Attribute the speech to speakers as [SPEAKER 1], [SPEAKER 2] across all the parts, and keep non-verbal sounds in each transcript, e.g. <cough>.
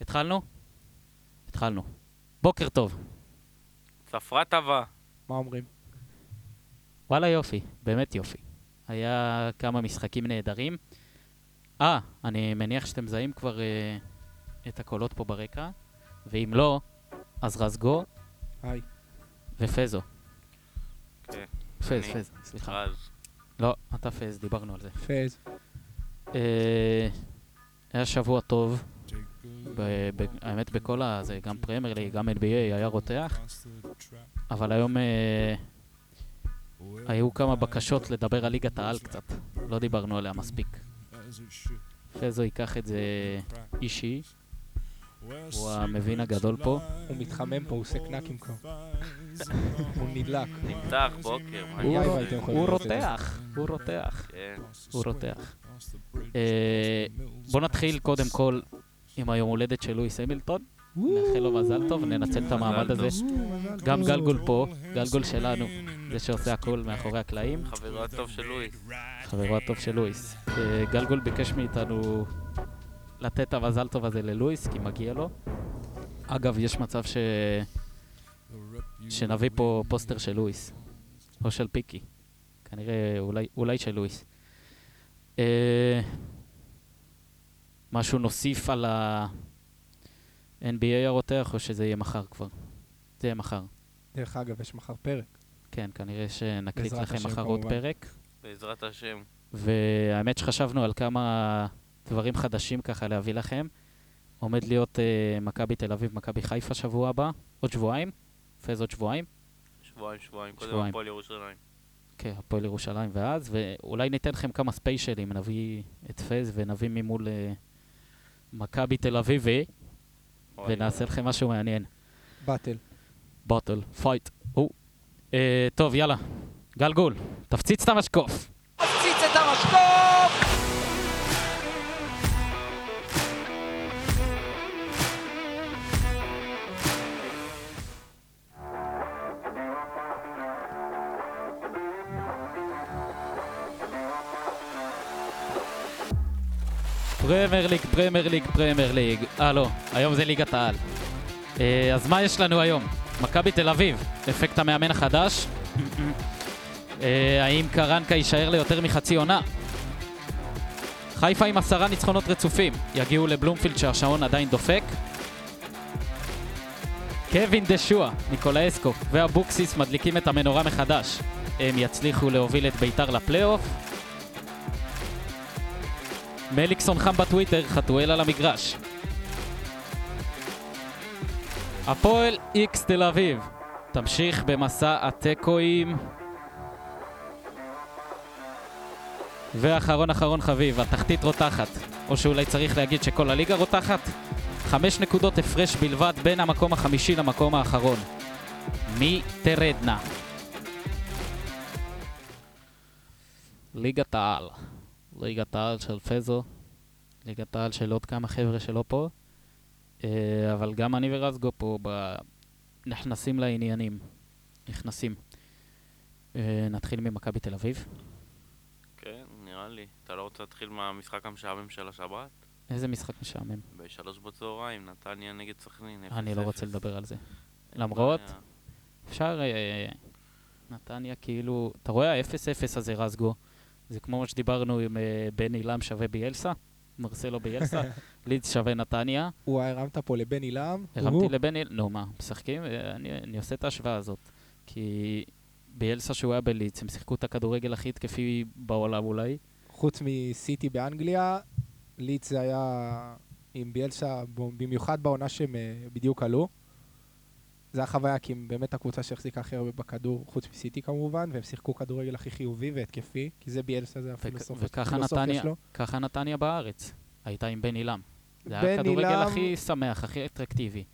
[SPEAKER 1] התחלנו? התחלנו. בוקר טוב.
[SPEAKER 2] ספרה טבה.
[SPEAKER 3] מה אומרים?
[SPEAKER 1] וואלה יופי, באמת יופי. היה כמה משחקים נהדרים. אה, אני מניח שאתם מזהים כבר אה, את הקולות פה ברקע, ואם לא, אז רזגו
[SPEAKER 3] היי.
[SPEAKER 1] ופזו.
[SPEAKER 2] כן,
[SPEAKER 1] פז,
[SPEAKER 2] אני.
[SPEAKER 1] פז, סליחה.
[SPEAKER 2] אז
[SPEAKER 1] לא, אתה פז, דיברנו על זה.
[SPEAKER 3] פז.
[SPEAKER 1] אה, היה שבוע טוב, ב- ב- האמת בכל ה... זה גם פרמייר ליג, גם NBA היה רותח, אבל היום אה, היו כמה בקשות לדבר על ליגת העל קצת, לא דיברנו עליה מספיק. פזו ייקח את זה אישי, הוא המבין הגדול פה.
[SPEAKER 3] הוא מתחמם פה, הוא עושה
[SPEAKER 1] <laughs>
[SPEAKER 3] קנקים כבר. הוא נדלק.
[SPEAKER 2] נפתח בוקר, מה
[SPEAKER 1] הוא
[SPEAKER 2] אני לא
[SPEAKER 1] רו-
[SPEAKER 2] עושה?
[SPEAKER 1] הוא רותח, הוא רותח,
[SPEAKER 2] כן,
[SPEAKER 1] הוא רותח. אה, בוא נתחיל קודם כל עם היום הולדת של לואיס המילטון, נאחל לו מזל טוב, ננצל את המעמד הזה. גם גלגול פה, גלגול שלנו, זה שעושה הכל מאחורי הקלעים,
[SPEAKER 2] חברו הטוב של לואיס.
[SPEAKER 1] חברו הטוב של לואיס. אה, גלגול ביקש מאיתנו לתת את המזל טוב הזה ללואיס, כי מגיע לו. אגב, יש מצב ש... שנביא פה פוסטר של לואיס, או של פיקי. כנראה, אולי, אולי של לואיס. אה, משהו נוסיף על ה-NBA הרותח, או שזה יהיה מחר כבר? זה יהיה מחר.
[SPEAKER 3] דרך אגב, יש מחר פרק.
[SPEAKER 1] כן, כנראה שנקליט
[SPEAKER 3] בעזרת
[SPEAKER 1] לכם
[SPEAKER 3] השם,
[SPEAKER 1] מחר עוד
[SPEAKER 3] כמובן.
[SPEAKER 1] פרק.
[SPEAKER 2] בעזרת השם.
[SPEAKER 1] והאמת שחשבנו על כמה דברים חדשים ככה להביא לכם. עומד להיות uh, מכבי תל אביב, מכבי חיפה שבוע הבא, עוד שבועיים, פז עוד שבועיים,
[SPEAKER 2] שבועיים, שבועיים. קודם
[SPEAKER 1] שבועיים.
[SPEAKER 2] הפועל ירושלים.
[SPEAKER 1] כן, הפועל ירושלים ואז, ואולי ניתן לכם כמה ספיישלים, נביא את פז ונביא ממול uh, מכבי תל אביב, ו-
[SPEAKER 2] אוי,
[SPEAKER 1] ונעשה לכם משהו מעניין.
[SPEAKER 3] באטל.
[SPEAKER 1] בוטל, פייט. Oh. אה, טוב, יאללה, גלגול, תפציץ את המשקוף.
[SPEAKER 4] הפציץ את המשקוף!
[SPEAKER 1] פרמייר ליג, פרמייר ליג, פרמייר ליג. אה, לא, היום זה ליגת העל. אה, אז מה יש לנו היום? מכבי תל אביב, אפקט המאמן החדש. אה, האם קרנקה יישאר ליותר מחצי עונה? חיפה עם עשרה ניצחונות רצופים. יגיעו לבלומפילד שהשעון עדיין דופק. קווין דשואה, ניקולא אסקו ואבוקסיס מדליקים את המנורה מחדש. הם יצליחו להוביל את ביתר לפלייאוף. מליקסון חם בטוויטר, חתואל על המגרש. הפועל איקס תל אביב, תמשיך במסע התיקואים. ואחרון אחרון חביב, התחתית רותחת. או שאולי צריך להגיד שכל הליגה רותחת? חמש נקודות הפרש בלבד בין המקום החמישי למקום האחרון. מי תרדנה? ליגת העל. ליגת העל של פזו, ליגת העל של עוד כמה חבר'ה שלא פה, אה, אבל גם אני ורזגו פה ב... נכנסים לעניינים, נכנסים. אה, נתחיל ממכבי תל אביב.
[SPEAKER 2] כן, נראה לי. אתה לא רוצה להתחיל מהמשחק המשעמם של השבת?
[SPEAKER 1] איזה משחק משעמם,
[SPEAKER 2] בשלוש בצהריים, נתניה נגד סכנין. אה,
[SPEAKER 1] אני לא
[SPEAKER 2] 0-0.
[SPEAKER 1] רוצה לדבר על זה.
[SPEAKER 2] לא
[SPEAKER 1] למרות,
[SPEAKER 2] בעיה.
[SPEAKER 1] אפשר, אה, נתניה כאילו, אתה רואה ה-0-0 הזה רזגו, זה כמו מה שדיברנו עם אה, בני לם שווה ביאלסה, מרסלו ביאלסה, לידס שווה נתניה,
[SPEAKER 3] וואי, הרמת פה לבני לעם.
[SPEAKER 1] הרמתי
[SPEAKER 3] הוא-
[SPEAKER 1] לבני, נו מה, משחקים? אה, אני, אני עושה את ההשוואה הזאת. כי ביאלסה שהוא היה בליץ, הם שיחקו את הכדורגל הכי התקפי בעולם אולי.
[SPEAKER 3] חוץ מסיטי באנגליה, ליץ זה היה עם ביאלסה, ב- במיוחד בעונה שהם אה, בדיוק עלו. זה היה חוויה, כי הם באמת הקבוצה שהחזיקה הכי הרבה בכדור, חוץ מסיטי כמובן, והם שיחקו כדורגל הכי חיובי והתקפי, כי זה ביאלסה, זה הפילוסופיה
[SPEAKER 1] וככה
[SPEAKER 3] הפילוסופיה
[SPEAKER 1] נתניה.
[SPEAKER 3] שלו.
[SPEAKER 1] ככה נתניה בארץ, הייתה עם בן עילם. זה
[SPEAKER 3] בן
[SPEAKER 1] היה הכדורגל
[SPEAKER 3] עילם-
[SPEAKER 1] הכי שמח, הכי אטרקטיבי.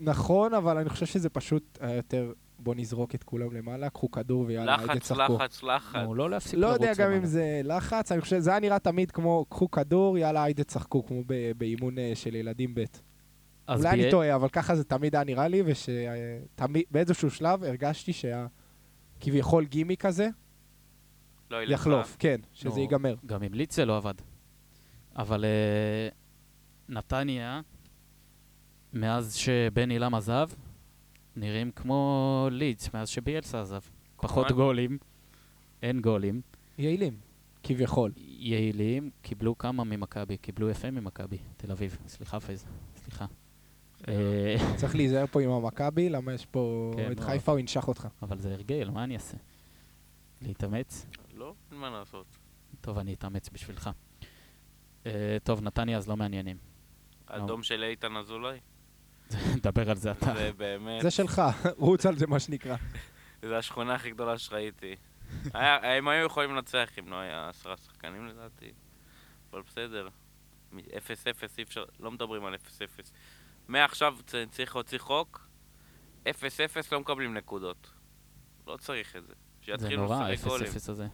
[SPEAKER 3] נכון, אבל אני חושב שזה פשוט היה יותר, בוא נזרוק את כולם למעלה, קחו כדור ויאללה, היידה
[SPEAKER 2] לחץ,
[SPEAKER 3] צחקו.
[SPEAKER 2] לחץ, לחץ.
[SPEAKER 1] נו, לא להפסיק
[SPEAKER 3] לא
[SPEAKER 1] לרוץ
[SPEAKER 3] יודע גם אם
[SPEAKER 1] למעלה.
[SPEAKER 3] זה לחץ, אני חושב, זה היה נראה תמיד כמו, קחו כדור, יאללה, היידה צחקו, כמו ב- באימון אה, של ילדים ב'.
[SPEAKER 1] אז
[SPEAKER 3] אולי
[SPEAKER 1] ביה-
[SPEAKER 3] אני טועה, אבל ככה זה תמיד היה נראה לי, ושבאיזשהו שלב הרגשתי שה... כביכול גימי כזה,
[SPEAKER 2] לא, היא
[SPEAKER 3] יחלוף, כן, שזה
[SPEAKER 1] נו.
[SPEAKER 3] ייגמר.
[SPEAKER 1] גם עם ליץ זה לא עבד. אבל אה, נתניה, מאז שבני לם עזב, נראים כמו לידס מאז שביאלסה עזב. פחות
[SPEAKER 2] כמובן.
[SPEAKER 1] גולים, אין גולים,
[SPEAKER 3] יעילים, כביכול.
[SPEAKER 1] יעילים, קיבלו כמה ממכבי, קיבלו יפה ממכבי, תל אביב. סליחה פייז, סליחה. אה,
[SPEAKER 3] צריך להיזהר פה עם המכבי, למה יש פה
[SPEAKER 1] כן,
[SPEAKER 3] את
[SPEAKER 1] מאוד.
[SPEAKER 3] חיפה, הוא ינשך אותך.
[SPEAKER 1] אבל זה הרגל, מה אני אעשה? להתאמץ?
[SPEAKER 2] לא, אין מה לעשות.
[SPEAKER 1] טוב, אני אתאמץ בשבילך. אה, טוב, נתניה אז לא מעניינים. <laughs>
[SPEAKER 2] האדום של איתן אזולאי,
[SPEAKER 1] דבר על זה אתה.
[SPEAKER 2] זה באמת,
[SPEAKER 3] זה שלך, <laughs> רוץ על זה, מה שנקרא.
[SPEAKER 1] אה,
[SPEAKER 2] זה השכונה הכי גדולה שראיתי. היה- הם היו יכולים לנצח אם לא היה עשרה שחקנים לדעתי, אבל בסדר. מ- 0-0 אי אפשר, לא מדברים על 0-0. מעכשיו צ- צריך להוציא חוק, 0-0 לא מקבלים נקודות. לא צריך את זה.
[SPEAKER 1] זה
[SPEAKER 2] שיתחילו
[SPEAKER 1] נורא,
[SPEAKER 2] לשחק גולים.
[SPEAKER 1] 0-0 הזה.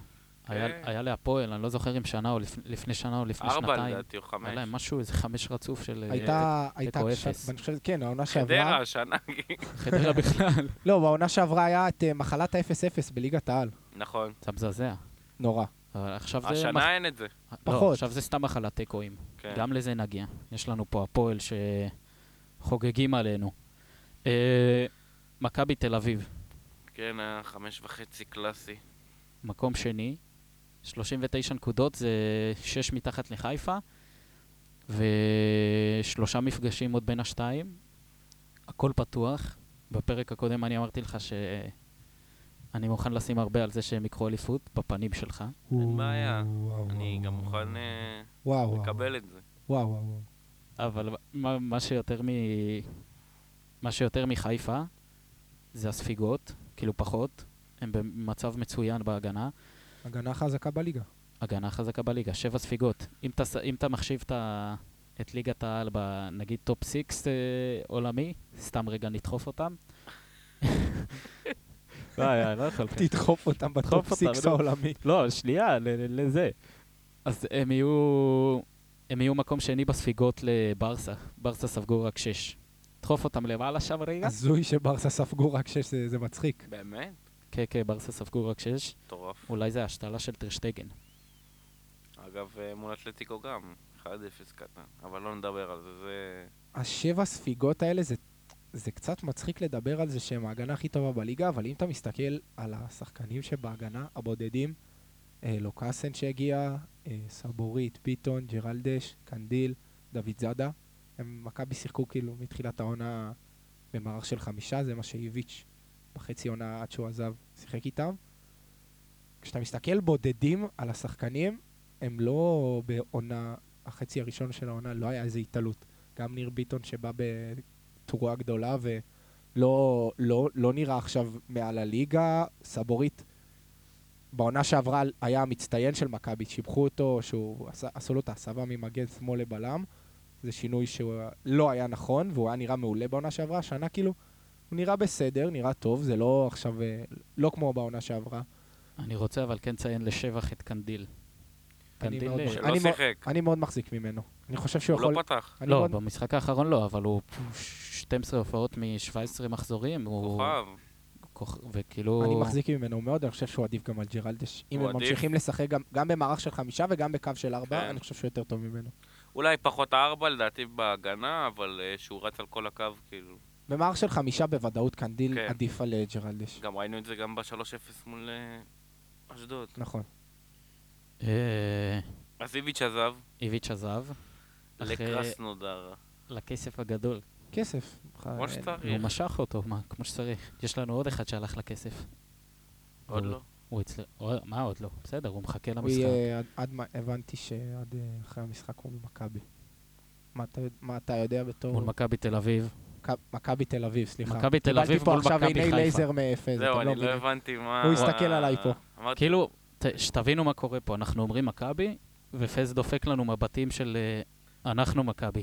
[SPEAKER 2] כן.
[SPEAKER 1] היה היה להפועל, אני לא זוכר אם שנה או לפ- לפני שנה או לפני
[SPEAKER 2] ארבע
[SPEAKER 1] שנתיים.
[SPEAKER 2] לדעתי או
[SPEAKER 1] היה
[SPEAKER 2] חמש.
[SPEAKER 1] להם משהו, איזה חמש רצוף של... אה,
[SPEAKER 3] הייתה, הייתה,
[SPEAKER 1] תיקו
[SPEAKER 3] קשה-
[SPEAKER 1] אפס.
[SPEAKER 3] אני חושב, כן, העונה שעברה,
[SPEAKER 2] חדרה, שנה.
[SPEAKER 3] <laughs>
[SPEAKER 1] חדרה בכלל.
[SPEAKER 3] לא, בעונה שעברה היה את אה, מחלת ה-0-0 בליגת העל.
[SPEAKER 2] <laughs> נכון.
[SPEAKER 1] זה מזעזע.
[SPEAKER 3] נורא.
[SPEAKER 1] אבל עכשיו זה... מח-
[SPEAKER 2] השנה אין את זה.
[SPEAKER 1] לא,
[SPEAKER 3] פחות.
[SPEAKER 1] עכשיו זה סתם מחלת תיקואים.
[SPEAKER 2] כן.
[SPEAKER 1] גם לזה נגיע. יש לנו פה הפועל שחוגגים עלינו. אה, מכבי תל אביב,
[SPEAKER 2] כן, היה חמש וחצי קלאסי.
[SPEAKER 1] מקום שני, 39 נקודות, זה 6 מתחת לחיפה, ושלושה מפגשים עוד בין השתיים. הכל פתוח. בפרק הקודם אני אמרתי לך שאני מוכן לשים הרבה על זה שהם ייקחו אליפות בפנים שלך.
[SPEAKER 2] אין בעיה.
[SPEAKER 3] וואו,
[SPEAKER 2] אני
[SPEAKER 3] וואו,
[SPEAKER 2] גם
[SPEAKER 3] וואו.
[SPEAKER 2] מוכן אה,
[SPEAKER 3] וואו, וואו,
[SPEAKER 2] לקבל את זה.
[SPEAKER 3] וואו, וואו, וואו.
[SPEAKER 1] אבל מה, מה שיותר מ... מה שיותר מחיפה זה הספיגות, כאילו פחות. הם במצב מצוין בהגנה.
[SPEAKER 3] הגנה חזקה בליגה.
[SPEAKER 2] כן.
[SPEAKER 1] הגנה חזקה בליגה, שבע ספיגות. אם אתה, ס- אם אתה מחשיב את, ה- את ליגת העל, ב- נגיד טופ סיקס אה, עולמי, סתם רגע נדחוף אותם. <laughs> לא, היה, לא יכול.
[SPEAKER 3] תדחוף אותם בטופ
[SPEAKER 1] אותם,
[SPEAKER 3] סיקס
[SPEAKER 1] נו.
[SPEAKER 3] העולמי.
[SPEAKER 1] לא, שנייה, ל- ל- לזה. אז הם יהיו... הם יהיו מקום שני בספיגות לברסה. ברסה ספגו רק שש. דחוף אותם למעלה שם רגע.
[SPEAKER 3] הזוי שברסה ספגו רק שש, זה- זה מצחיק.
[SPEAKER 2] באמת?
[SPEAKER 1] כן, כן, ברסה ספגו רק שש.
[SPEAKER 2] מטורף.
[SPEAKER 1] אולי זה השתלה של טרשטגן.
[SPEAKER 2] אגב, אה, מול אתלטיקו גם. 1-0 קטן. אבל לא נדבר על זה. זה...
[SPEAKER 3] השבע ספיגות האלה זה, זה קצת מצחיק לדבר על זה שהם ההגנה הכי טובה בליגה, אבל אם אתה מסתכל על השחקנים שבהגנה, הבודדים, אה, לוקאסן שהגיע, אה, סבורית, ביטון, ג'רלדש, קנדיל, דוד זאדה, הם מכבי שיחקו כאילו מתחילת העונה במערך של חמישה, זה מה שאיביץ' בחצי עונה עד שהוא עזב שיחק איתם. כשאתה מסתכל בודדים על השחקנים, הם לא בעונה, החצי הראשון של העונה לא היה איזה התעלות. גם ניר ביטון שבא בתרועה גדולה ולא לא, לא נראה עכשיו מעל הליגה, סבורית. בעונה שעברה היה המצטיין של מכבי, שיבחו אותו, שהוא עשה, עשו לו את ההסבה ממגן שמאל לבלם. זה שינוי שהוא לא היה נכון, והוא היה נראה מעולה בעונה שעברה. השנה כאילו, הוא נראה בסדר, נראה טוב, זה לא עכשיו, אה, לא כמו בעונה שעברה.
[SPEAKER 1] אני רוצה אבל כן לציין לשבח את קנדיל.
[SPEAKER 3] אני
[SPEAKER 1] קנדיל...
[SPEAKER 3] מאוד
[SPEAKER 1] אה,
[SPEAKER 3] מחכה.
[SPEAKER 2] שלא
[SPEAKER 3] אני מ-
[SPEAKER 2] לא שיחק.
[SPEAKER 3] אני מאוד מחזיק ממנו. אני חושב שהוא
[SPEAKER 2] הוא
[SPEAKER 3] יכול...
[SPEAKER 2] לא פתח.
[SPEAKER 3] אני
[SPEAKER 1] לא,
[SPEAKER 3] מאוד-
[SPEAKER 1] במשחק האחרון לא, אבל הוא 12 הופעות מ-17 מחזורים. הוא...
[SPEAKER 2] כוכב.
[SPEAKER 1] כוכב. וכאילו...
[SPEAKER 3] אני מחזיק ממנו מאוד, אני חושב שהוא עדיף גם על ג'רלדש. אם
[SPEAKER 2] הוא
[SPEAKER 3] הם
[SPEAKER 2] עדיף.
[SPEAKER 3] ממשיכים לשחק גם- גם במערך של חמישה וגם בקו של
[SPEAKER 2] כן.
[SPEAKER 3] ארבע, אני חושב שהוא יותר טוב ממנו.
[SPEAKER 2] אולי פחות ארבע לדעתי בהגנה, אבל אה, שהוא רץ על כל הקו, כאילו.
[SPEAKER 3] במערך של חמישה בוודאות קנדיל
[SPEAKER 2] כן.
[SPEAKER 3] עדיף על אה, ג'רלדש.
[SPEAKER 2] גם ראינו את זה גם ב-3-0 מול אה, אשדוד.
[SPEAKER 3] נכון.
[SPEAKER 1] אה,
[SPEAKER 2] אז איביץ' עזב
[SPEAKER 1] איביץ' עזב. אחרי- אה,
[SPEAKER 2] לקרסנודר.
[SPEAKER 1] לכסף הגדול.
[SPEAKER 3] כסף. אה,
[SPEAKER 2] כמו שצריך.
[SPEAKER 1] הוא משך אותו, מה, כמו שצריך. יש לנו עוד אחד שהלך לכסף.
[SPEAKER 2] עוד
[SPEAKER 1] הוא-
[SPEAKER 2] לא.
[SPEAKER 1] הוא אצל... או- מה עוד לא? בסדר, הוא מחכה
[SPEAKER 3] הוא
[SPEAKER 1] למשחק.
[SPEAKER 3] יהיה, אה, עד- עד מה- הבנתי שעד אה, אחרי המשחק הוא במכבי. מה אתה- מה אתה יודע בתור...
[SPEAKER 1] מול מכבי תל אביב.
[SPEAKER 3] מכ- מכבי תל אביב, סליחה.
[SPEAKER 1] מכבי תל אביב מול
[SPEAKER 3] קיבלתי
[SPEAKER 1] מכבי
[SPEAKER 3] פה עכשיו עיני
[SPEAKER 1] חיפה.
[SPEAKER 3] לייזר מאפס,
[SPEAKER 2] זהו,
[SPEAKER 3] אתם לא
[SPEAKER 2] אני לא
[SPEAKER 3] מבינים.
[SPEAKER 2] הבנתי מה...
[SPEAKER 3] הוא הסתכל עליי פה.
[SPEAKER 2] אמרתי,
[SPEAKER 1] כאילו, ת- שתבינו מה קורה פה, אנחנו אומרים מכבי, ופז דופק לנו מבטים של אה, אנחנו מכבי.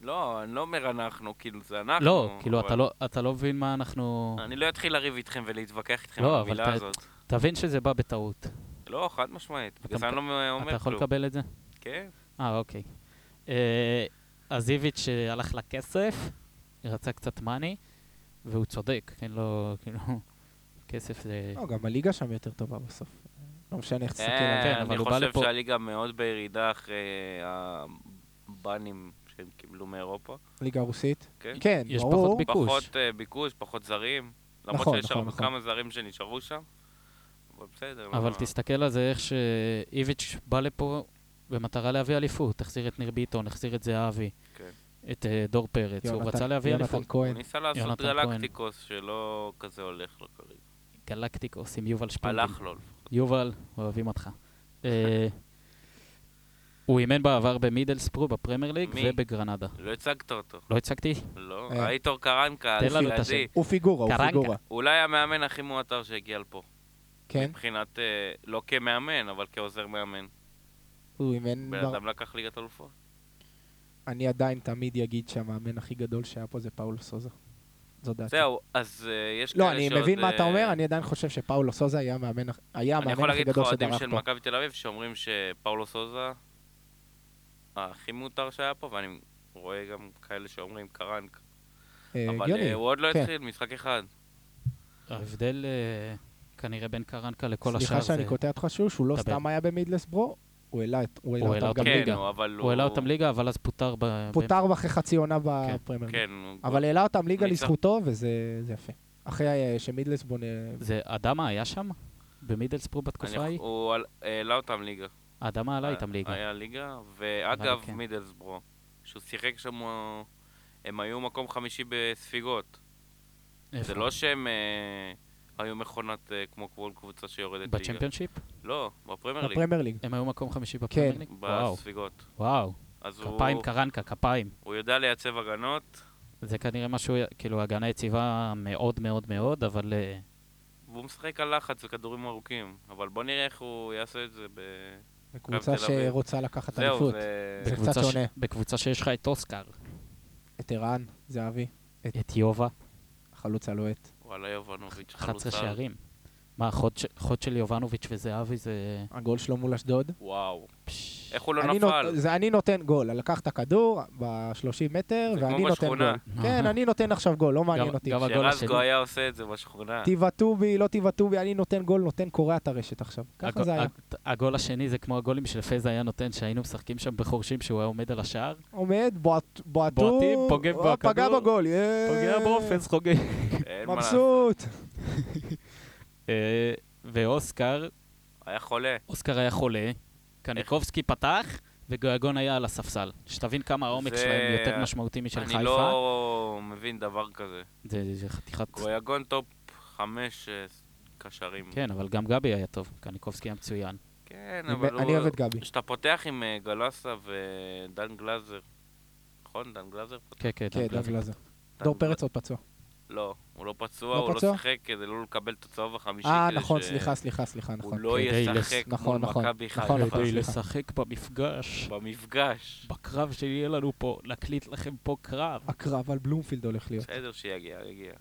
[SPEAKER 2] לא, אני לא אומר אנחנו, כאילו זה אנחנו.
[SPEAKER 1] לא, כאילו,
[SPEAKER 2] אבל-
[SPEAKER 1] אתה לא- אתה לא מבין מה אנחנו...
[SPEAKER 2] אני לא אתחיל לריב איתכם ולהתווכח איתכם
[SPEAKER 1] לא,
[SPEAKER 2] על
[SPEAKER 1] אבל
[SPEAKER 2] המילה
[SPEAKER 1] אתה-
[SPEAKER 2] הזאת.
[SPEAKER 1] תבין שזה בא בטעות.
[SPEAKER 2] לא, חד משמעית.
[SPEAKER 1] אתה
[SPEAKER 2] בגלל זה אני לא אומר כלום.
[SPEAKER 1] אתה יכול לקבל את זה?
[SPEAKER 2] כן.
[SPEAKER 1] אה, אוקיי. אה, אז איביץ' אה, הלך לכסף, רצה קצת מאני, והוא צודק, כן, לא, כאילו, <laughs> כסף זה...
[SPEAKER 3] לא, גם הליגה שם יותר טובה בסוף. לא משנה איך תסתכל
[SPEAKER 2] אה,
[SPEAKER 3] על
[SPEAKER 1] כן,
[SPEAKER 3] זה.
[SPEAKER 1] אבל
[SPEAKER 2] אני
[SPEAKER 1] הוא בא
[SPEAKER 2] חושב
[SPEAKER 1] לפה-
[SPEAKER 2] שהליגה מאוד בירידה אחרי הבנים ש... שהם קיבלו מאירופה.
[SPEAKER 3] ליגה רוסית.
[SPEAKER 2] כן.
[SPEAKER 3] כן,
[SPEAKER 1] יש פחות
[SPEAKER 3] ברור.
[SPEAKER 1] ביק- ביקוש.
[SPEAKER 2] פחות אה, ביקוש, פחות זרים. למרות
[SPEAKER 3] נכון,
[SPEAKER 2] שיש
[SPEAKER 3] נכון,
[SPEAKER 2] הרבה
[SPEAKER 3] נכון.
[SPEAKER 2] כמה זרים שנשארו שם. אבל בסדר.
[SPEAKER 1] אבל
[SPEAKER 2] למה-
[SPEAKER 1] תסתכל על זה איך שאיביץ' בא לפה במטרה להביא אליפות. החזיר את ניר ביטון, החזיר את זהבי,
[SPEAKER 2] כן.
[SPEAKER 1] את אה, דור פרץ. הוא
[SPEAKER 3] יונתן-
[SPEAKER 1] רצה להביא אליפות.
[SPEAKER 3] יונתן כהן.
[SPEAKER 2] הוא ניסה לעשות
[SPEAKER 1] יונתן כהן.
[SPEAKER 2] גלקטיקוס שלא כזה הולך לו כרגע.
[SPEAKER 1] גלקטיקוס עם יובל שפינדל.
[SPEAKER 2] הלך לו.
[SPEAKER 1] יובל, אוהבים אותך. אה, הוא אימן בעבר במידלספרו בפרמייר ליג
[SPEAKER 2] מי?
[SPEAKER 1] ובגרנדה.
[SPEAKER 2] לא הצגת אותו.
[SPEAKER 1] לא הצגתי?
[SPEAKER 2] לא.
[SPEAKER 3] אה.
[SPEAKER 2] הייטור קרנקה,
[SPEAKER 1] תן לנו את
[SPEAKER 2] הבלעדי.
[SPEAKER 3] הוא פיגורה, הוא
[SPEAKER 1] קרנקה.
[SPEAKER 3] פיגורה.
[SPEAKER 2] אולי המאמן הכי מועטר שהגיע לפה.
[SPEAKER 3] כן?
[SPEAKER 2] מבחינת, אה, לא כמאמן, אבל כעוזר מאמן.
[SPEAKER 3] הוא
[SPEAKER 1] לא.
[SPEAKER 3] אימן...
[SPEAKER 2] בן
[SPEAKER 3] בר-
[SPEAKER 2] אדם לא- לקח ליגת אלופות.
[SPEAKER 3] אני עדיין תמיד אגיד שהמאמן הכי גדול שהיה פה זה פאולו סוזה. זו דעתי.
[SPEAKER 2] זהו, אז אה, יש כאלה
[SPEAKER 3] לא,
[SPEAKER 2] שעוד...
[SPEAKER 3] אני מבין מה אתה
[SPEAKER 2] אה,
[SPEAKER 3] אומר, אני עדיין חושב שפאולו סוזה היה המאמן הכ- היה
[SPEAKER 2] אני
[SPEAKER 3] המאמן
[SPEAKER 2] יכול
[SPEAKER 3] הכי
[SPEAKER 2] להגיד לך
[SPEAKER 3] גדול
[SPEAKER 2] אוהדים
[SPEAKER 3] שדרך
[SPEAKER 2] של
[SPEAKER 3] פה.
[SPEAKER 2] מכבי תל אביב שאומרים שפאולו סוזה הכי מותר שהיה פה, ואני רואה גם כאלה שאומרים קרנק.
[SPEAKER 3] אה,
[SPEAKER 2] אבל
[SPEAKER 3] הגיוני.
[SPEAKER 2] אה, הוא עוד לא
[SPEAKER 3] כן.
[SPEAKER 2] התחיל, משחק אחד.
[SPEAKER 1] ההבדל אה, כנראה בין קרנקה לכל השאר
[SPEAKER 3] סליחה
[SPEAKER 1] זה...
[SPEAKER 3] שאני קוטע אותך שוב, שהוא לא
[SPEAKER 1] דבר.
[SPEAKER 3] סתם היה במידלסברו, הוא העלה את- הוא העלה
[SPEAKER 1] הוא העלה
[SPEAKER 3] אותם גם
[SPEAKER 1] אותם.
[SPEAKER 2] כן,
[SPEAKER 3] ליגה.
[SPEAKER 2] הוא- אבל הוא...
[SPEAKER 1] הוא העלה אותם ליגה, אבל אז פוטר ב...
[SPEAKER 3] פוטר אחרי חצי עונה בפרמייר. ליג.
[SPEAKER 2] כן, הוא...
[SPEAKER 3] אבל העלה אותם ליגה
[SPEAKER 2] ניצח.
[SPEAKER 3] לזכותו, וזה זה יפה. אחרי אה, שמידלסבון... אה,
[SPEAKER 1] זה אדמה היה שם? במידלספרו
[SPEAKER 2] אני- אה,
[SPEAKER 1] בתקופה ההיא?
[SPEAKER 2] הוא על- העלה אותם ליגה.
[SPEAKER 1] אדמה עלה איתם ליגה.
[SPEAKER 2] היה ליגה, ואגב,
[SPEAKER 1] כן.
[SPEAKER 2] מידלסברו, שהוא שיחק שם, הוא- הם היו מקום חמישי בספיגות.
[SPEAKER 1] איפה?
[SPEAKER 2] זה לא שהם אה, היו מכונת אה, כמו כל קבוצה שיורדת ליגה.
[SPEAKER 1] בצ'מפיונשיפ?
[SPEAKER 2] לא, בפרמייר ליג,
[SPEAKER 3] בפרמייר ליג.
[SPEAKER 1] הם היו מקום חמישי בפרמייר
[SPEAKER 3] כן.
[SPEAKER 1] ליג? וואו,
[SPEAKER 2] בספיגות.
[SPEAKER 1] וואו.
[SPEAKER 2] אז הוא-
[SPEAKER 1] כפיים קרנקה, כפיים.
[SPEAKER 2] הוא יודע לייצב הגנות,
[SPEAKER 1] זה כנראה משהו, כאילו, הגנה יציבה מאוד מאוד מאוד, אבל אה,
[SPEAKER 2] והוא משחק על לחץ וכדורים ארוכים. אבל בוא נראה איך הוא יעשה את זה ב...
[SPEAKER 3] קבוצה
[SPEAKER 2] תל אביב.
[SPEAKER 3] שרוצה לקחת
[SPEAKER 2] זהו,
[SPEAKER 3] אליפות.
[SPEAKER 2] זה...
[SPEAKER 3] זה- קצת
[SPEAKER 1] בקבוצה ש-
[SPEAKER 3] שונה.
[SPEAKER 1] בקבוצה שיש לך את אוסקר,
[SPEAKER 3] את ערן, זהבי,
[SPEAKER 1] את יובה,
[SPEAKER 3] החלוץ הלוהט.
[SPEAKER 2] וואלה יובנוביץ',
[SPEAKER 1] 11
[SPEAKER 2] חלוצה.
[SPEAKER 1] שערים. מה, חוד ש- חוד של יובנוביץ' וזהבי זה...
[SPEAKER 3] הגול שלו מול אשדוד.
[SPEAKER 2] וואו.
[SPEAKER 1] פש,
[SPEAKER 2] איך הוא לא
[SPEAKER 3] אני נות-
[SPEAKER 2] נפל?
[SPEAKER 3] זה אני נותן גול, לקח את הכדור ב-30 מטר,
[SPEAKER 2] זה כמו
[SPEAKER 3] ואני נותן
[SPEAKER 2] בשכונה.
[SPEAKER 3] גול. כן, אני נותן עכשיו גול, לא מעניין
[SPEAKER 1] גם-
[SPEAKER 3] אותי.
[SPEAKER 1] גם הגול
[SPEAKER 2] שרזגו
[SPEAKER 1] השני.
[SPEAKER 2] היה עושה את זה בשכונה.
[SPEAKER 3] תבעטו בי, לא תבעטו בי, אני נותן גול, נותן קורע את הרשת עכשיו. ככה
[SPEAKER 1] הגו-
[SPEAKER 3] זה היה.
[SPEAKER 1] הג- הגול השני זה כמו הגולים שפייזה היה נותן, שהיינו משחקים שם בחורשים שהוא היה עומד על השער.
[SPEAKER 3] עומד, בועט- בועטו,
[SPEAKER 1] בועטים, פוגע
[SPEAKER 3] אה,
[SPEAKER 1] בכדור,
[SPEAKER 3] פגע בגול, יאה.
[SPEAKER 1] פוגע באופנס, חוגג.
[SPEAKER 2] אין מה לעשות.
[SPEAKER 3] מבסוט.
[SPEAKER 1] אה, ואוסקר,
[SPEAKER 2] היה חולה.
[SPEAKER 1] אוסקר היה חולה, קניקובסקי פתח, וגויגון היה על הספסל. שתבין כמה העומק
[SPEAKER 2] זה-
[SPEAKER 1] שלהם יותר משמעותי משל
[SPEAKER 2] אני
[SPEAKER 1] חיפה.
[SPEAKER 2] לא מבין דבר כזה.
[SPEAKER 1] זה זה חתיכת...
[SPEAKER 2] גויגון טופ חמש אה, קשרים.
[SPEAKER 1] כן, אבל גם גבי היה טוב, קניקובסקי היה מצוין.
[SPEAKER 2] כן,
[SPEAKER 3] אני-
[SPEAKER 2] אבל הוא...
[SPEAKER 3] אני אוהב את גבי.
[SPEAKER 2] כשאתה פותח עם אה, גלסה ודן גלאזר, נכון? דן גלאזר?
[SPEAKER 1] כן, כן,
[SPEAKER 3] כן,
[SPEAKER 1] דן גלאזר.
[SPEAKER 3] דן גלאזר.
[SPEAKER 2] דן
[SPEAKER 3] דור
[SPEAKER 2] גל-
[SPEAKER 3] פרץ עוד פצוע.
[SPEAKER 2] לא, הוא לא פצוע,
[SPEAKER 3] לא
[SPEAKER 2] הוא לא
[SPEAKER 3] פצוע?
[SPEAKER 2] שיחק כדי לא לקבל את הצהוב החמישי.
[SPEAKER 3] אה,
[SPEAKER 2] כדי
[SPEAKER 3] נכון,
[SPEAKER 2] ש-
[SPEAKER 3] סליחה, סליחה, סליחה,
[SPEAKER 2] הוא
[SPEAKER 3] נכון.
[SPEAKER 2] לא
[SPEAKER 1] כדי
[SPEAKER 2] ישחק
[SPEAKER 3] לס-
[SPEAKER 2] מול
[SPEAKER 3] נכון, נכון,
[SPEAKER 2] מכבי
[SPEAKER 3] נכון,
[SPEAKER 2] חיפה.
[SPEAKER 1] כדי
[SPEAKER 3] סליחה.
[SPEAKER 1] לשחק במפגש,
[SPEAKER 2] במפגש.
[SPEAKER 1] בקרב שיהיה לנו פה, להקליט לכם פה קרב.
[SPEAKER 3] הקרב על בלומפילד הולך להיות.
[SPEAKER 2] בסדר, שיגיע, יגיע.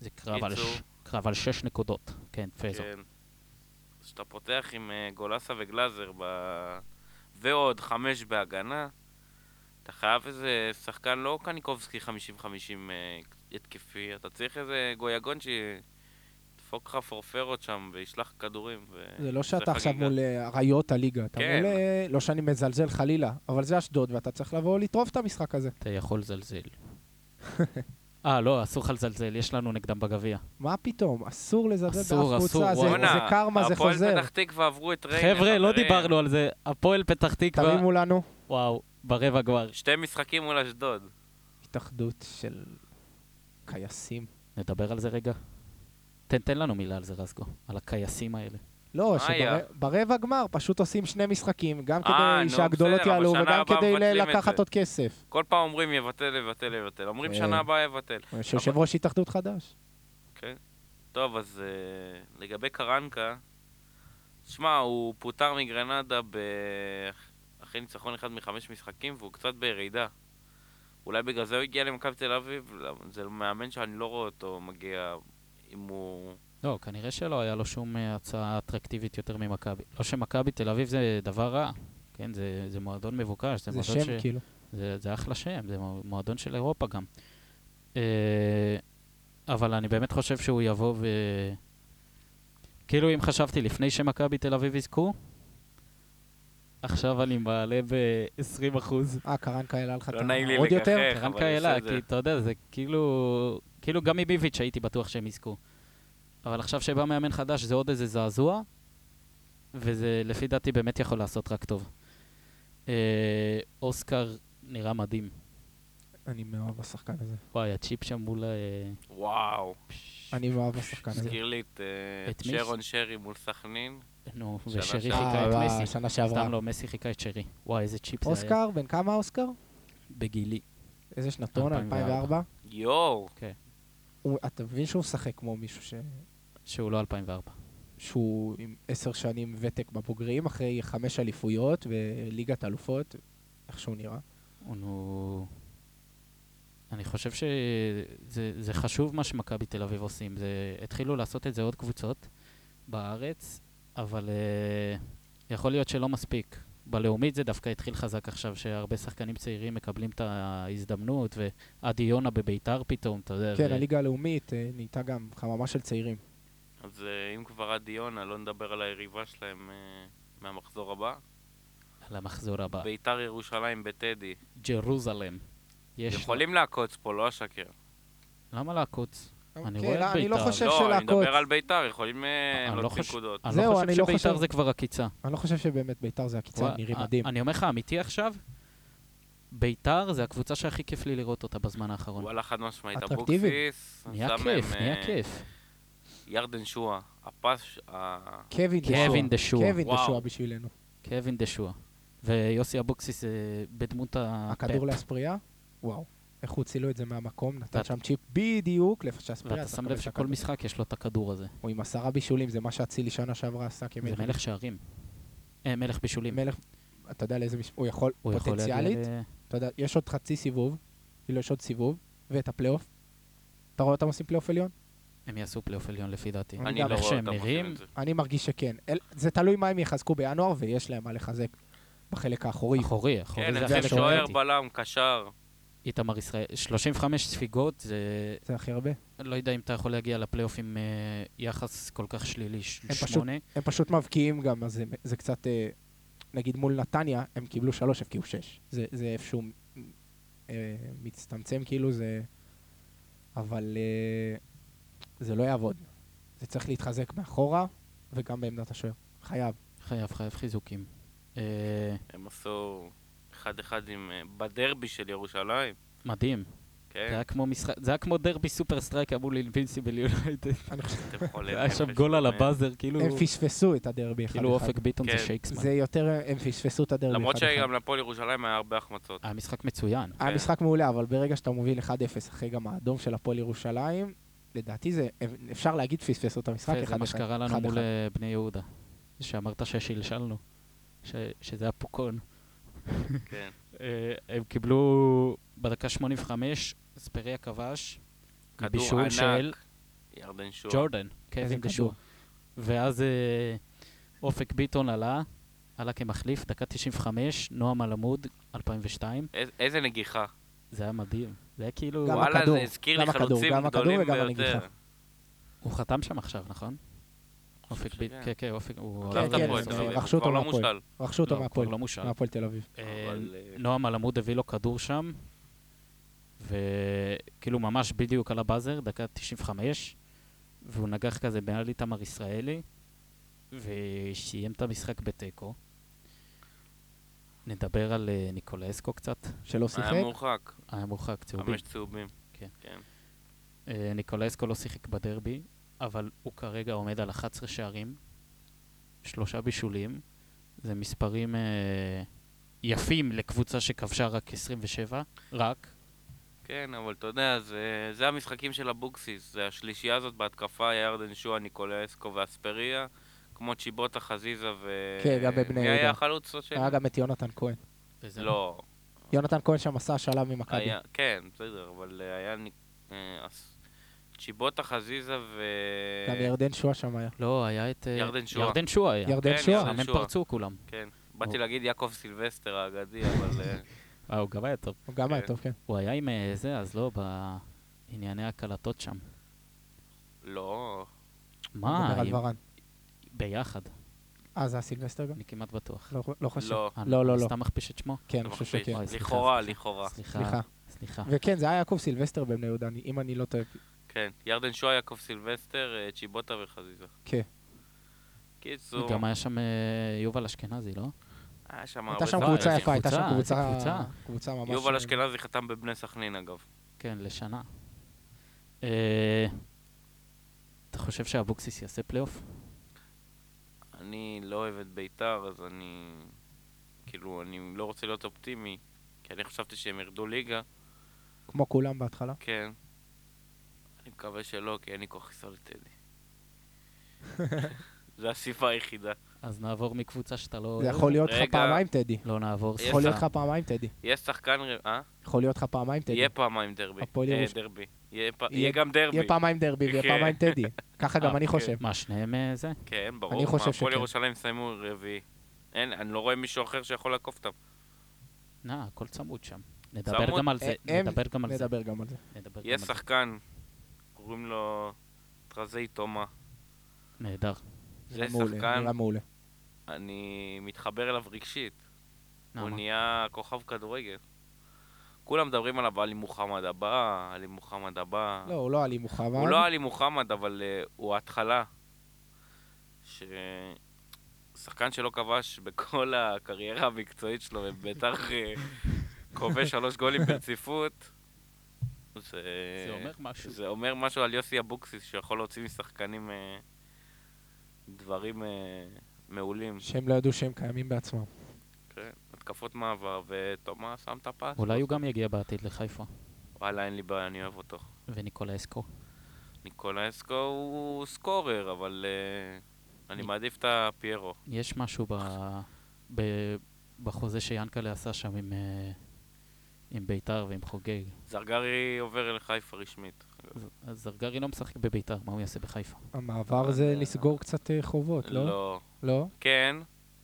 [SPEAKER 1] זה קרב על
[SPEAKER 2] קיצור.
[SPEAKER 1] ש- קרב על שש נקודות. כן, פייזו.
[SPEAKER 2] כן. כשאתה פותח עם אה, גולסה וגלאזר ב... ועוד חמש בהגנה, אתה חייב איזה שחקן לא קניקובסקי 50-50 אה, התקפי, אתה צריך איזה גויגון שידפוק לך פורפרות שם וישלח כדורים. ו...
[SPEAKER 3] זה לא שאתה עכשיו
[SPEAKER 2] חגיגה.
[SPEAKER 3] מול אה, אריות הליגה, אתה
[SPEAKER 2] כן.
[SPEAKER 3] מול... אה, לא שאני מזלזל חלילה, אבל זה אשדוד, ואתה צריך לבוא לטרוף את המשחק הזה.
[SPEAKER 1] אתה יכול לזלזל. <laughs> אה, לא, אסור לך לזלזל, יש לנו נגדם בגביע.
[SPEAKER 3] מה פתאום? אסור לזלזל
[SPEAKER 1] אסור,
[SPEAKER 3] באף
[SPEAKER 1] אסור,
[SPEAKER 3] קבוצה, זה-
[SPEAKER 1] וואי.
[SPEAKER 2] בואנה,
[SPEAKER 3] זה קרמה, זה חוזר.
[SPEAKER 2] הפועל פתח תקווה עברו את ריינה.
[SPEAKER 1] חבר'ה, לא
[SPEAKER 2] חברים.
[SPEAKER 1] דיברנו על זה. הפועל פתח תקווה,
[SPEAKER 3] תרימו לנו.
[SPEAKER 1] וואו, ברבע כבר.
[SPEAKER 2] שתי משחקים מול אשדוד.
[SPEAKER 3] התאחדות של קייסים.
[SPEAKER 1] נדבר על זה רגע? תן, תן לנו מילה על זה, רזגו, על הכייסים האלה.
[SPEAKER 3] לא,
[SPEAKER 2] מה היה?
[SPEAKER 3] שברבע גמר פשוט עושים שני משחקים, גם
[SPEAKER 2] אה, נו,
[SPEAKER 3] כדי שהגדולות
[SPEAKER 2] בסדר, אבל
[SPEAKER 3] יעלו
[SPEAKER 2] שנה
[SPEAKER 3] וגם
[SPEAKER 2] הבאה
[SPEAKER 3] כדי
[SPEAKER 2] מבטלים את
[SPEAKER 3] לקחת
[SPEAKER 2] זה.
[SPEAKER 3] עוד כסף.
[SPEAKER 2] כל פעם אומרים יבטל, יבטל, יבטל. אומרים
[SPEAKER 3] אה.
[SPEAKER 2] שנה הבאה יבטל.
[SPEAKER 3] יש יושב ראש התאחדות חדש.
[SPEAKER 2] כן. טוב, אז uh, לגבי קרנקה, שמע, הוא פוטר מגרנדה ב... אחרי ניצחון אחד מחמש משחקים, והוא קצת בירידה. אולי בגלל זה הוא הגיע למכבי תל אביב, למ- זה מאמן שאני לא רואה אותו מגיע אם הוא...
[SPEAKER 1] לא, כנראה שלא היה לו שום אה, הצעה אטרקטיבית יותר ממכבי. לא שמכבי תל אביב זה דבר רע. כן, זה, זה מועדון מבוקש, זה,
[SPEAKER 3] זה
[SPEAKER 1] מועדון
[SPEAKER 3] שם כאילו.
[SPEAKER 1] זה, זה אחלה שם, זה מוע- מועדון של אירופה גם. אה, אבל אני באמת חושב שהוא יבוא ו... כאילו אם חשבתי לפני שמכבי תל אביב יזכו, עכשיו אני מעלה ב-20 אחוז.
[SPEAKER 3] אה, קרנקה העלה לך
[SPEAKER 2] לא נעים לי
[SPEAKER 3] עוד יותר?
[SPEAKER 2] לגחך, אבל
[SPEAKER 1] קרנקה העלה,
[SPEAKER 2] בסדר.
[SPEAKER 1] כי אתה יודע, זה כאילו... כאילו גם מביביץ' הייתי בטוח שהם יזכו. אבל עכשיו שבא מאמן חדש זה עוד איזה זעזוע, וזה לפי דעתי באמת יכול לעשות רק טוב. אה, אוסקר נראה מדהים.
[SPEAKER 3] אני מאוהב בשחקן הזה.
[SPEAKER 1] וואי, הצ'יפ שם מול... אה,
[SPEAKER 2] וואו.
[SPEAKER 3] אני מאוהב בשחקן הזה.
[SPEAKER 2] הזכיר לי את אה,
[SPEAKER 1] את מי?
[SPEAKER 2] שרון שרי מול סכנין.
[SPEAKER 1] נו,
[SPEAKER 2] שנה
[SPEAKER 1] ושרי
[SPEAKER 2] שעברה.
[SPEAKER 1] חיכה את
[SPEAKER 3] אה,
[SPEAKER 1] מסי.
[SPEAKER 3] בשנה שעברה.
[SPEAKER 1] סתם לא, מסי חיכה את שרי. וואי, איזה צ'יפ זה היה.
[SPEAKER 3] אוסקר, בן כמה אוסקר?
[SPEAKER 1] בגילי.
[SPEAKER 3] איזה שנתון?
[SPEAKER 1] 2004.
[SPEAKER 3] 2004?
[SPEAKER 2] יואו.
[SPEAKER 3] הוא- אתה מבין שהוא משחק כמו מישהו ש...
[SPEAKER 1] שהוא לא 2004.
[SPEAKER 3] שהוא עם עשר שנים ותק בבוגרים, אחרי חמש אליפויות וליגת אלופות, איך שהוא נראה.
[SPEAKER 1] אה, נו... אני חושב שזה זה חשוב מה שמכבי תל אביב עושים. זה, התחילו לעשות את זה עוד קבוצות בארץ, אבל אה, יכול להיות שלא מספיק. בלאומית זה דווקא התחיל חזק עכשיו, שהרבה שחקנים צעירים מקבלים את ההזדמנות, ועדי יונה בביתר פתאום, אתה יודע.
[SPEAKER 3] כן,
[SPEAKER 1] ו-
[SPEAKER 3] הליגה הלאומית אה, נהייתה גם חממה של צעירים.
[SPEAKER 2] אז אה, אם כבר עד דיונה, לא נדבר על היריבה שלהם אה, מהמחזור הבא.
[SPEAKER 1] למחזור הבא.
[SPEAKER 2] ביתר ירושלים בטדי.
[SPEAKER 1] ג'רוזלם. יש...
[SPEAKER 2] יכולים לעקוץ פה, לא אשקר.
[SPEAKER 1] למה לעקוץ? אני
[SPEAKER 3] אוקיי,
[SPEAKER 1] רואה את
[SPEAKER 3] לא, אני לא
[SPEAKER 1] בית"ר.
[SPEAKER 3] חושב
[SPEAKER 2] לא, אני
[SPEAKER 3] שלעקוץ.
[SPEAKER 2] מדבר על ביתר, יכולים אה,
[SPEAKER 1] אני לא
[SPEAKER 2] להוציא
[SPEAKER 1] חושב-
[SPEAKER 2] נקודות.
[SPEAKER 1] אני
[SPEAKER 3] זהו,
[SPEAKER 1] לא
[SPEAKER 3] אני
[SPEAKER 1] חושב
[SPEAKER 3] לא
[SPEAKER 1] שביתר
[SPEAKER 3] חושב-
[SPEAKER 1] זה כבר עקיצה.
[SPEAKER 3] אני לא חושב שבאמת ביתר זה הקיצה,
[SPEAKER 1] וואי,
[SPEAKER 3] נראה
[SPEAKER 1] א-
[SPEAKER 3] מדהים.
[SPEAKER 1] אה, אני אומר לך, אמיתי עכשיו, ביתר זה הקבוצה שהכי כיף לי לראות אותה בזמן האחרון.
[SPEAKER 2] וואלה חד משמעית,
[SPEAKER 3] אטרקטיביים.
[SPEAKER 2] אבוקסיס,
[SPEAKER 1] נהיה
[SPEAKER 2] שם
[SPEAKER 1] כיף,
[SPEAKER 2] הם, אה,
[SPEAKER 1] נהיה כיף.
[SPEAKER 2] ירדן שואה, הפס, ש- ה-
[SPEAKER 3] קווין דשואה.
[SPEAKER 1] קווין דשואה.
[SPEAKER 3] קווין
[SPEAKER 2] וואו.
[SPEAKER 3] דשואה בשבילנו.
[SPEAKER 1] קווין דשואה. ויוסי אבוקסיס אה, בדמות ה...
[SPEAKER 3] הכדור
[SPEAKER 1] אה, פפ.
[SPEAKER 3] לאספריה, וואו. איך הוא הצילו את זה מהמקום, נתן
[SPEAKER 1] ואת-
[SPEAKER 3] שם צ'יפ בדיוק לאיפה שאספריה.
[SPEAKER 1] ואתה שם לב שכל משחק יש לו את הכדור הזה.
[SPEAKER 3] הוא עם עשרה בישולים, זה מה שאצילי שנה שעברה עשה
[SPEAKER 1] זה
[SPEAKER 3] כמלך.
[SPEAKER 1] מלך שערים. אה, מלך בישולים.
[SPEAKER 3] מלך, אתה יודע לאיזה משחק, הוא יכול,
[SPEAKER 1] הוא יכול להגיע
[SPEAKER 3] פוטנציאלית,
[SPEAKER 1] ל-
[SPEAKER 3] אתה יודע, יש עוד חצי סיבוב, כאילו יש עוד סיבוב, ואת הפלייאוף. אתה רואה אותם עושים פלייאוף עליון?
[SPEAKER 1] הם יעשו פלייאוף עליון לפי דעתי.
[SPEAKER 3] אני
[SPEAKER 2] אני
[SPEAKER 3] גם
[SPEAKER 2] לא
[SPEAKER 1] איך
[SPEAKER 2] רואה
[SPEAKER 1] שהם
[SPEAKER 2] אותם
[SPEAKER 1] נראים.
[SPEAKER 2] עושים את זה.
[SPEAKER 3] אני מרגיש שכן. אל, זה תלוי מה הם יחזקו בינואר, ויש להם מה לחזק בחלק האחורי.
[SPEAKER 1] אחורי, אחורי
[SPEAKER 2] כן,
[SPEAKER 1] זה
[SPEAKER 2] הם
[SPEAKER 3] זה
[SPEAKER 1] הכי
[SPEAKER 2] צריכים
[SPEAKER 3] החלק
[SPEAKER 2] שוער,
[SPEAKER 1] שוערתי.
[SPEAKER 2] בלם, קשר.
[SPEAKER 1] איתמר ישראל, 35 ספיגות, זה...
[SPEAKER 3] זה הכי הרבה.
[SPEAKER 1] לא יודע אם אתה יכול להגיע לפלייאוף עם אה, יחס כל כך שלילי, ש-
[SPEAKER 3] הם פשוט-
[SPEAKER 1] שמונה.
[SPEAKER 3] הם פשוט מבקיעים גם, אז זה, זה קצת, אה, נגיד מול נתניה, הם קיבלו שלוש, הבקיעו שש. זה, זה איפשהו אה, מצטמצם כאילו, זה... אבל אה, זה לא יעבוד. זה צריך להתחזק מאחורה, וגם בעמדת השוער. חייב.
[SPEAKER 1] חייב, חייב חיזוקים. אה,
[SPEAKER 2] הם עשו אחד אחד עם... אה, בדרבי של ירושלים.
[SPEAKER 1] מדהים. זה
[SPEAKER 2] כן,
[SPEAKER 1] היה כמו משחק, זה היה כמו דרבי סופר סטרייק מול אינבינסיבל
[SPEAKER 2] <laughs>
[SPEAKER 1] יונייטד.
[SPEAKER 3] אני חושב-
[SPEAKER 2] אתם חולים.
[SPEAKER 1] זה היה שם
[SPEAKER 2] נפש,
[SPEAKER 1] גול על
[SPEAKER 2] באמת.
[SPEAKER 1] הבאזר, כאילו
[SPEAKER 3] הם פספסו את הדרבי אחד-אחד.
[SPEAKER 1] כאילו אופק ביטון זה
[SPEAKER 2] כן.
[SPEAKER 1] שייקסמן.
[SPEAKER 3] זה יותר, הם פספסו את הדרבי אחד-אחד.
[SPEAKER 2] למרות שגם לפועל ירושלים היה הרבה החמצות.
[SPEAKER 1] היה משחק מצוין.
[SPEAKER 3] היה
[SPEAKER 2] כן.
[SPEAKER 3] משחק מעולה, אבל ברגע שאתה מוביל 1-0, אחרי גם האדום של הפועל ירושלים, לדעתי זה, אפשר להגיד פספסו את המשחק 1-1.
[SPEAKER 1] זה מה שקרה לנו מול
[SPEAKER 3] 1-1.
[SPEAKER 1] אה, בני יהודה. שאמרת ששלשלנו. ש- שזה היה פוקון. <laughs>
[SPEAKER 2] כן.
[SPEAKER 1] אה, הם קיבלו בדקה 85, אספריה כבש,
[SPEAKER 2] כדור
[SPEAKER 1] בישול של
[SPEAKER 2] ענק. ירדן שואה.
[SPEAKER 1] ג'ורדן,
[SPEAKER 3] איזה
[SPEAKER 1] קווין
[SPEAKER 3] כדור.
[SPEAKER 1] דשור. ואז אה, אופק ביטון עלה, עלה כמחליף, דקה 95, נועם אלעמוד, 2002.
[SPEAKER 2] איז- איזה נגיחה.
[SPEAKER 1] זה היה מדהים. זה היה כאילו...
[SPEAKER 3] גם
[SPEAKER 2] וואלה,
[SPEAKER 3] הכדור,
[SPEAKER 2] זה הזכיר
[SPEAKER 3] גם
[SPEAKER 2] לי
[SPEAKER 3] הכדור,
[SPEAKER 2] חלוצים
[SPEAKER 3] גם הכדור
[SPEAKER 2] גדולים
[SPEAKER 3] וגם
[SPEAKER 2] ביותר. כן,
[SPEAKER 3] הנגיחה.
[SPEAKER 1] הוא חתם שם עכשיו, נכון? אופק
[SPEAKER 2] שכן.
[SPEAKER 1] ביטון, כן, כן, אופק, הוא...
[SPEAKER 3] כן,
[SPEAKER 2] עזב
[SPEAKER 1] עבר
[SPEAKER 2] את
[SPEAKER 3] כן,
[SPEAKER 2] הפועל
[SPEAKER 1] זה-
[SPEAKER 2] תל אביב,
[SPEAKER 3] רכשו
[SPEAKER 2] הוא כבר
[SPEAKER 3] אותו
[SPEAKER 2] לא
[SPEAKER 3] מהפועל.
[SPEAKER 2] מושל.
[SPEAKER 3] רכשו אותו
[SPEAKER 1] לא, הוא כבר
[SPEAKER 3] מהפועל,
[SPEAKER 1] לא מושל.
[SPEAKER 3] מהפועל תל אביב.
[SPEAKER 1] אה,
[SPEAKER 2] אבל, אה,
[SPEAKER 1] נועם אלעמוד הביא לו כדור שם, וכאילו ממש בדיוק על הבאזר, דקה 95, והוא נגח כזה מעל איתמר ישראלי, וסיים את המשחק בתיקו. נדבר על אה, ניקולסקו קצת,
[SPEAKER 3] שלא שיחק,
[SPEAKER 2] היה מורחק.
[SPEAKER 1] היה מורחק צהובי.
[SPEAKER 2] חמש צהובים.
[SPEAKER 1] לא כן.
[SPEAKER 2] כן.
[SPEAKER 1] אה, ניקולסקו לא שיחק בדרבי, אבל הוא כרגע עומד על 11 שערים, שלושה בישולים. זה מספרים אה, יפים לקבוצה שכבשה רק 27, רק.
[SPEAKER 2] כן, אבל אתה יודע, זה, זה המשחקים של אבוקסיס, זה השלישייה הזאת בהתקפה, ירדן שואה, ניקולסקו ואספריה, כמו צ'יבוטה, חזיזה ו...
[SPEAKER 3] כן, גם בבני
[SPEAKER 2] מי
[SPEAKER 3] יהודה.
[SPEAKER 2] היה החלוץ השני?
[SPEAKER 3] היה גם את יונתן כהן.
[SPEAKER 1] וזה
[SPEAKER 2] לא,
[SPEAKER 3] יונתן כהן שם עשה שלב ממכבי.
[SPEAKER 2] היה, כן, בסדר, אבל אה, היה... ניק- אה, אס- צ'יבוטה, חזיזה ו...
[SPEAKER 3] גם
[SPEAKER 2] אה,
[SPEAKER 3] ירדן שואה שם היה.
[SPEAKER 1] לא, היה את... אה,
[SPEAKER 2] ירדן שועה.
[SPEAKER 1] ירדן שועה היה.
[SPEAKER 3] ירדן
[SPEAKER 2] כן,
[SPEAKER 3] שועה.
[SPEAKER 2] ירדן
[SPEAKER 1] גם הם
[SPEAKER 2] שועה.
[SPEAKER 1] פרצו כולם.
[SPEAKER 2] כן, באתי להגיד יעקב סילבסטר האגדי, אבל... אה,
[SPEAKER 1] אה, הוא גם היה טוב.
[SPEAKER 3] הוא גם היה
[SPEAKER 2] כן.
[SPEAKER 3] טוב, כן.
[SPEAKER 1] הוא היה עם אה, זה, אז לא, בענייני הקלטות שם.
[SPEAKER 2] לא,
[SPEAKER 3] הוא
[SPEAKER 1] מה,
[SPEAKER 3] כן, מדבר על
[SPEAKER 1] עם-
[SPEAKER 3] ורן.
[SPEAKER 1] ביחד.
[SPEAKER 3] אה, זה היה סילבסטר גם?
[SPEAKER 1] אני כמעט בטוח.
[SPEAKER 3] לא- לא חושב.
[SPEAKER 2] לא.
[SPEAKER 1] אה,
[SPEAKER 3] לא, לא,
[SPEAKER 1] אני
[SPEAKER 3] לא.
[SPEAKER 1] סתם מכפיש את שמו?
[SPEAKER 3] כן,
[SPEAKER 2] אתה
[SPEAKER 3] אני חושב
[SPEAKER 2] מכפיש.
[SPEAKER 3] שכן.
[SPEAKER 1] אוי, סליחה,
[SPEAKER 2] לכאורה,
[SPEAKER 1] סליחה.
[SPEAKER 2] לכאורה.
[SPEAKER 1] סליחה.
[SPEAKER 3] סליחה.
[SPEAKER 1] סליחה.
[SPEAKER 3] וכן, זה היה יעקב סילבסטר בבני יהודה, אני- אם אני לא טועה.
[SPEAKER 2] כן, ירדן שואה, יעקב סילבסטר, אה, צ'יבוטה וחזיזה.
[SPEAKER 3] כן.
[SPEAKER 2] קיצור,
[SPEAKER 1] גם היה שם אה, יובל אשכנזי, לא?
[SPEAKER 2] היה שם הרבה
[SPEAKER 3] הייתה שם
[SPEAKER 1] לא,
[SPEAKER 2] דברים.
[SPEAKER 3] קבוצה
[SPEAKER 1] איזה
[SPEAKER 3] יפה, הייתה שם
[SPEAKER 1] קבוצה,
[SPEAKER 3] קבוצה...
[SPEAKER 1] איזה קבוצה.
[SPEAKER 3] קבוצה ממש... אה.
[SPEAKER 2] יובל אשכנזי חתם בבני סכנין, אגב.
[SPEAKER 1] כן, לשנה. אה, אתה חושב שאבוקסיס יעשה פלייאוף?
[SPEAKER 2] אני לא אוהב את ביתר, אז אני... כאילו, אני לא רוצה להיות אופטימי, כי אני חשבתי שהם ירדו ליגה,
[SPEAKER 3] כמו כולם בהתחלה.
[SPEAKER 2] כן. אני מקווה שלא, כי אין לי כוח לנסוע
[SPEAKER 3] <laughs>
[SPEAKER 2] לטדי. זו הסיבה היחידה.
[SPEAKER 1] אז נעבור מקבוצה שאתה לא...
[SPEAKER 3] זה
[SPEAKER 1] אוהב.
[SPEAKER 3] יכול להיות לך
[SPEAKER 2] רגע.
[SPEAKER 3] פעמיים, טדי.
[SPEAKER 1] לא נעבור.
[SPEAKER 2] יש
[SPEAKER 3] יכול להיות
[SPEAKER 2] לך.
[SPEAKER 3] לך פעמיים, טדי.
[SPEAKER 2] יש שחקן... ר- אה?
[SPEAKER 3] יכול להיות לך פעמיים, טדי.
[SPEAKER 2] יהיה פעמיים דרבי.
[SPEAKER 3] הפועל
[SPEAKER 2] אה,
[SPEAKER 3] ירושלים.
[SPEAKER 2] דרבי. יהיה פ-
[SPEAKER 3] יהיה-
[SPEAKER 2] יהיה גם דרבי.
[SPEAKER 3] יהיה פעמיים דרבי
[SPEAKER 2] <laughs>
[SPEAKER 3] ויהיה
[SPEAKER 2] כן.
[SPEAKER 3] פעמיים טדי. ככה גם
[SPEAKER 2] אה,
[SPEAKER 3] אני
[SPEAKER 2] אוקיי.
[SPEAKER 3] חושב.
[SPEAKER 1] מה, שניהם אה, זה?
[SPEAKER 2] כן, ברור.
[SPEAKER 3] אני חושב
[SPEAKER 2] מה,
[SPEAKER 3] שכן.
[SPEAKER 2] הפועל ירושלים יסיימו רביעי. אין, אני לא רואה מישהו אחר שיכול לעקוף אותם.
[SPEAKER 1] נא, הכל צמוד שם. נדבר
[SPEAKER 2] צמוד?
[SPEAKER 1] גם על זה,
[SPEAKER 3] אה, הם-
[SPEAKER 1] נדבר גם על זה.
[SPEAKER 3] נדבר גם על זה.
[SPEAKER 1] נדבר גם על
[SPEAKER 2] יש
[SPEAKER 1] זה.
[SPEAKER 2] שחקן, קוראים לו טרזי תומה.
[SPEAKER 1] נהדר.
[SPEAKER 2] זה
[SPEAKER 3] נראה מעולה,
[SPEAKER 2] שחקן. אה.
[SPEAKER 3] נראה מעולה.
[SPEAKER 2] אני מתחבר אליו רגשית. הוא
[SPEAKER 1] נעמה.
[SPEAKER 2] נהיה כוכב כדורגל. כולם מדברים עליו, עלי מוחמד הבא, עלי מוחמד הבא.
[SPEAKER 3] לא, הוא לא עלי מוחמד.
[SPEAKER 2] הוא לא עלי מוחמד, אבל אה, הוא ההתחלה. ש... שחקן שלא כבש בכל <laughs> הקריירה המקצועית שלו, ובטח אה, כובש שלוש גולים ברציפות. זה...
[SPEAKER 1] זה אומר משהו.
[SPEAKER 2] זה אומר משהו על יוסי אבוקסיס, שיכול להוציא משחקנים אה, דברים אה, מעולים.
[SPEAKER 3] שהם לא ידעו שהם קיימים בעצמם.
[SPEAKER 2] כן, התקפות מעבר, ותומא שם את הפס.
[SPEAKER 1] אולי הוא גם יגיע בעתיד לחיפה.
[SPEAKER 2] וואלה, אין לי בעיה, אני אוהב אותו.
[SPEAKER 1] וניקולה אסקו.
[SPEAKER 2] ניקולה אסקו הוא סקורר, אבל אה, אני מעדיף את הפיירו.
[SPEAKER 1] יש משהו ב... ב... בחוזה שיאנקלה עשה שם עם, אה, עם ביתר ועם חוגג.
[SPEAKER 2] זרגרי עובר לחיפה רשמית.
[SPEAKER 1] אז- אז זרגרי לא משחק בביתר, מה הוא יעשה בחיפה?
[SPEAKER 3] המעבר זה לסגור קצת אה, חובות, לא?
[SPEAKER 2] אה, לא.
[SPEAKER 3] לא.
[SPEAKER 2] כן.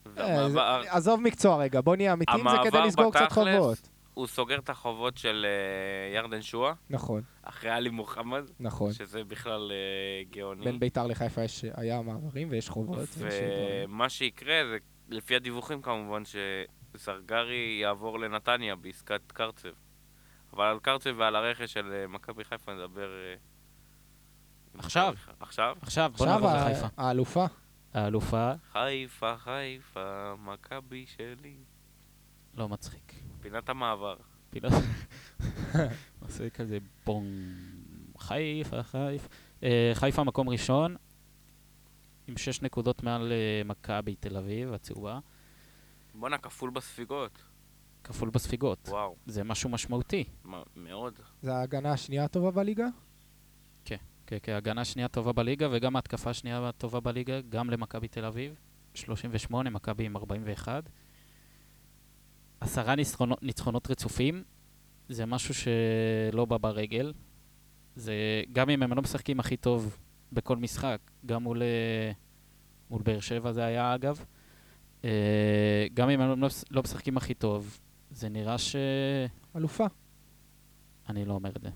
[SPEAKER 3] אה, זה-
[SPEAKER 2] והמעבר,
[SPEAKER 3] עזוב מקצוע רגע, בוא נהיה אמיתיים, זה כדי
[SPEAKER 2] המעבר
[SPEAKER 3] לסגור קצת
[SPEAKER 2] בתכלס-
[SPEAKER 3] חובות.
[SPEAKER 2] הוא סוגר את החובות של אה, ירדן שואה,
[SPEAKER 3] נכון,
[SPEAKER 2] אחרי עלי מוחמד,
[SPEAKER 3] נכון.
[SPEAKER 2] שזה בכלל אה, גאוני.
[SPEAKER 3] בין ביתר לחיפה יש, היה מעברים ויש חובות. ויש דברים.
[SPEAKER 2] ומה שיקרה זה, לפי הדיווחים כמובן, שזרגרי יעבור לנתניה בעסקת קרצב. אבל על קרצב ועל הרכש של אה, מכבי חיפה נדבר... אה, עם
[SPEAKER 1] עכשיו.
[SPEAKER 2] מכבי חיפה. עכשיו?
[SPEAKER 1] עכשיו, בוא
[SPEAKER 3] עכשיו
[SPEAKER 1] נעבור
[SPEAKER 3] ה-
[SPEAKER 1] לחיפה.
[SPEAKER 3] האלופה,
[SPEAKER 1] האלופה
[SPEAKER 2] חיפה, חיפה, מכבי שלי.
[SPEAKER 1] לא מצחיק.
[SPEAKER 2] פינת המעבר.
[SPEAKER 1] פינת... <laughs> עושה כזה בום. חיפה, חיפה. אה, חיפה מקום ראשון, עם שש נקודות מעל אה, מכבי תל אביב, הצהובה,
[SPEAKER 2] בואנה, כפול בספיגות.
[SPEAKER 1] כפול בספיגות.
[SPEAKER 2] וואו,
[SPEAKER 1] זה משהו משמעותי.
[SPEAKER 2] מה- מאוד.
[SPEAKER 3] זה ההגנה השנייה הטובה בליגה?
[SPEAKER 1] כן, כן, הגנה שנייה טובה בליגה, וגם ההתקפה השנייה הטובה בליגה, גם למכבי תל אביב. 38, מכבי עם 41. עשרה ניצחונות, ניצחונות רצופים, זה משהו שלא בא ברגל. זה, גם אם הם לא משחקים הכי טוב בכל משחק, גם מול, אה, מול באר שבע זה היה אגב, אה, גם אם הם לא, לא משחקים הכי טוב, זה נראה ש...
[SPEAKER 3] אלופה.
[SPEAKER 1] אני לא אומר את זה.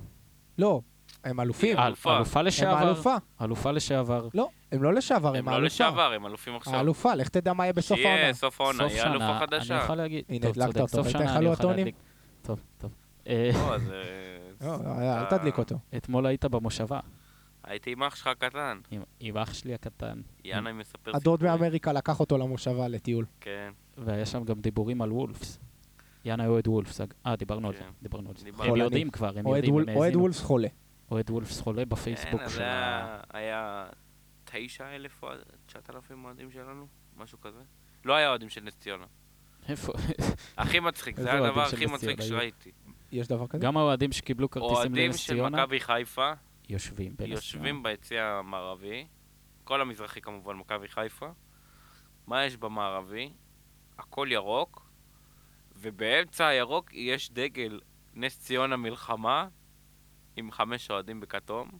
[SPEAKER 3] לא, הם אלופים.
[SPEAKER 2] אה,
[SPEAKER 1] אל-
[SPEAKER 2] אלופה.
[SPEAKER 1] אלופה
[SPEAKER 3] הם
[SPEAKER 1] לשעבר.
[SPEAKER 3] האלופה.
[SPEAKER 1] אלופה לשעבר.
[SPEAKER 3] לא, הם לא לשעבר, הם
[SPEAKER 2] הם לא
[SPEAKER 3] האלופה.
[SPEAKER 2] לשעבר, הם אלופים עכשיו.
[SPEAKER 3] האלופה, לך תדע מה יהיה בסוף העונה.
[SPEAKER 2] שיהיה סוף העונה,
[SPEAKER 1] סוף
[SPEAKER 2] יהיה נכון, אלופה
[SPEAKER 1] שנה, אני
[SPEAKER 2] חדשה.
[SPEAKER 1] יכול להגיד.
[SPEAKER 3] הנה,
[SPEAKER 1] טוב,
[SPEAKER 3] הדלקת
[SPEAKER 1] צודק,
[SPEAKER 3] אותו,
[SPEAKER 1] סוף
[SPEAKER 3] ראית
[SPEAKER 1] שנה
[SPEAKER 3] איך
[SPEAKER 1] אני
[SPEAKER 3] עלו
[SPEAKER 1] יכול
[SPEAKER 3] הטונים?
[SPEAKER 1] להדליק. טוב, טוב. אה,
[SPEAKER 2] לא,
[SPEAKER 1] <laughs>
[SPEAKER 2] אז, אה,
[SPEAKER 3] לא, אה, אל תדליק אותו.
[SPEAKER 1] אתמול היית במושבה,
[SPEAKER 2] הייתי עם אח שלך הקטן.
[SPEAKER 1] עם- עם אח שלי הקטן, <laughs>
[SPEAKER 2] יאנה מספר
[SPEAKER 3] הדוד מאמריקה לקח אותו למושבה לטיול.
[SPEAKER 2] כן,
[SPEAKER 1] והיה שם גם דיבורים על וולפס. יאנה אוהד וולפס. אג- אה, דיברנו על זה,
[SPEAKER 2] כן.
[SPEAKER 1] דיברנו על זה.
[SPEAKER 2] דיברנו.
[SPEAKER 1] הם
[SPEAKER 3] חולני.
[SPEAKER 1] יודעים כבר, הם
[SPEAKER 3] אוהד
[SPEAKER 1] יודעים,
[SPEAKER 3] וול-
[SPEAKER 1] הם
[SPEAKER 3] אוהד
[SPEAKER 1] האזינו.
[SPEAKER 3] וולפס חולה.
[SPEAKER 1] אוהד וולפס חולה בפייסבוק
[SPEAKER 2] כן, אז
[SPEAKER 1] של ה...
[SPEAKER 2] היה- היה תשע אלף, תשעת אלפים אוהדים שלנו, משהו כזה. לא היה אוהדים של נס ציונה.
[SPEAKER 1] איפה?
[SPEAKER 2] הכי מצחיק,
[SPEAKER 1] איזה
[SPEAKER 2] זה היה
[SPEAKER 1] אוהדים
[SPEAKER 2] הדבר
[SPEAKER 1] של
[SPEAKER 2] הכי
[SPEAKER 1] נס
[SPEAKER 2] מצחיק
[SPEAKER 1] ציונה היו?
[SPEAKER 2] שראיתי.
[SPEAKER 3] יש דבר כזה?
[SPEAKER 1] גם האוהדים שקיבלו כרטיסים
[SPEAKER 2] אוהדים
[SPEAKER 1] לנס
[SPEAKER 2] של
[SPEAKER 1] ציונה,
[SPEAKER 2] מכבי חיפה,
[SPEAKER 1] יושבים בנס ציונה.
[SPEAKER 2] יושבים ביציע המערבי, כל המזרחי כמובן, מכבי חיפה. מה יש במערבי? הכל ירוק, ובאמצע הירוק יש דגל נס ציונה מלחמה, עם חמש אוהדים בכתום.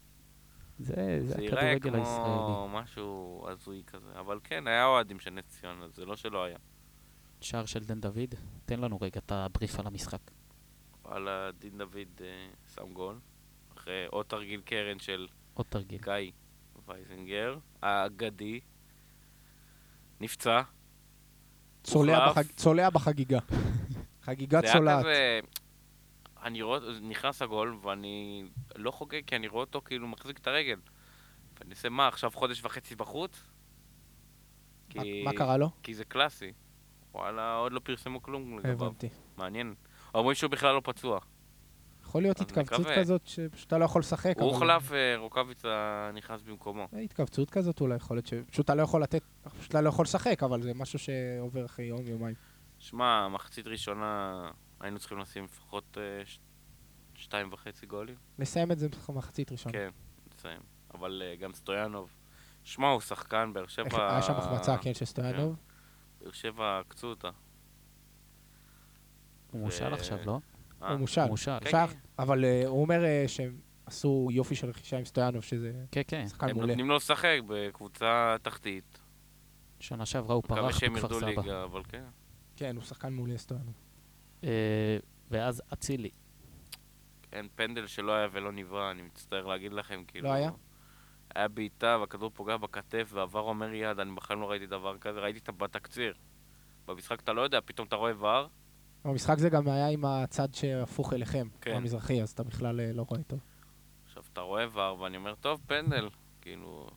[SPEAKER 1] זה זה
[SPEAKER 2] זה ייראה
[SPEAKER 1] הכדורגל הישראלי.
[SPEAKER 2] כמו משהו הזוי כזה, אבל כן, היה אוהדים של נס ציונה, זה לא שלא היה.
[SPEAKER 1] שער של דן דוד, תן לנו רגע את הבריף על המשחק.
[SPEAKER 2] וואלה, דין דוד אה, שם גול, אחרי עוד תרגיל קרן של
[SPEAKER 1] כן. עוד תרגיל.
[SPEAKER 2] גיא וייזנגר, האגדי. נפצע.
[SPEAKER 3] צולע
[SPEAKER 2] הוחלף.
[SPEAKER 3] בחג-
[SPEAKER 1] <laughs>
[SPEAKER 3] צולע בחגיגה. חגיגה
[SPEAKER 2] זה היה
[SPEAKER 3] צולעת.
[SPEAKER 2] כזה... אני רואה, נכנס הגול, ואני לא חוגג, כי אני רואה אותו כאילו מחזיק את הרגל. ואני עושה מה, עכשיו חודש וחצי בחוץ?
[SPEAKER 3] מה-
[SPEAKER 2] כי-
[SPEAKER 3] מה קרה לו?
[SPEAKER 2] כי זה קלאסי. וואלה, עוד לא פרסמו כלום לגביו.
[SPEAKER 3] הבנתי. כן,
[SPEAKER 2] מעניין. אומרים שהוא בכלל לא פצוע.
[SPEAKER 3] יכול להיות
[SPEAKER 2] אז
[SPEAKER 3] התכווצות
[SPEAKER 2] נקווה.
[SPEAKER 3] כזאת שפשוט אתה לא יכול לשחק.
[SPEAKER 2] הוא
[SPEAKER 3] אבל-
[SPEAKER 2] הוחלף, אה, רוקאביצה נכנס במקומו.
[SPEAKER 3] אה, התכווצות כזאת אולי, יכול להיות שפשוט אתה לא יכול לתת, פשוט אתה לא יכול לשחק, אבל זה משהו שעובר אחרי יום, יומיים.
[SPEAKER 2] שמע, מחצית ראשונה היינו צריכים לשים לפחות אה, ש- שתיים וחצי גולים.
[SPEAKER 3] נסיים את זה במחצית ראשונה.
[SPEAKER 2] כן, נסיים. אבל אה, גם סטויאנוב. שמע, הוא שחקן, באר
[SPEAKER 3] איך-
[SPEAKER 2] שבע...
[SPEAKER 3] היה שם החמצה, כן, של סטויאנוב.
[SPEAKER 2] באר שבע עקצו אותה.
[SPEAKER 1] הוא מושל
[SPEAKER 2] ו-
[SPEAKER 1] עכשיו, לא?
[SPEAKER 2] אה,
[SPEAKER 3] הוא מושל.
[SPEAKER 1] הוא מושל.
[SPEAKER 2] כן,
[SPEAKER 3] אפשר,
[SPEAKER 2] כן.
[SPEAKER 3] אבל אה, הוא אומר אה, שהם עשו יופי של רכישה עם סטויאנוב, שזה
[SPEAKER 1] כן, כן.
[SPEAKER 3] שחקן
[SPEAKER 2] הם
[SPEAKER 3] מעולה.
[SPEAKER 2] נותנים לו לשחק בקבוצה תחתית.
[SPEAKER 1] שנה שעברה הוא
[SPEAKER 2] מקווה
[SPEAKER 1] פרח
[SPEAKER 2] שהם
[SPEAKER 1] בכפר
[SPEAKER 2] ירדו
[SPEAKER 1] סבא.
[SPEAKER 2] ליגה, אבל כן.
[SPEAKER 3] כן, הוא שחקן מעולה, סטויאנוב.
[SPEAKER 1] אה, ואז אצילי.
[SPEAKER 2] אין פנדל שלא היה ולא נברא, אני מצטער להגיד לכם, כאילו...
[SPEAKER 3] לא היה?
[SPEAKER 2] היה בעיטה, והכדור פוגע בכתף, ועבר אומר יד, אני בכלל לא ראיתי דבר כזה, ראיתי את בתקציר. במשחק אתה לא יודע, פתאום אתה רואה ור,
[SPEAKER 3] המשחק זה גם היה עם הצד שהפוך אליכם,
[SPEAKER 2] כן.
[SPEAKER 3] המזרחי, אז אתה בכלל אה, לא רואה טוב.
[SPEAKER 2] עכשיו אתה רואה ור, ואני אומר, טוב, פנדל. כאילו,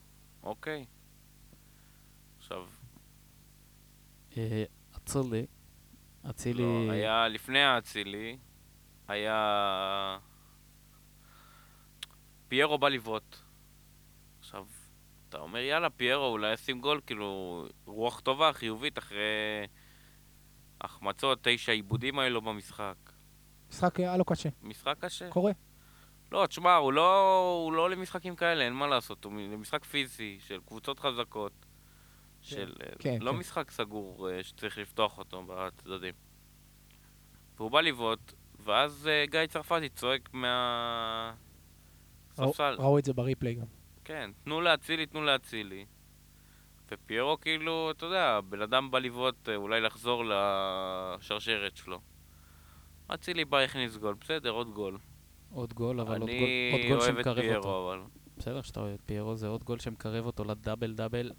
[SPEAKER 2] אוקיי. עכשיו,
[SPEAKER 1] אה, אצילי. אצילי...
[SPEAKER 2] לא, היה לפני האצילי, היה... פיירו בא לבעוט. עכשיו, אתה אומר, יאללה, פיירו אולי ישים גול, כאילו, רוח טובה, חיובית, אחרי החמצות, תשע עיבודים היו לו במשחק.
[SPEAKER 3] משחק אה, היה לו קשה,
[SPEAKER 2] משחק קשה.
[SPEAKER 3] קורה.
[SPEAKER 2] לא, תשמע, הוא לא, הוא לא למשחקים כאלה, אין מה לעשות. הוא מ- למשחק פיזי, של קבוצות חזקות, של...
[SPEAKER 3] כן,
[SPEAKER 2] לא
[SPEAKER 3] כן.
[SPEAKER 2] משחק סגור אה, שצריך לפתוח אותו בצדדים. והוא בא לבעוט, ואז אה, גיא צרפתי צועק מה...
[SPEAKER 3] ראו-
[SPEAKER 2] ספסל.
[SPEAKER 3] ראו את זה בריפליי גם.
[SPEAKER 2] כן, תנו להצילי, תנו להצילי. ופיירו כאילו, אתה יודע, בן אדם בא לבעוט, אה, אולי לחזור לשרשרת שלו. אצילי בא, הכניס גול, בסדר, עוד גול.
[SPEAKER 1] עוד גול, אבל עוד גול, עוד
[SPEAKER 2] אני
[SPEAKER 1] גול
[SPEAKER 2] אוהב את
[SPEAKER 1] שמקרב אותו.
[SPEAKER 2] פיירו, אבל...
[SPEAKER 1] בסדר שאתה אוהב את פיירו, זה עוד גול שמקרב אותו לדאבל דאבל,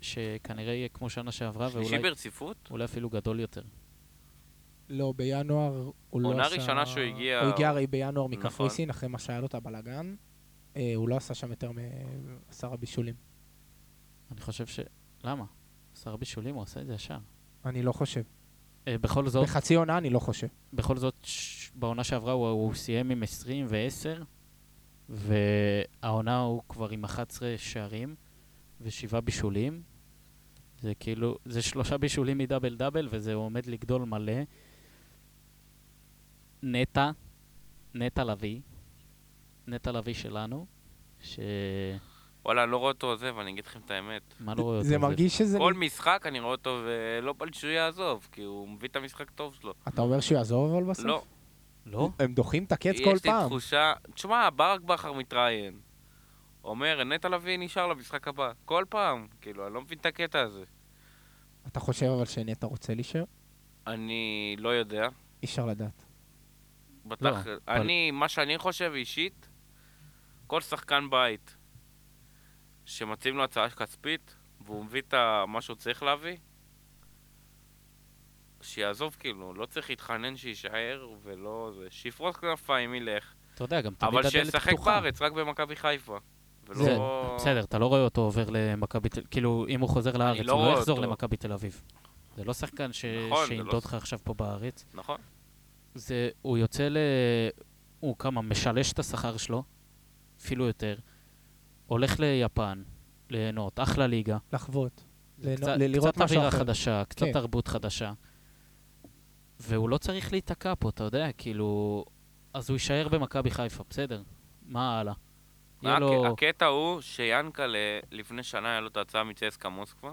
[SPEAKER 1] שכנראה יהיה כמו שנה שעברה,
[SPEAKER 2] שלישי
[SPEAKER 1] ואולי
[SPEAKER 2] ברציפות?
[SPEAKER 1] אולי אפילו גדול יותר.
[SPEAKER 3] לא, בינואר הוא לא
[SPEAKER 2] עונה
[SPEAKER 3] עשה...
[SPEAKER 2] ראשונה שהוא הגיע-
[SPEAKER 3] הוא הגיע הרי בינואר
[SPEAKER 2] נכון.
[SPEAKER 3] מקפריסין, אחרי מה שהיה לו את הבלאגן. אה, הוא לא עשה שם יותר מעשר הבישולים.
[SPEAKER 1] אני חושב ש... למה? עשרה בישולים, הוא עשה את זה ישר.
[SPEAKER 3] אני לא חושב.
[SPEAKER 1] אה, בכל זאת,
[SPEAKER 3] בחצי עונה אני לא חושב.
[SPEAKER 1] בכל זאת, ש- בעונה שעברה הוא, הוא סיים עם 20 ו-10, והעונה הוא כבר עם 11 שערים ושבעה בישולים. זה כאילו, זה שלושה בישולים מדאבל דאבל, וזה עומד לגדול מלא. נטע, נטע לביא, נטע לביא שלנו, ש...
[SPEAKER 2] וואלה, אני לא רואה אותו עוזב, אני אגיד לכם את האמת.
[SPEAKER 1] מה לא רואה אותו?
[SPEAKER 3] זה מרגיש שזה...
[SPEAKER 2] כל משחק אני רואה אותו, ולא בא לי שהוא יעזוב, כי הוא מביא את המשחק טוב שלו.
[SPEAKER 3] אתה אומר שהוא יעזוב אבל בסוף?
[SPEAKER 2] לא,
[SPEAKER 1] לא?
[SPEAKER 3] הם דוחים את הקץ כל
[SPEAKER 2] יש לי
[SPEAKER 3] פעם.
[SPEAKER 2] תחושה... תשמע, ברק בכר מתראיין. אומר, נטע לביא נשאר למשחק הבא. כל פעם. כאילו, אני לא מבין את הקטע הזה.
[SPEAKER 3] אתה חושב אבל שנטע רוצה להישאר?
[SPEAKER 2] אני לא יודע.
[SPEAKER 3] אי אפשר לדעת.
[SPEAKER 2] בטח,
[SPEAKER 1] לא, אבל-
[SPEAKER 2] אני, מה שאני חושב אישית, כל שחקן בית שמציעים לו הצעה כספית, והוא מביא את ה- מה שהוא צריך להביא, שיעזוב כאילו, לא צריך להתחנן שיישאר, ולא זה, שיפרוס כנפיים, ילך,
[SPEAKER 1] אתה יודע, גם תמיד
[SPEAKER 2] אבל
[SPEAKER 1] הדלת פתוחה.
[SPEAKER 2] שישחק בארץ, רק במכבי חיפה.
[SPEAKER 1] זה-
[SPEAKER 2] ולא...
[SPEAKER 1] בסדר, אתה לא רואה אותו עובר למכבי תל אביב, כאילו, אם הוא חוזר לארץ,
[SPEAKER 2] לא
[SPEAKER 1] הוא
[SPEAKER 2] רואה
[SPEAKER 1] לא יחזור
[SPEAKER 2] אותו.
[SPEAKER 1] למכבי תל אביב. זה לא שחקן ש...
[SPEAKER 2] נכון, זה לא
[SPEAKER 1] שימדוד
[SPEAKER 2] ש-
[SPEAKER 1] לך עכשיו פה בארץ.
[SPEAKER 2] נכון?
[SPEAKER 1] זה, הוא יוצא ל... הוא כמה, משלש את השכר שלו, אפילו יותר, הולך ליפן, ליהנות, אחלה ליגה.
[SPEAKER 3] לחוות. ליהנות-
[SPEAKER 1] קצת-
[SPEAKER 3] ל- לראות
[SPEAKER 1] קצת
[SPEAKER 3] משהו
[SPEAKER 1] אווירה
[SPEAKER 3] אחר.
[SPEAKER 1] חדשה, קצת
[SPEAKER 3] כן.
[SPEAKER 1] תרבות חדשה. והוא לא צריך להיתקע פה, אתה יודע, כאילו... אז הוא יישאר במכבי חיפה, בסדר. מה הלאה? יהיה
[SPEAKER 2] הק-
[SPEAKER 1] לו...
[SPEAKER 2] הקטע הוא שיאנקלה, לפני שנה היה לו את ההצעה מצסקה מוסקבה,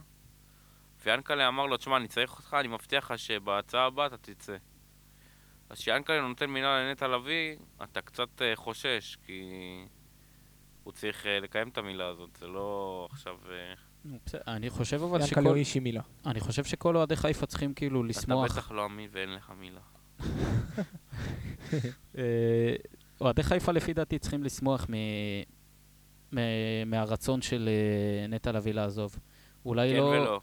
[SPEAKER 2] ויאנקלה אמר לו, תשמע, אני צריך אותך, אני מבטיח לך שבהצעה הבאה אתה תצא. אז כשיאנקלה נותן מילה לנטע לביא, אתה קצת אה, חושש, כי הוא צריך אה, לקיים את המילה הזאת, זה לא עכשיו... אה,
[SPEAKER 1] נו, בסדר, אני חושב אבל
[SPEAKER 3] ינקה לא
[SPEAKER 1] שכל...
[SPEAKER 3] איש עם מילה.
[SPEAKER 1] אני חושב שכל אוהדי חיפה צריכים כאילו
[SPEAKER 2] אתה
[SPEAKER 1] לשמוח.
[SPEAKER 2] בטח לא אמין ואין לך מילה.
[SPEAKER 1] אה, אוהדי חיפה לפי דעתי צריכים לשמוח מ... מ... מהרצון של אה, נטע לביא לעזוב. אולי
[SPEAKER 2] כן
[SPEAKER 1] לא...
[SPEAKER 2] ולא.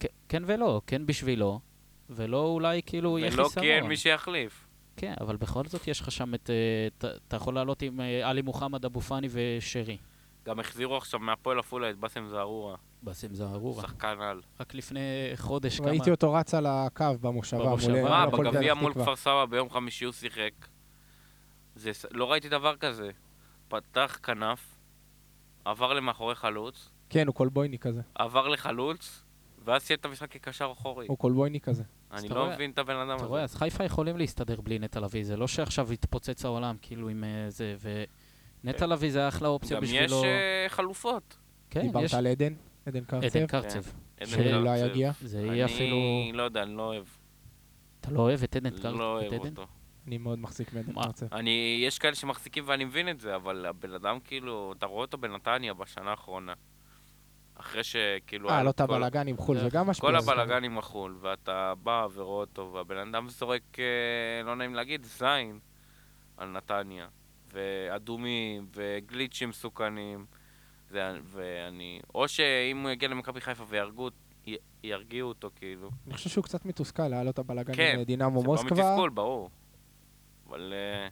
[SPEAKER 1] כן- כן ולא, כן בשבילו, ולא אולי כאילו יהיה
[SPEAKER 2] ולא
[SPEAKER 1] חיסרון.
[SPEAKER 2] כי אין מי שיחליף.
[SPEAKER 1] כן, אבל בכל זאת יש לך שם את... אה, ת- אתה יכול לעלות עם אה, עלי מוחמד, אבו פאני ושרי.
[SPEAKER 2] גם החזירו עכשיו מהפועל עפולה את באסם זערורה.
[SPEAKER 1] באסם זערורה.
[SPEAKER 2] שחקן על.
[SPEAKER 1] רק לפני חודש כמה...
[SPEAKER 3] ראיתי אותו רץ על הקו במושבה.
[SPEAKER 1] במושבה.
[SPEAKER 3] מול-
[SPEAKER 1] מה,
[SPEAKER 2] מה,
[SPEAKER 3] מול הפועל
[SPEAKER 2] בגביע
[SPEAKER 3] פתח
[SPEAKER 2] מול
[SPEAKER 3] תקווה.
[SPEAKER 2] כפר סבא ביום חמישי הוא שיחק. זה, ס- לא ראיתי דבר כזה. פתח כנף, עבר למאחורי חלוץ,
[SPEAKER 3] כן, הוא קולבויני כזה.
[SPEAKER 2] עבר לחלוץ, ואז סיים את המשחק כקשר אחורי.
[SPEAKER 3] הוא קולבויני כזה.
[SPEAKER 2] אני
[SPEAKER 1] אוקיי, אתה
[SPEAKER 2] לא
[SPEAKER 1] רואה-
[SPEAKER 2] מבין את הבן אדם
[SPEAKER 1] אתה
[SPEAKER 2] הזה.
[SPEAKER 1] רואה, אז חיפה יכולים להסתדר בלי נטע לביא, זה לא שעכשיו יתפוצץ העולם, כאילו, עם אה, זה, ו... נטע לביא זה אחלה אופציה
[SPEAKER 2] כן. גם יש
[SPEAKER 1] בשבילו.
[SPEAKER 2] אה, חלופות.
[SPEAKER 1] כן,
[SPEAKER 3] דיברת
[SPEAKER 1] יש...
[SPEAKER 3] על עדן, עדן קרצב,
[SPEAKER 1] עדן קרצב.
[SPEAKER 2] אין
[SPEAKER 1] שאולי
[SPEAKER 2] דבר
[SPEAKER 3] שאולי
[SPEAKER 2] כזה.
[SPEAKER 3] יגיע.
[SPEAKER 1] זה יהיה אפילו...
[SPEAKER 2] כן. אני לא יודע, אני לא אוהב.
[SPEAKER 1] אתה לא אוהב את עדן קרצב?
[SPEAKER 2] לא אוהב
[SPEAKER 1] את עדן?
[SPEAKER 2] אותו.
[SPEAKER 3] אני מאוד מחזיק מעדן
[SPEAKER 1] מה?
[SPEAKER 3] קרצב.
[SPEAKER 2] אני, יש כאלה שמחזיקים ואני מבין את זה, אבל הבן אדם כאילו, אתה רואה אותו בנתניה בשנה האחרונה. אחרי שכאילו... היה
[SPEAKER 3] אה,
[SPEAKER 2] לו
[SPEAKER 3] לא את
[SPEAKER 2] כל- אה,
[SPEAKER 3] הבלאגן עם חו"ל, זה גם משפיע.
[SPEAKER 2] כל
[SPEAKER 3] על זה.
[SPEAKER 2] הבלאגן עם החול, ואתה בא ורואה אותו, והבן אדם זורק, אה, לא נעים להגיד, זין על נתניה. ואדומים, וגליצ'ים מסוכנים. זה- ואני... או שאם הוא יגיע למכבי חיפה ויהרגו, י- ירגיעו אותו, כאילו.
[SPEAKER 3] אני חושב שהוא קצת מתוסכל, היה לו את הבלאגן
[SPEAKER 2] כן,
[SPEAKER 3] עם אה, דינמו
[SPEAKER 2] זה בא
[SPEAKER 3] מוסקבה.
[SPEAKER 2] מתסכול, ברור. אבל אה,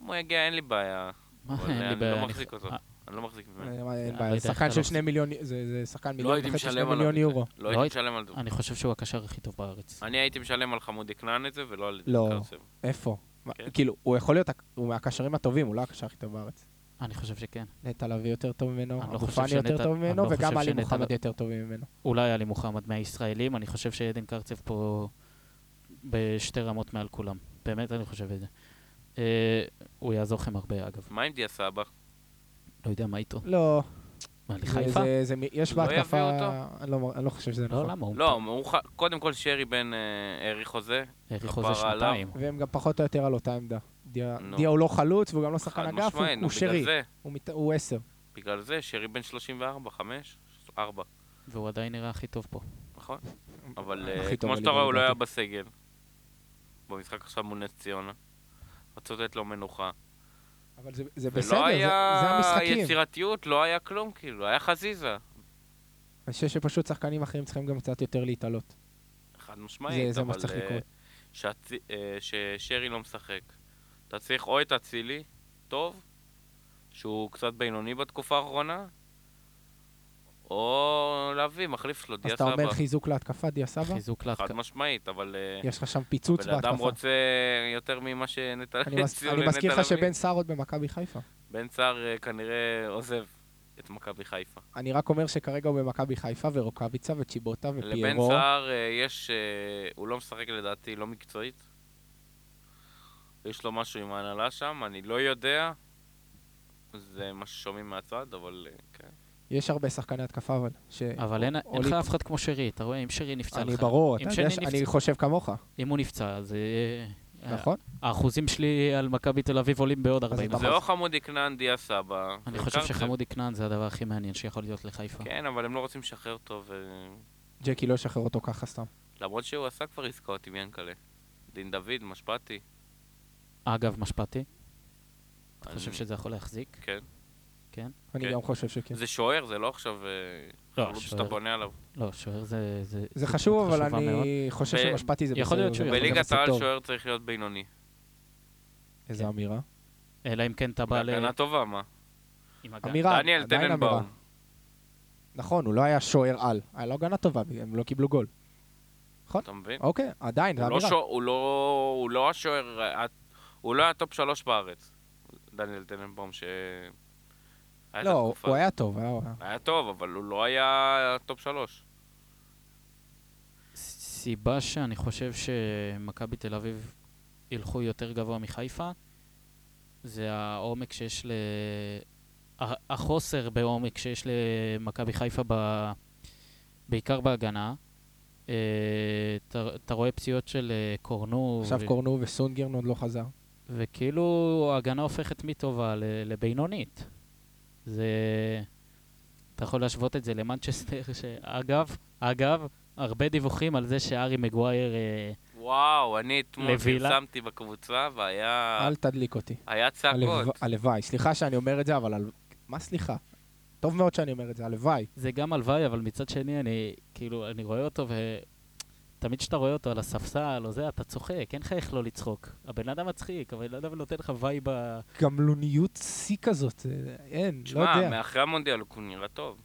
[SPEAKER 2] אם הוא יגיע, אין לי בעיה.
[SPEAKER 1] מה,
[SPEAKER 2] אבל
[SPEAKER 1] אין לי
[SPEAKER 2] אני
[SPEAKER 1] בעיה.
[SPEAKER 2] לא
[SPEAKER 1] אני-
[SPEAKER 2] מחזיק אותו.
[SPEAKER 1] אה,
[SPEAKER 2] אני לא מחזיק ממנו.
[SPEAKER 3] אה, אין
[SPEAKER 1] אני
[SPEAKER 3] בעיה,
[SPEAKER 1] יודע איך
[SPEAKER 3] שחקן
[SPEAKER 1] אתה
[SPEAKER 3] של
[SPEAKER 1] לא
[SPEAKER 3] שני מיליון, זה זה שחקן
[SPEAKER 2] לא
[SPEAKER 3] מיליון
[SPEAKER 2] הייתי
[SPEAKER 3] וחצי, שני
[SPEAKER 2] משלם עליו.
[SPEAKER 3] מיליון
[SPEAKER 2] את
[SPEAKER 3] יורו.
[SPEAKER 2] זה. לא
[SPEAKER 1] לא
[SPEAKER 2] הייתי
[SPEAKER 1] היית-
[SPEAKER 2] משלם על זה.
[SPEAKER 1] אני חושב שהוא הקשר הכי טוב בארץ.
[SPEAKER 2] אני הייתי משלם על חמודי קלאן את זה, ולא על
[SPEAKER 3] לא.
[SPEAKER 2] קרצב.
[SPEAKER 3] איפה? מה,
[SPEAKER 2] כן.
[SPEAKER 3] כאילו, הוא יכול להיות, הק- הוא מהקשרים הטובים, הוא לא הקשר הכי טוב בארץ.
[SPEAKER 1] אני חושב שכן.
[SPEAKER 3] נטע לביא יותר טוב ממנו,
[SPEAKER 1] אני לא
[SPEAKER 3] אבו
[SPEAKER 1] חושב
[SPEAKER 3] פאני יותר
[SPEAKER 1] שנטע-
[SPEAKER 3] טוב
[SPEAKER 1] אני לא
[SPEAKER 3] ממנו, וגם
[SPEAKER 1] חושב
[SPEAKER 3] עלי
[SPEAKER 1] שנטע
[SPEAKER 3] מוחמד
[SPEAKER 1] לב-
[SPEAKER 3] יותר טובים ממנו.
[SPEAKER 1] אולי עלי מוחמד מהישראלים, אני חושב שעדן קרצב פה בשתי רמות מעל כולם. באמת, אני חושב את זה. אה, הוא יעזור לכם הרבה, אגב.
[SPEAKER 2] מה עם דיה סבא?
[SPEAKER 1] לא יודע מה איתו.
[SPEAKER 3] לא,
[SPEAKER 1] מה,
[SPEAKER 3] זה-
[SPEAKER 1] לחיפה?
[SPEAKER 3] זה- זה מ- יש
[SPEAKER 2] לא
[SPEAKER 3] בהתקפה...
[SPEAKER 2] יביאו
[SPEAKER 3] אני לא- אני לא חושב שזה
[SPEAKER 1] לא,
[SPEAKER 3] נכון.
[SPEAKER 1] למה? הוא
[SPEAKER 2] לא, הוא ח... קודם כל שרי בן אה, הארי חוזה.
[SPEAKER 1] האריך
[SPEAKER 2] כפרה
[SPEAKER 1] חוזה
[SPEAKER 2] עליו.
[SPEAKER 1] שנתיים.
[SPEAKER 3] והם גם פחות או יותר על אותה עמדה. דיה
[SPEAKER 2] נו.
[SPEAKER 3] דיה הוא לא חלוץ והוא גם לא שחקן
[SPEAKER 2] חד
[SPEAKER 3] אגף, הוא-
[SPEAKER 2] משמעי, נו,
[SPEAKER 3] הוא שרי,
[SPEAKER 2] בגלל זה.
[SPEAKER 3] הוא מת- הוא עשר.
[SPEAKER 2] בגלל זה, שרי בן 34, 5, 4,
[SPEAKER 1] והוא עדיין נראה הכי טוב פה.
[SPEAKER 2] נכון? אבל אה,
[SPEAKER 3] הכי טוב
[SPEAKER 2] כמו שאתה
[SPEAKER 3] בליגה,
[SPEAKER 2] רואה, הוא לא היה
[SPEAKER 3] לדעתי.
[SPEAKER 2] בסגל. במשחק עכשיו מול נס ציונה. רצו לתת לו מנוחה.
[SPEAKER 3] אבל זה- זה בסדר,
[SPEAKER 2] ולא
[SPEAKER 3] זה- זה
[SPEAKER 2] היה
[SPEAKER 3] המשחקים.
[SPEAKER 2] יצירתיות, לא היה כלום, כאילו, היה חזיזה.
[SPEAKER 3] אני חושב שפשוט שחקנים אחרים צריכים גם קצת יותר להתעלות.
[SPEAKER 2] חד משמעית,
[SPEAKER 3] זה- זה מה
[SPEAKER 2] אבל,
[SPEAKER 3] שצריך
[SPEAKER 2] אה,
[SPEAKER 3] לקרות.
[SPEAKER 2] שהצי- אה, ששרי לא משחק. אתה צריך או את אצילי, טוב, שהוא קצת בינוני בתקופה האחרונה, או להביא מחליף שלו,
[SPEAKER 3] אז
[SPEAKER 2] דיה
[SPEAKER 3] אתה
[SPEAKER 2] סבא.
[SPEAKER 3] אומר חיזוק להתקפה, דיה סבא?
[SPEAKER 1] חיזוק
[SPEAKER 2] חד
[SPEAKER 1] להתקפה.
[SPEAKER 2] משמעית, אבל אה,
[SPEAKER 3] יש לך שם פיצוץ
[SPEAKER 2] בן אדם
[SPEAKER 3] בהתקפה.
[SPEAKER 2] רוצה יותר ממה שנטע
[SPEAKER 3] אני מז-
[SPEAKER 2] הציעו
[SPEAKER 3] אני
[SPEAKER 2] לנטע
[SPEAKER 3] מזכיר לך
[SPEAKER 2] לביא.
[SPEAKER 3] שבן סער עוד במכבי חיפה.
[SPEAKER 2] בן סער אה, כנראה עוזב את מכבי חיפה.
[SPEAKER 3] אני רק אומר שכרגע הוא במכבי חיפה, ורוקאביצה, וצ'יבוטה,
[SPEAKER 2] לבן
[SPEAKER 3] ופיירו.
[SPEAKER 2] סער אה, יש... אה, הוא לא משחק לדעתי, לא מקצועית. יש לו משהו עם ההנהלה שם, אני לא יודע. זה מה ששומעים מהצד, אבל אה, כן.
[SPEAKER 3] יש הרבה שחקני התקפה, אבל... ש-
[SPEAKER 1] אבל אין אין
[SPEAKER 3] עולים-
[SPEAKER 1] לך אף אחד כמו שרי, אתה רואה? אם שרי נפצע
[SPEAKER 3] אה, אני
[SPEAKER 1] לך...
[SPEAKER 3] ברור,
[SPEAKER 1] אם
[SPEAKER 3] אתה
[SPEAKER 1] שני
[SPEAKER 3] יודע שאני
[SPEAKER 1] נפצע-
[SPEAKER 3] חושב כמוך,
[SPEAKER 1] אם הוא נפצע, אז... אה,
[SPEAKER 3] נכון?
[SPEAKER 1] האחוזים שלי על מכבי תל אביב עולים בעוד 40
[SPEAKER 3] ממש-
[SPEAKER 2] זה או חמודי כנען, דיה סבא.
[SPEAKER 1] אני
[SPEAKER 2] לא- זה
[SPEAKER 1] חושב
[SPEAKER 2] קרצב.
[SPEAKER 1] שחמודי כנען זה הדבר הכי מעניין שיכול להיות לחיפה.
[SPEAKER 2] כן, אבל הם לא רוצים לשחרר אותו, ו-
[SPEAKER 3] ג'קי לא ישחרר אותו ככה סתם.
[SPEAKER 2] למרות שהוא עשה כבר עסקאות עם ינקלה. דין דוד, משפטי.
[SPEAKER 1] אגב, משפטי, אתה
[SPEAKER 2] אני-
[SPEAKER 1] חושב שזה יכול להחזיק?
[SPEAKER 2] כן.
[SPEAKER 3] אני
[SPEAKER 2] כן.
[SPEAKER 3] גם חושב שכן.
[SPEAKER 2] זה שוער, זה לא עכשיו... אה, חלוץ שאתה
[SPEAKER 1] שוער-
[SPEAKER 2] בונה עליו.
[SPEAKER 1] לא, שוער זה...
[SPEAKER 3] זה
[SPEAKER 1] דמות
[SPEAKER 3] חשוב, אבל
[SPEAKER 1] חשובה מאוד.
[SPEAKER 3] אני חושב
[SPEAKER 2] ב-
[SPEAKER 3] שמשפטי זה בסדר.
[SPEAKER 1] יכול להיות
[SPEAKER 3] כן, זה
[SPEAKER 1] שהוא
[SPEAKER 3] גם
[SPEAKER 2] בליגת
[SPEAKER 3] עושה
[SPEAKER 2] העל
[SPEAKER 3] טוב.
[SPEAKER 2] שוער צריך להיות בינוני.
[SPEAKER 3] איזה אמירה.
[SPEAKER 1] אלא אם כן אתה בא ל...
[SPEAKER 2] הגנה טובה, מה?
[SPEAKER 1] עם הגנה.
[SPEAKER 3] אמירה,
[SPEAKER 2] דניאל
[SPEAKER 3] עדיין אמירה.
[SPEAKER 2] טננבאום.
[SPEAKER 3] נכון, הוא לא היה שוער על. היה לו הגנה טובה, הם לא קיבלו גול.
[SPEAKER 2] אתה מבין?
[SPEAKER 3] אוקיי, עדיין, זה
[SPEAKER 2] הוא לא
[SPEAKER 3] אמירה.
[SPEAKER 2] שוע- הוא לא- הוא לא השוער, ה- הוא לא היה טופ שלוש בארץ, דניאל טננבאום, ש... היה את
[SPEAKER 3] לא,
[SPEAKER 2] התקופה.
[SPEAKER 3] הוא היה טוב, היה...
[SPEAKER 2] היה טוב, אבל הוא לא היה טופ שלוש.
[SPEAKER 1] סיבה שאני חושב שמכבי תל אביב ילכו יותר גבוה מחיפה, זה העומק שיש ל... ה- החוסר בעומק שיש למכבי חיפה, ב... בעיקר בהגנה. אה, אתה- אתה רואה פציעות של אה, קורנו,
[SPEAKER 3] עכשיו
[SPEAKER 1] ו-
[SPEAKER 3] קורנו וסונגרן עוד לא חזר.
[SPEAKER 1] וכאילו ההגנה הופכת מטובה ל- לבינונית. זה... אתה יכול להשוות את זה למנצ'סטר, <laughs> שאגב, אגב, הרבה דיווחים על זה שארי מגווייר... אה,
[SPEAKER 2] וואו, אני אתמול
[SPEAKER 1] לווילה?
[SPEAKER 2] פרסמתי בקבוצה, והיה
[SPEAKER 3] אל תדליק אותי.
[SPEAKER 2] היה צעקות.
[SPEAKER 3] הלוו- הלוואי. סליחה שאני אומר את זה, אבל... על- מה סליחה? טוב מאוד שאני אומר את זה, הלוואי.
[SPEAKER 1] זה גם הלוואי, אבל מצד שני, אני כאילו, אני רואה אותו, ותמיד כשאתה רואה אותו על הספסל או זה, אתה צוחק, אין לך איך לא לצחוק. הבן אדם מצחיק, הבן אדם נותן לך וייב ה...
[SPEAKER 3] גמלוניות שיא כזאת, אה, אין, לא
[SPEAKER 2] תשמע,
[SPEAKER 3] יודע.
[SPEAKER 2] מאחרי המונדיאל הוא נראה טוב.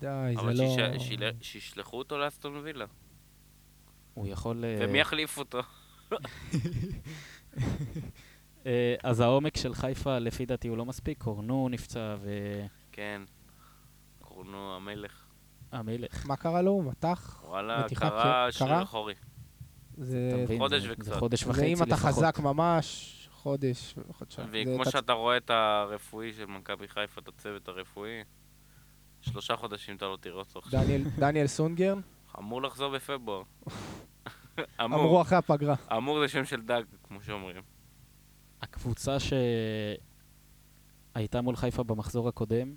[SPEAKER 3] די, זה
[SPEAKER 2] אבל
[SPEAKER 3] לא... כן.
[SPEAKER 2] שיש- שיל- שישלחו אותו לאסטון וילה.
[SPEAKER 1] הוא יכול... אה,
[SPEAKER 2] ומי יחליף אותו?
[SPEAKER 1] אה, אז העומק של חיפה, לפי דעתי, הוא לא מספיק. קורנו נפצע
[SPEAKER 2] כן. קורנו המלך.
[SPEAKER 1] והמלך.
[SPEAKER 3] מה קרה לו? הוא מתח?
[SPEAKER 2] וואלה,
[SPEAKER 3] מתיחת
[SPEAKER 2] קרה
[SPEAKER 3] ש-
[SPEAKER 2] שריר
[SPEAKER 3] קרה?
[SPEAKER 2] אחורי.
[SPEAKER 1] אתה
[SPEAKER 3] זה...
[SPEAKER 1] מבין?
[SPEAKER 2] חודש
[SPEAKER 1] זה-
[SPEAKER 2] וקצת.
[SPEAKER 1] זה חודש
[SPEAKER 3] זה
[SPEAKER 1] וחצי
[SPEAKER 3] אם אתה
[SPEAKER 1] לפחות.
[SPEAKER 3] חזק ממש, חודש, חודשיים. זה
[SPEAKER 2] וכמו
[SPEAKER 3] אתה-
[SPEAKER 2] שאתה רואה את הרפואי של מכבי חיפה, את הצוות הרפואי, שלושה חודשים אתה לא תראה אותו עכשיו.
[SPEAKER 3] דניאל- דניאל סונגרן,
[SPEAKER 2] אמור לחזור
[SPEAKER 1] <laughs>
[SPEAKER 2] בפברואר. אמור.
[SPEAKER 3] אמרו אחרי הפגרה.
[SPEAKER 2] אמור זה שם של דג, כמו שאומרים.
[SPEAKER 1] הקבוצה שהייתה מול חיפה במחזור הקודם,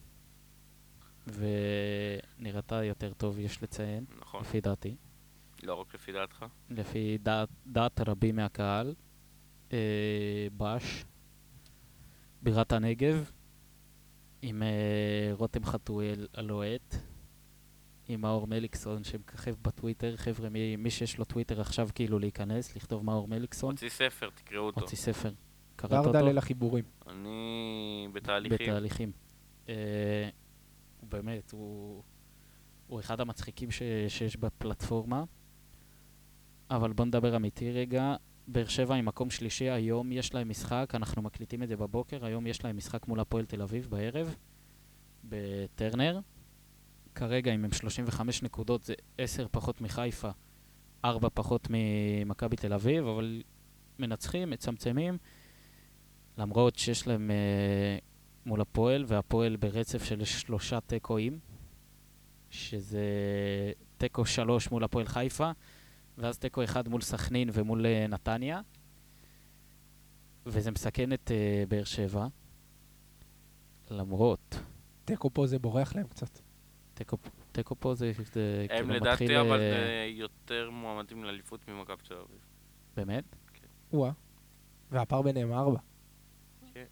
[SPEAKER 1] ונראתה יותר טוב, יש לציין,
[SPEAKER 2] נכון.
[SPEAKER 1] לפי דעתי.
[SPEAKER 2] לא רק לפי דעתך.
[SPEAKER 1] לפי דעת, דעת רבים מהקהל, אה, בש, בירת הנגב, עם אה, רותם חתואל הלוהט, עם מאור מליקסון שמככב בטוויטר, חבר'ה, מי, מי שיש לו טוויטר עכשיו כאילו להיכנס, לכתוב מאור מליקסון,
[SPEAKER 2] הוציא ספר, תקראו אותו.
[SPEAKER 1] הוציא ספר, קראת אותו?
[SPEAKER 3] דרדלה לחיבורים.
[SPEAKER 2] אני בתהליכים.
[SPEAKER 1] בתהליכים. אה, הוא באמת, הוא, הוא אחד המצחיקים ש, שיש בפלטפורמה. אבל בוא נדבר אמיתי רגע. באר שבע עם מקום שלישי, היום יש להם משחק, אנחנו מקליטים את זה בבוקר, היום יש להם משחק מול הפועל תל אביב בערב, בטרנר. כרגע, אם הם 35 נקודות, זה 10 פחות מחיפה, 4 פחות ממכבי תל אביב, אבל מנצחים, מצמצמים, למרות שיש להם אה, מול הפועל, והפועל ברצף של שלושה תיקואים, שזה תיקו שלוש מול הפועל חיפה, ואז תיקו אחד מול סכנין ומול אה, נתניה, וזה מסכן את אה, באר שבע, למרות,
[SPEAKER 3] תיקו פה זה בורח להם קצת.
[SPEAKER 1] תיקו- תיקו פה זה, זה
[SPEAKER 2] הם
[SPEAKER 1] כאילו מתחיל...
[SPEAKER 2] לדעתי אבל
[SPEAKER 1] אה,
[SPEAKER 2] אה, יותר מועמדים לאליפות ממכבי תל אביב.
[SPEAKER 1] באמת?
[SPEAKER 3] וואה. והפער ביניהם ארבע.
[SPEAKER 2] כן.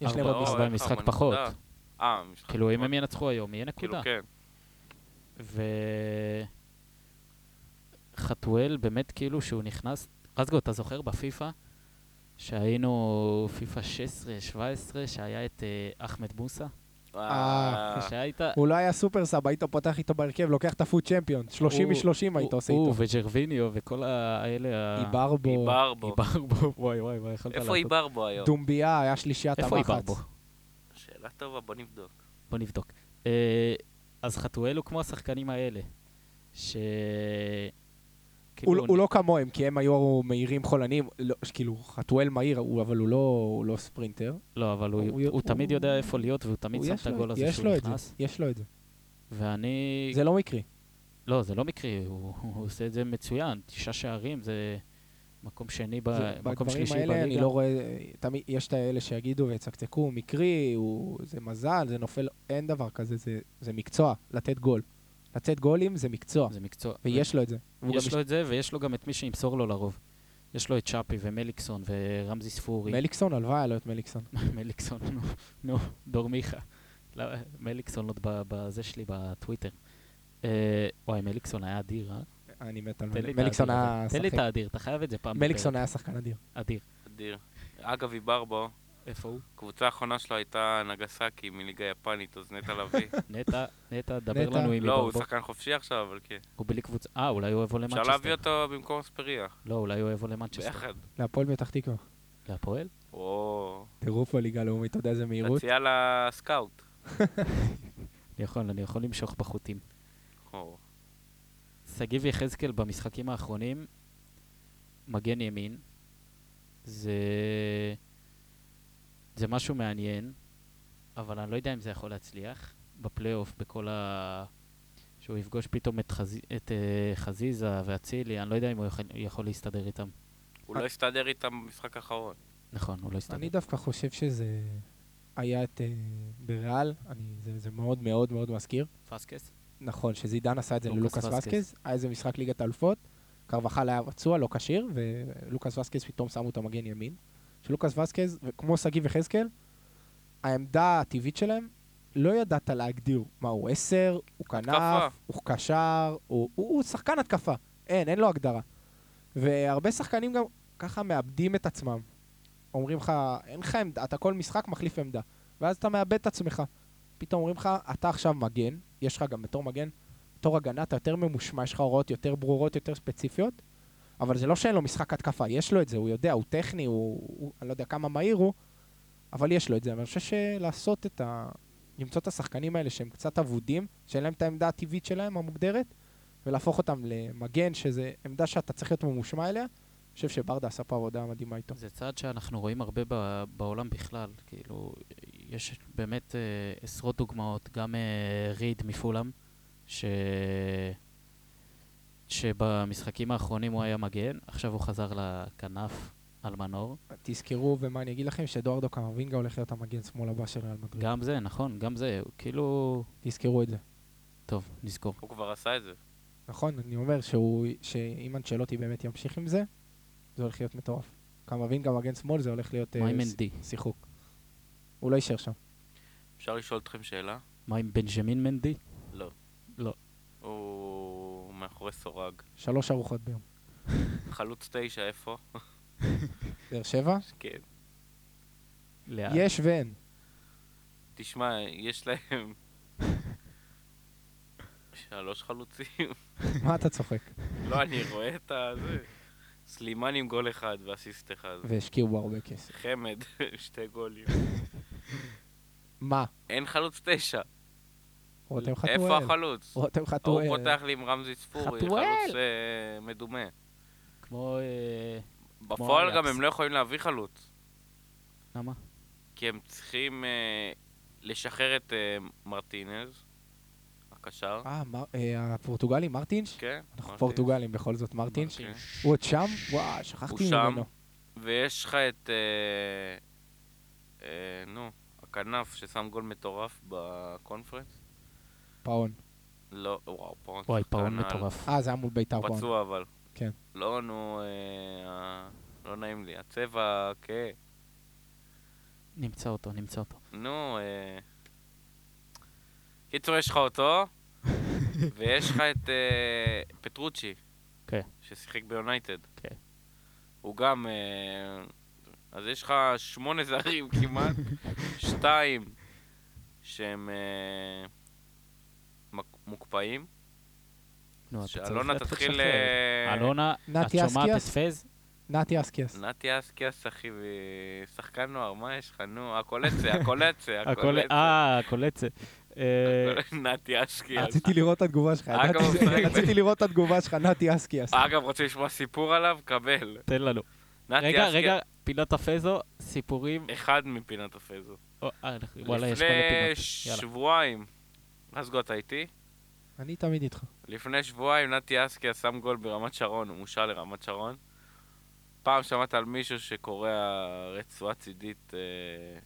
[SPEAKER 3] יש להם
[SPEAKER 1] ארבע,
[SPEAKER 3] עוד
[SPEAKER 2] לא,
[SPEAKER 1] יש בהם
[SPEAKER 3] משחק.
[SPEAKER 2] אה,
[SPEAKER 1] משחק
[SPEAKER 2] ארבע
[SPEAKER 1] פחות.
[SPEAKER 2] נקודה. אה, משחק
[SPEAKER 1] כאילו, אם
[SPEAKER 2] פחות.
[SPEAKER 1] הם ינצחו היום, יהיה
[SPEAKER 2] כאילו,
[SPEAKER 1] נקודה.
[SPEAKER 2] כן.
[SPEAKER 1] וחתואל באמת כאילו שהוא נכנס, רזגו, אתה זוכר בפיפא? שהיינו פיפא 16-17, שהיה את אה, אחמד מוסא?
[SPEAKER 2] אה,
[SPEAKER 1] שהיה איתה...
[SPEAKER 3] הוא לא היה סופר סאב, היית פותח איתו בהרכב, לוקח את הפוד צ'מפיון. 30
[SPEAKER 1] הוא-
[SPEAKER 3] מ-30 היית
[SPEAKER 1] הוא-
[SPEAKER 3] עושה
[SPEAKER 1] הוא
[SPEAKER 3] איתו.
[SPEAKER 1] וג'רוויניו וכל האלה... ה-
[SPEAKER 3] איברבו,
[SPEAKER 2] איברבו.
[SPEAKER 1] איברבו, וואי וואי וואי, יכולת
[SPEAKER 2] איפה איברבו היום?
[SPEAKER 3] דומביה, היה שלישיית המחץ.
[SPEAKER 1] איפה איברבו?
[SPEAKER 2] שאלה טובה, בוא נבדוק.
[SPEAKER 1] בוא נבדוק. אה, אז חתואל הוא כמו השחקנים האלה, ש... כאילו,
[SPEAKER 3] לא- הוא, הוא לא כמוהם, כי הם היו מהירים חולניים, לא, כאילו, חתואל מהיר, הוא, אבל הוא לא, הוא לא ספרינטר.
[SPEAKER 1] לא, אבל הוא, הוא,
[SPEAKER 3] הוא- הוא-
[SPEAKER 1] תמיד יודע איפה להיות, והוא תמיד
[SPEAKER 3] הוא
[SPEAKER 1] שם
[SPEAKER 3] יש
[SPEAKER 1] את
[SPEAKER 3] לו-
[SPEAKER 1] הגול הזה
[SPEAKER 3] יש
[SPEAKER 1] שהוא
[SPEAKER 3] לו את זה,
[SPEAKER 1] נכנס.
[SPEAKER 3] יש לו את זה.
[SPEAKER 1] ואני...
[SPEAKER 3] זה לא מקרי.
[SPEAKER 1] לא, זה לא מקרי, הוא, הוא עושה את זה מצוין. תשעה שערים, זה מקום שני, ב...
[SPEAKER 3] זה-
[SPEAKER 1] מקום
[SPEAKER 3] בדברים
[SPEAKER 1] שלישי
[SPEAKER 3] האלה
[SPEAKER 1] בליגה.
[SPEAKER 3] אני לא רואה, תמיד, יש את האלה שיגידו ויצקצקו, הוא מקרי, הוא, זה מזל, זה נופל, אין דבר כזה, זה, זה מקצוע, לתת גול. לתת גולים זה מקצוע,
[SPEAKER 1] זה מקצוע.
[SPEAKER 3] ויש לו את זה. והוא גם
[SPEAKER 1] יש לו את זה, ויש לו גם את מי שימסור לו לרוב. יש לו את שפי ומליקסון ורמזי ספורי.
[SPEAKER 3] מליקסון, הלוואי היה לו את מליקסון.
[SPEAKER 1] <laughs> מליקסון, נו, נו, דור מיכה. לא, מליקסון עוד ב- בזה שלי, בטוויטר. אה, וואי, מליקסון היה אדיר, אה?
[SPEAKER 3] אני מת על
[SPEAKER 1] תן לי את
[SPEAKER 3] מליקסון. מליקסון
[SPEAKER 1] האדיר
[SPEAKER 3] היה
[SPEAKER 1] הזה. תן לי את
[SPEAKER 3] שחקן.
[SPEAKER 1] האדיר, אתה חייב את זה פעם.
[SPEAKER 3] מליקסון היה שחקן אדיר.
[SPEAKER 1] בפרק. אדיר.
[SPEAKER 2] אדיר. אגב, איברבו,
[SPEAKER 1] איפה הוא?
[SPEAKER 2] הקבוצה האחרונה שלו הייתה נגסקי מליגה יפנית, אז נטע לביא.
[SPEAKER 1] <laughs> נטע, נטע, דבר
[SPEAKER 3] נטע.
[SPEAKER 1] לנו עם
[SPEAKER 2] לא, הוא
[SPEAKER 1] איברבו.
[SPEAKER 2] שחקן חופשי עכשיו, אבל כן.
[SPEAKER 1] הוא בלי קבוצה. אה, אולי הוא יבוא
[SPEAKER 2] אפשר
[SPEAKER 1] למנצ'סטר.
[SPEAKER 2] להביא אותו במקום אספריה.
[SPEAKER 1] לא, אולי הוא יבוא למנצ'סטר.
[SPEAKER 2] ביחד.
[SPEAKER 3] להפועל פתח תקווה.
[SPEAKER 1] להפועל?
[SPEAKER 2] או...
[SPEAKER 3] טירוף בליגה הלאומית, אתה יודע איזה מהירות.
[SPEAKER 2] תציע לסקאוט.
[SPEAKER 1] אני יכול, אני יכול למשוך בחוטים.
[SPEAKER 2] או,
[SPEAKER 1] שגיב יחזקאל במשחקים האחרונים, מגן ימין, זה... זה משהו מעניין, אבל אני לא יודע אם זה יכול להצליח בפלייאוף, בכל ה... שהוא יפגוש פתאום את, חז... את uh, חזיזה ואצילי, אני לא יודע אם הוא יכול, יכול להסתדר איתם.
[SPEAKER 2] הוא לא הסתדר איתם במשחק האחרון.
[SPEAKER 1] נכון, הוא לא יסתדר.
[SPEAKER 3] אני דווקא חושב שזה היה את... אה, בריאל, אני- זה זה מאוד מאוד מאוד מזכיר.
[SPEAKER 1] פסקס?
[SPEAKER 3] נכון, שזידן עשה את זה
[SPEAKER 1] לוקאס
[SPEAKER 3] ללוקאס
[SPEAKER 1] וסקז.
[SPEAKER 3] וסקז, היה איזה משחק ליגת האלופות, קרבחל היה פצוע, לא כשיר, ולוקאס וסקז פתאום שמו אותו מגן ימין. שלוקאס וסקז, כמו שגיב יחזקאל, העמדה הטבעית שלהם לא ידעת להגדיר מה הוא עשר, הוא
[SPEAKER 2] התקפה.
[SPEAKER 3] כנף, הוא קשר, הוא, הוא, הוא שחקן התקפה. אין, אין לו הגדרה. והרבה שחקנים גם ככה מאבדים את עצמם. אומרים לך, אין לך עמדה, אתה כל משחק מחליף עמדה. ואז אתה מאבד את עצמך. פתאום אומרים לך, אתה עכשיו מגן, יש לך גם בתור מגן, בתור הגנה אתה יותר ממושמע, יש לך הוראות יותר ברורות, יותר ספציפיות, אבל זה לא שאין לו משחק התקפה, יש לו את זה, הוא יודע, הוא טכני, הוא, הוא אני לא יודע כמה מהיר הוא, אבל יש לו את זה. אבל אני חושב שלעשות את ה... למצוא את השחקנים האלה שהם קצת אבודים, שאין להם את העמדה הטבעית שלהם, המוגדרת, ולהפוך אותם למגן, שזו עמדה שאתה צריך להיות ממושמע אליה, אני חושב שברדה עשה פה עבודה מדהימה איתו.
[SPEAKER 1] זה צעד שאנחנו רואים הרבה ב- בעולם בכלל, כאילו, יש באמת אה, עשרות דוגמאות, גם אה, ריד מפולאם, ש... שבמשחקים האחרונים הוא היה מגן, עכשיו הוא חזר לכנף על מנור.
[SPEAKER 3] תזכרו, ומה אני אגיד לכם, שדוארדו קמרווינגה הולך להיות המגן שמאל הבא של ריאל מדריד.
[SPEAKER 1] גם זה, נכון, גם זה, הוא כאילו...
[SPEAKER 3] כן. תזכרו את זה.
[SPEAKER 1] טוב, נזכור.
[SPEAKER 2] הוא כבר עשה את זה.
[SPEAKER 3] נכון, אני אומר שהוא, שאם אנצ'לוטי באמת ימשיך עם זה, זה הולך להיות מטורף. קמרווינגה מגן שמאל, זה הולך להיות אה,
[SPEAKER 1] מה עם
[SPEAKER 3] ש-
[SPEAKER 1] מנדי?
[SPEAKER 3] שיחוק. הוא לא יישאר שם.
[SPEAKER 2] אפשר לשאול אתכם שאלה?
[SPEAKER 1] מה עם בנג'מין מנדי?
[SPEAKER 2] לא.
[SPEAKER 1] לא.
[SPEAKER 2] הוא מאחורי סורג.
[SPEAKER 3] שלוש ארוחות ביום.
[SPEAKER 2] חלוץ תשע, איפה?
[SPEAKER 3] באר שבע?
[SPEAKER 2] כן.
[SPEAKER 1] לאן?
[SPEAKER 3] יש ואין. <laughs>
[SPEAKER 2] תשמע, יש להם... שלוש חלוצים.
[SPEAKER 3] מה אתה צוחק?
[SPEAKER 2] לא, אני רואה את ה... זה. סלימן עם גול אחד ואסיסט אחד.
[SPEAKER 3] והשקיעו בו הרבה כסף.
[SPEAKER 2] חמד, <laughs> שתי גולים.
[SPEAKER 3] מה?
[SPEAKER 2] אין חלוץ תשע.
[SPEAKER 3] רותם
[SPEAKER 2] איפה
[SPEAKER 3] חתואל.
[SPEAKER 2] החלוץ?
[SPEAKER 3] רותם
[SPEAKER 2] הוא
[SPEAKER 3] חתואל.
[SPEAKER 2] פותח לי עם רמזי ספורי,
[SPEAKER 1] חתואל!
[SPEAKER 2] חלוץ אה, מדומה.
[SPEAKER 1] כמו... אה,
[SPEAKER 2] בפועל
[SPEAKER 1] אייאקס.
[SPEAKER 2] גם הם לא יכולים להביא חלוץ,
[SPEAKER 1] למה?
[SPEAKER 2] כי הם צריכים אה, לשחרר את אה, מרטינז, הקשר.
[SPEAKER 3] אה, מר- אה, הפורטוגלי, מרטינש?
[SPEAKER 2] כן,
[SPEAKER 3] אנחנו
[SPEAKER 2] מרטינז. אוקיי.
[SPEAKER 3] פורטוגלים בכל זאת, מרטינש.
[SPEAKER 2] מרטינש.
[SPEAKER 3] הוא עוד שם? וואו, שכחתי
[SPEAKER 2] הוא שם.
[SPEAKER 3] ממנו.
[SPEAKER 2] ויש לך את... אה, אה, נו, הכנף ששם גול מטורף בקונפרנס?
[SPEAKER 3] פאון.
[SPEAKER 2] לא, וואו, פאון.
[SPEAKER 1] וואי,
[SPEAKER 2] שחקן
[SPEAKER 1] פאון
[SPEAKER 2] על.
[SPEAKER 1] מטורף.
[SPEAKER 3] אה, זה היה מול ביתר
[SPEAKER 2] הוא
[SPEAKER 3] פאון.
[SPEAKER 2] פצוע אבל.
[SPEAKER 3] כן.
[SPEAKER 2] לא, נו, אה, ה- לא נעים לי. הצבע כן. הכהה.
[SPEAKER 1] נמצא אותו, נמצא אותו.
[SPEAKER 2] נו, אה... קיצור, יש לך
[SPEAKER 1] <laughs>
[SPEAKER 2] אותו, ויש לך את אה, פטרוצ'י.
[SPEAKER 1] כן.
[SPEAKER 2] ששיחק ביונייטד.
[SPEAKER 1] כן.
[SPEAKER 2] הוא גם... אה, אז יש לך שמונה <laughs> זרים כמעט,
[SPEAKER 1] <laughs>
[SPEAKER 2] שתיים שהם אה, מק- מוקפאים.
[SPEAKER 1] נו, אתה צריך
[SPEAKER 2] שאלונה
[SPEAKER 1] להתחיל
[SPEAKER 2] תתחיל...
[SPEAKER 1] לשחרר.
[SPEAKER 2] אה,
[SPEAKER 1] אלונה, את
[SPEAKER 3] נתי
[SPEAKER 1] שומעת את
[SPEAKER 3] אסקיאס?
[SPEAKER 1] פז?
[SPEAKER 3] נתי אסקיאס.
[SPEAKER 2] נתי אסקיאס, אחי, שחקן נוער, מה יש לך? נו, הקולצה,
[SPEAKER 1] <laughs>
[SPEAKER 2] הקולצה,
[SPEAKER 1] הכל...
[SPEAKER 2] הקולצה.
[SPEAKER 1] אה, הקולצת. אה,
[SPEAKER 2] <laughs> נתי אסקיאס.
[SPEAKER 3] רציתי לראות את התגובה שלך.
[SPEAKER 2] אה,
[SPEAKER 3] ידעתי
[SPEAKER 2] גם אוקיי, הוא אה.
[SPEAKER 3] ש-
[SPEAKER 2] משחק ב-
[SPEAKER 3] רציתי לראות את התגובה שלך, נתי אסקיאס.
[SPEAKER 2] אגב, רוצה לשמוע סיפור עליו? קבל.
[SPEAKER 1] תן לנו.
[SPEAKER 2] נתי
[SPEAKER 1] רגע,
[SPEAKER 2] אסקי-
[SPEAKER 1] רגע, פינת הפזו, סיפורים.
[SPEAKER 2] אחד מפינת הפייסבוק.
[SPEAKER 1] או, אה, אנחנו- וואלה, יש מלא
[SPEAKER 2] לפני
[SPEAKER 1] פינות. יאללה.
[SPEAKER 2] שבועיים, רזגו, אתה איתי?
[SPEAKER 3] אני תמיד איתך.
[SPEAKER 2] לפני שבועיים נתי אסקיה שם גול ברמת שרון, הוא מושל לרמת שרון. פעם שמעת על מישהו שקורע רצועה צידית אה,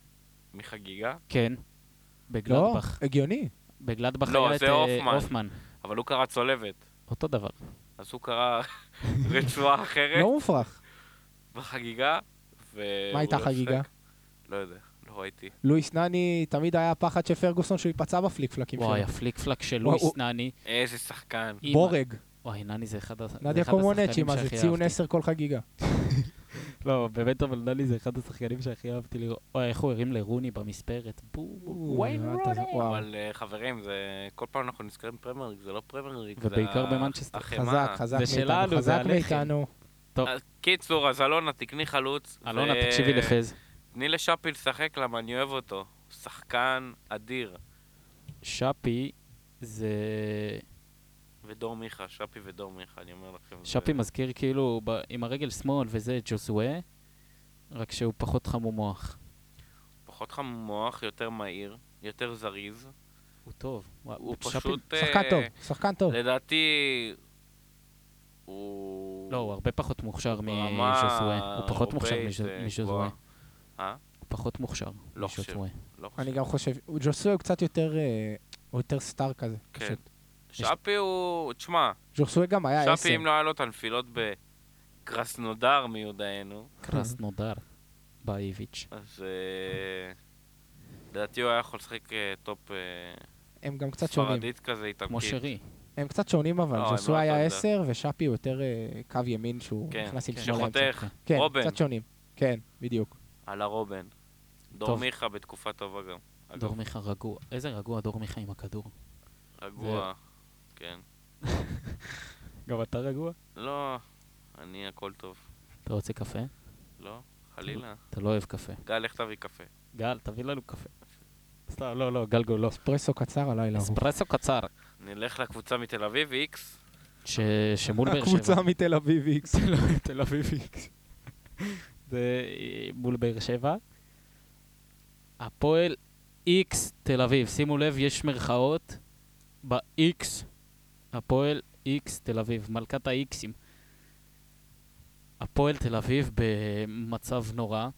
[SPEAKER 2] מחגיגה,
[SPEAKER 1] כן.
[SPEAKER 3] לא,
[SPEAKER 1] בגלדבך.
[SPEAKER 3] הגיוני.
[SPEAKER 1] בגלדבך
[SPEAKER 2] לא,
[SPEAKER 1] היה את
[SPEAKER 2] זה
[SPEAKER 1] אה,
[SPEAKER 2] הופמן.
[SPEAKER 1] הופמן.
[SPEAKER 2] אבל הוא קרא צולבת.
[SPEAKER 1] אותו דבר.
[SPEAKER 2] אז הוא קרא <laughs> רצועה אחרת
[SPEAKER 3] לא מופרך.
[SPEAKER 2] בחגיגה, והוא
[SPEAKER 3] מה הייתה
[SPEAKER 2] לא
[SPEAKER 3] חגיגה?
[SPEAKER 2] הפסק. לא יודע, לא ראיתי.
[SPEAKER 3] לואיס נני, תמיד היה פחד שפרגוסון שהוא ייפצע בפליק פלקים שלו.
[SPEAKER 1] וואי, הפליק פלק של לואיס
[SPEAKER 3] אוקיי, הוא-
[SPEAKER 1] נני. אימא.
[SPEAKER 2] איזה שחקן.
[SPEAKER 3] בורג.
[SPEAKER 1] וואי, נני זה אחד הש- זה
[SPEAKER 3] נדיה
[SPEAKER 1] אחד
[SPEAKER 3] קומונצ'י,
[SPEAKER 1] השחקנים
[SPEAKER 3] מה
[SPEAKER 1] שהכי
[SPEAKER 3] זה ציון
[SPEAKER 1] אהבתי.
[SPEAKER 3] 10 כל חגיגה.
[SPEAKER 1] לא, באמת, אבל נני זה אחד השחקנים שהכי אהבתי לראות. אוי, איך הוא הרים לרוני במספרת. בום. ויין
[SPEAKER 3] וואו,
[SPEAKER 1] רוני.
[SPEAKER 3] אתה- וואו.
[SPEAKER 2] אבל אה, חברים, זה... כל פעם אנחנו נזכרים פרמיירליג, זה לא פרמיירליג, זה
[SPEAKER 1] ובעיקר
[SPEAKER 2] ה-
[SPEAKER 1] במנצ'סטר.
[SPEAKER 2] החמאה. אה,
[SPEAKER 3] חזק, חזק
[SPEAKER 1] זה שלנו,
[SPEAKER 3] מאיתנו.
[SPEAKER 1] זה
[SPEAKER 3] חזק
[SPEAKER 1] הלחם.
[SPEAKER 3] מאיתנו.
[SPEAKER 2] קיצור, אז אלונה, תקני חלוץ.
[SPEAKER 1] אלונה,
[SPEAKER 2] ו-
[SPEAKER 1] תקשיבי לפז.
[SPEAKER 2] תני לשאפי לשחק, למה אני אוהב אותו. שחקן אדיר.
[SPEAKER 1] שפי זה...
[SPEAKER 2] ודור מיכה, שפי ודור מיכה, אני אומר לכם. זה-
[SPEAKER 1] שפי מזכיר כאילו ב... עם הרגל שמאל וזה את ג'וסווה, רק שהוא פחות חמום מוח.
[SPEAKER 2] פחות חם מוח, יותר מהיר, יותר זריז.
[SPEAKER 1] הוא טוב. וואו,
[SPEAKER 2] הוא
[SPEAKER 1] שפי-
[SPEAKER 2] פשוט... אה,
[SPEAKER 3] שחקן טוב, שחקן טוב.
[SPEAKER 2] לדעתי... הוא...
[SPEAKER 1] לא, הוא הרבה פחות מוכשר
[SPEAKER 2] ברמה
[SPEAKER 1] מז'וסווה. הוא פחות מוכשר
[SPEAKER 2] האירופאית, אה,
[SPEAKER 1] מז'וסווה.
[SPEAKER 2] גבוהה. אה?
[SPEAKER 1] הוא פחות מוכשר
[SPEAKER 2] לא חושב.
[SPEAKER 1] מז'וסווה.
[SPEAKER 2] לא חושב.
[SPEAKER 3] אני גם חושב, ג'וסוי הוא קצת יותר, אה, הוא יותר סטאר כזה.
[SPEAKER 2] כן.
[SPEAKER 3] פשוט.
[SPEAKER 2] שפי הוא... תשמע,
[SPEAKER 3] ג'וסוי גם היה 10.
[SPEAKER 2] שפי, אם לא היה לו את הנפילות בקרסנודר מיודענו,
[SPEAKER 1] קרסנודר. באייביץ'.
[SPEAKER 2] אז... אה, לדעתי הוא היה יכול לשחק אה, טופ אה,
[SPEAKER 3] הם גם קצת שונים.
[SPEAKER 2] ספרדית כזה,
[SPEAKER 1] כמו
[SPEAKER 2] איטלקית.
[SPEAKER 1] שרי.
[SPEAKER 3] הם קצת שונים אבל,
[SPEAKER 2] לא, הם
[SPEAKER 3] ז'סו
[SPEAKER 2] לא
[SPEAKER 3] היה
[SPEAKER 2] אותו עמדה.
[SPEAKER 3] 10 ושאפי הוא יותר אה, קו ימין שהוא
[SPEAKER 2] כן,
[SPEAKER 3] נכנס עם שמאל לאמצע.
[SPEAKER 2] שחותך,
[SPEAKER 3] כן,
[SPEAKER 2] רובן.
[SPEAKER 3] קצת שונים. כן, בדיוק.
[SPEAKER 2] על הרובן. דור
[SPEAKER 1] טוב.
[SPEAKER 2] מיכה בתקופה טובה גם. אגב,
[SPEAKER 1] דור מיכה רגוע. איזה רגוע דור מיכה עם הכדור.
[SPEAKER 2] רגוע. כן.
[SPEAKER 1] גם אתה רגוע?
[SPEAKER 2] לא, אני הכל טוב.
[SPEAKER 1] אתה רוצה קפה?
[SPEAKER 2] לא, חלילה.
[SPEAKER 1] אתה לא אוהב קפה.
[SPEAKER 2] גל, לך תביא קפה.
[SPEAKER 1] גל, תביא לנו קפה. סתם, לא, לא, גלגו, לא.
[SPEAKER 3] אספרסו קצר
[SPEAKER 1] <laughs>
[SPEAKER 3] הלילה. הוא.
[SPEAKER 1] אספרסו קצר.
[SPEAKER 2] נלך לקבוצה מתל אביב, איקס.
[SPEAKER 1] ש- <laughs> שמול באר
[SPEAKER 3] הקבוצה
[SPEAKER 1] שבע.
[SPEAKER 3] מתל אביב איקס.
[SPEAKER 1] זה לא <laughs> תל אביב איקס. זה אה, מול באר שבע. הפועל איקס תל אביב. שימו לב, יש מירכאות באיקס. הפועל איקס תל אביב. מלכת האיקסים. הפועל תל אביב במצב נורא,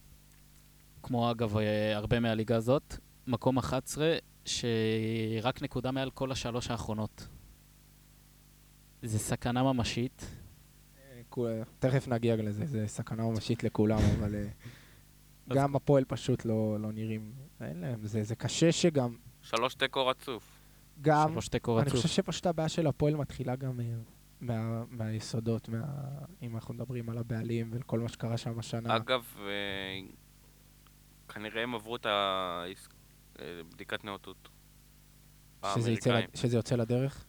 [SPEAKER 1] כמו אגב אה, הרבה מהליגה הזאת. מקום 11, שהיא רק נקודה מעל כל השלוש האחרונות. זה סכנה ממשית.
[SPEAKER 3] כול- אה, תכף נגיע לזה, זה סכנה ממשית לכולם, אבל אה,
[SPEAKER 1] אז-
[SPEAKER 3] גם הפועל פשוט לא לא נראים, אין להם, זה זה קשה שגם,
[SPEAKER 2] שלוש תיקו רצוף.
[SPEAKER 3] גם,
[SPEAKER 1] שלוש תיקו
[SPEAKER 3] אני
[SPEAKER 1] רצוף.
[SPEAKER 3] חושב שפשוט הבעיה של הפועל מתחילה גם אה, מה- מהיסודות, מה- אם אנחנו מדברים על הבעלים וכל מה שקרה שם השנה.
[SPEAKER 2] אגב, אה, כנראה הם עברו את הבדיקת נאותות.
[SPEAKER 3] שזה יצא
[SPEAKER 2] האמריקאים.
[SPEAKER 3] לד- שזה יוצא לדרך?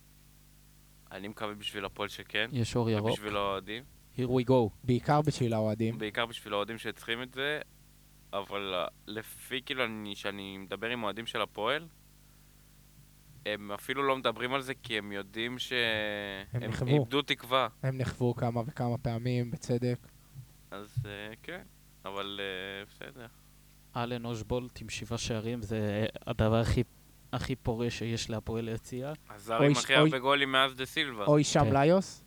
[SPEAKER 2] אני מקווה בשביל הפועל שכן,
[SPEAKER 1] יש אור ירוק.
[SPEAKER 2] ובשביל האוהדים.
[SPEAKER 1] Here we go.
[SPEAKER 3] בעיקר בשביל האוהדים.
[SPEAKER 2] בעיקר בשביל האוהדים שצריכים את זה, אבל אה, לפי כאילו אני, שאני מדבר עם אוהדים של הפועל, הם אפילו לא מדברים על זה כי הם יודעים
[SPEAKER 3] הם
[SPEAKER 2] שהם
[SPEAKER 3] נכוו.
[SPEAKER 2] איבדו תקווה.
[SPEAKER 3] הם נחוו כמה וכמה פעמים, בצדק.
[SPEAKER 2] אז אה, כן, אבל אה, בסדר.
[SPEAKER 1] אלן אושבולט עם שבעה שערים, זה הדבר הכי, הכי פורה שיש להפועל היציאה.
[SPEAKER 2] הזר
[SPEAKER 3] אוי,
[SPEAKER 2] עם
[SPEAKER 3] ש-
[SPEAKER 2] הכי
[SPEAKER 3] אוי.
[SPEAKER 2] הרבה גולים מאז דה סילבה.
[SPEAKER 3] או הישאם
[SPEAKER 1] כן.
[SPEAKER 3] ליוס?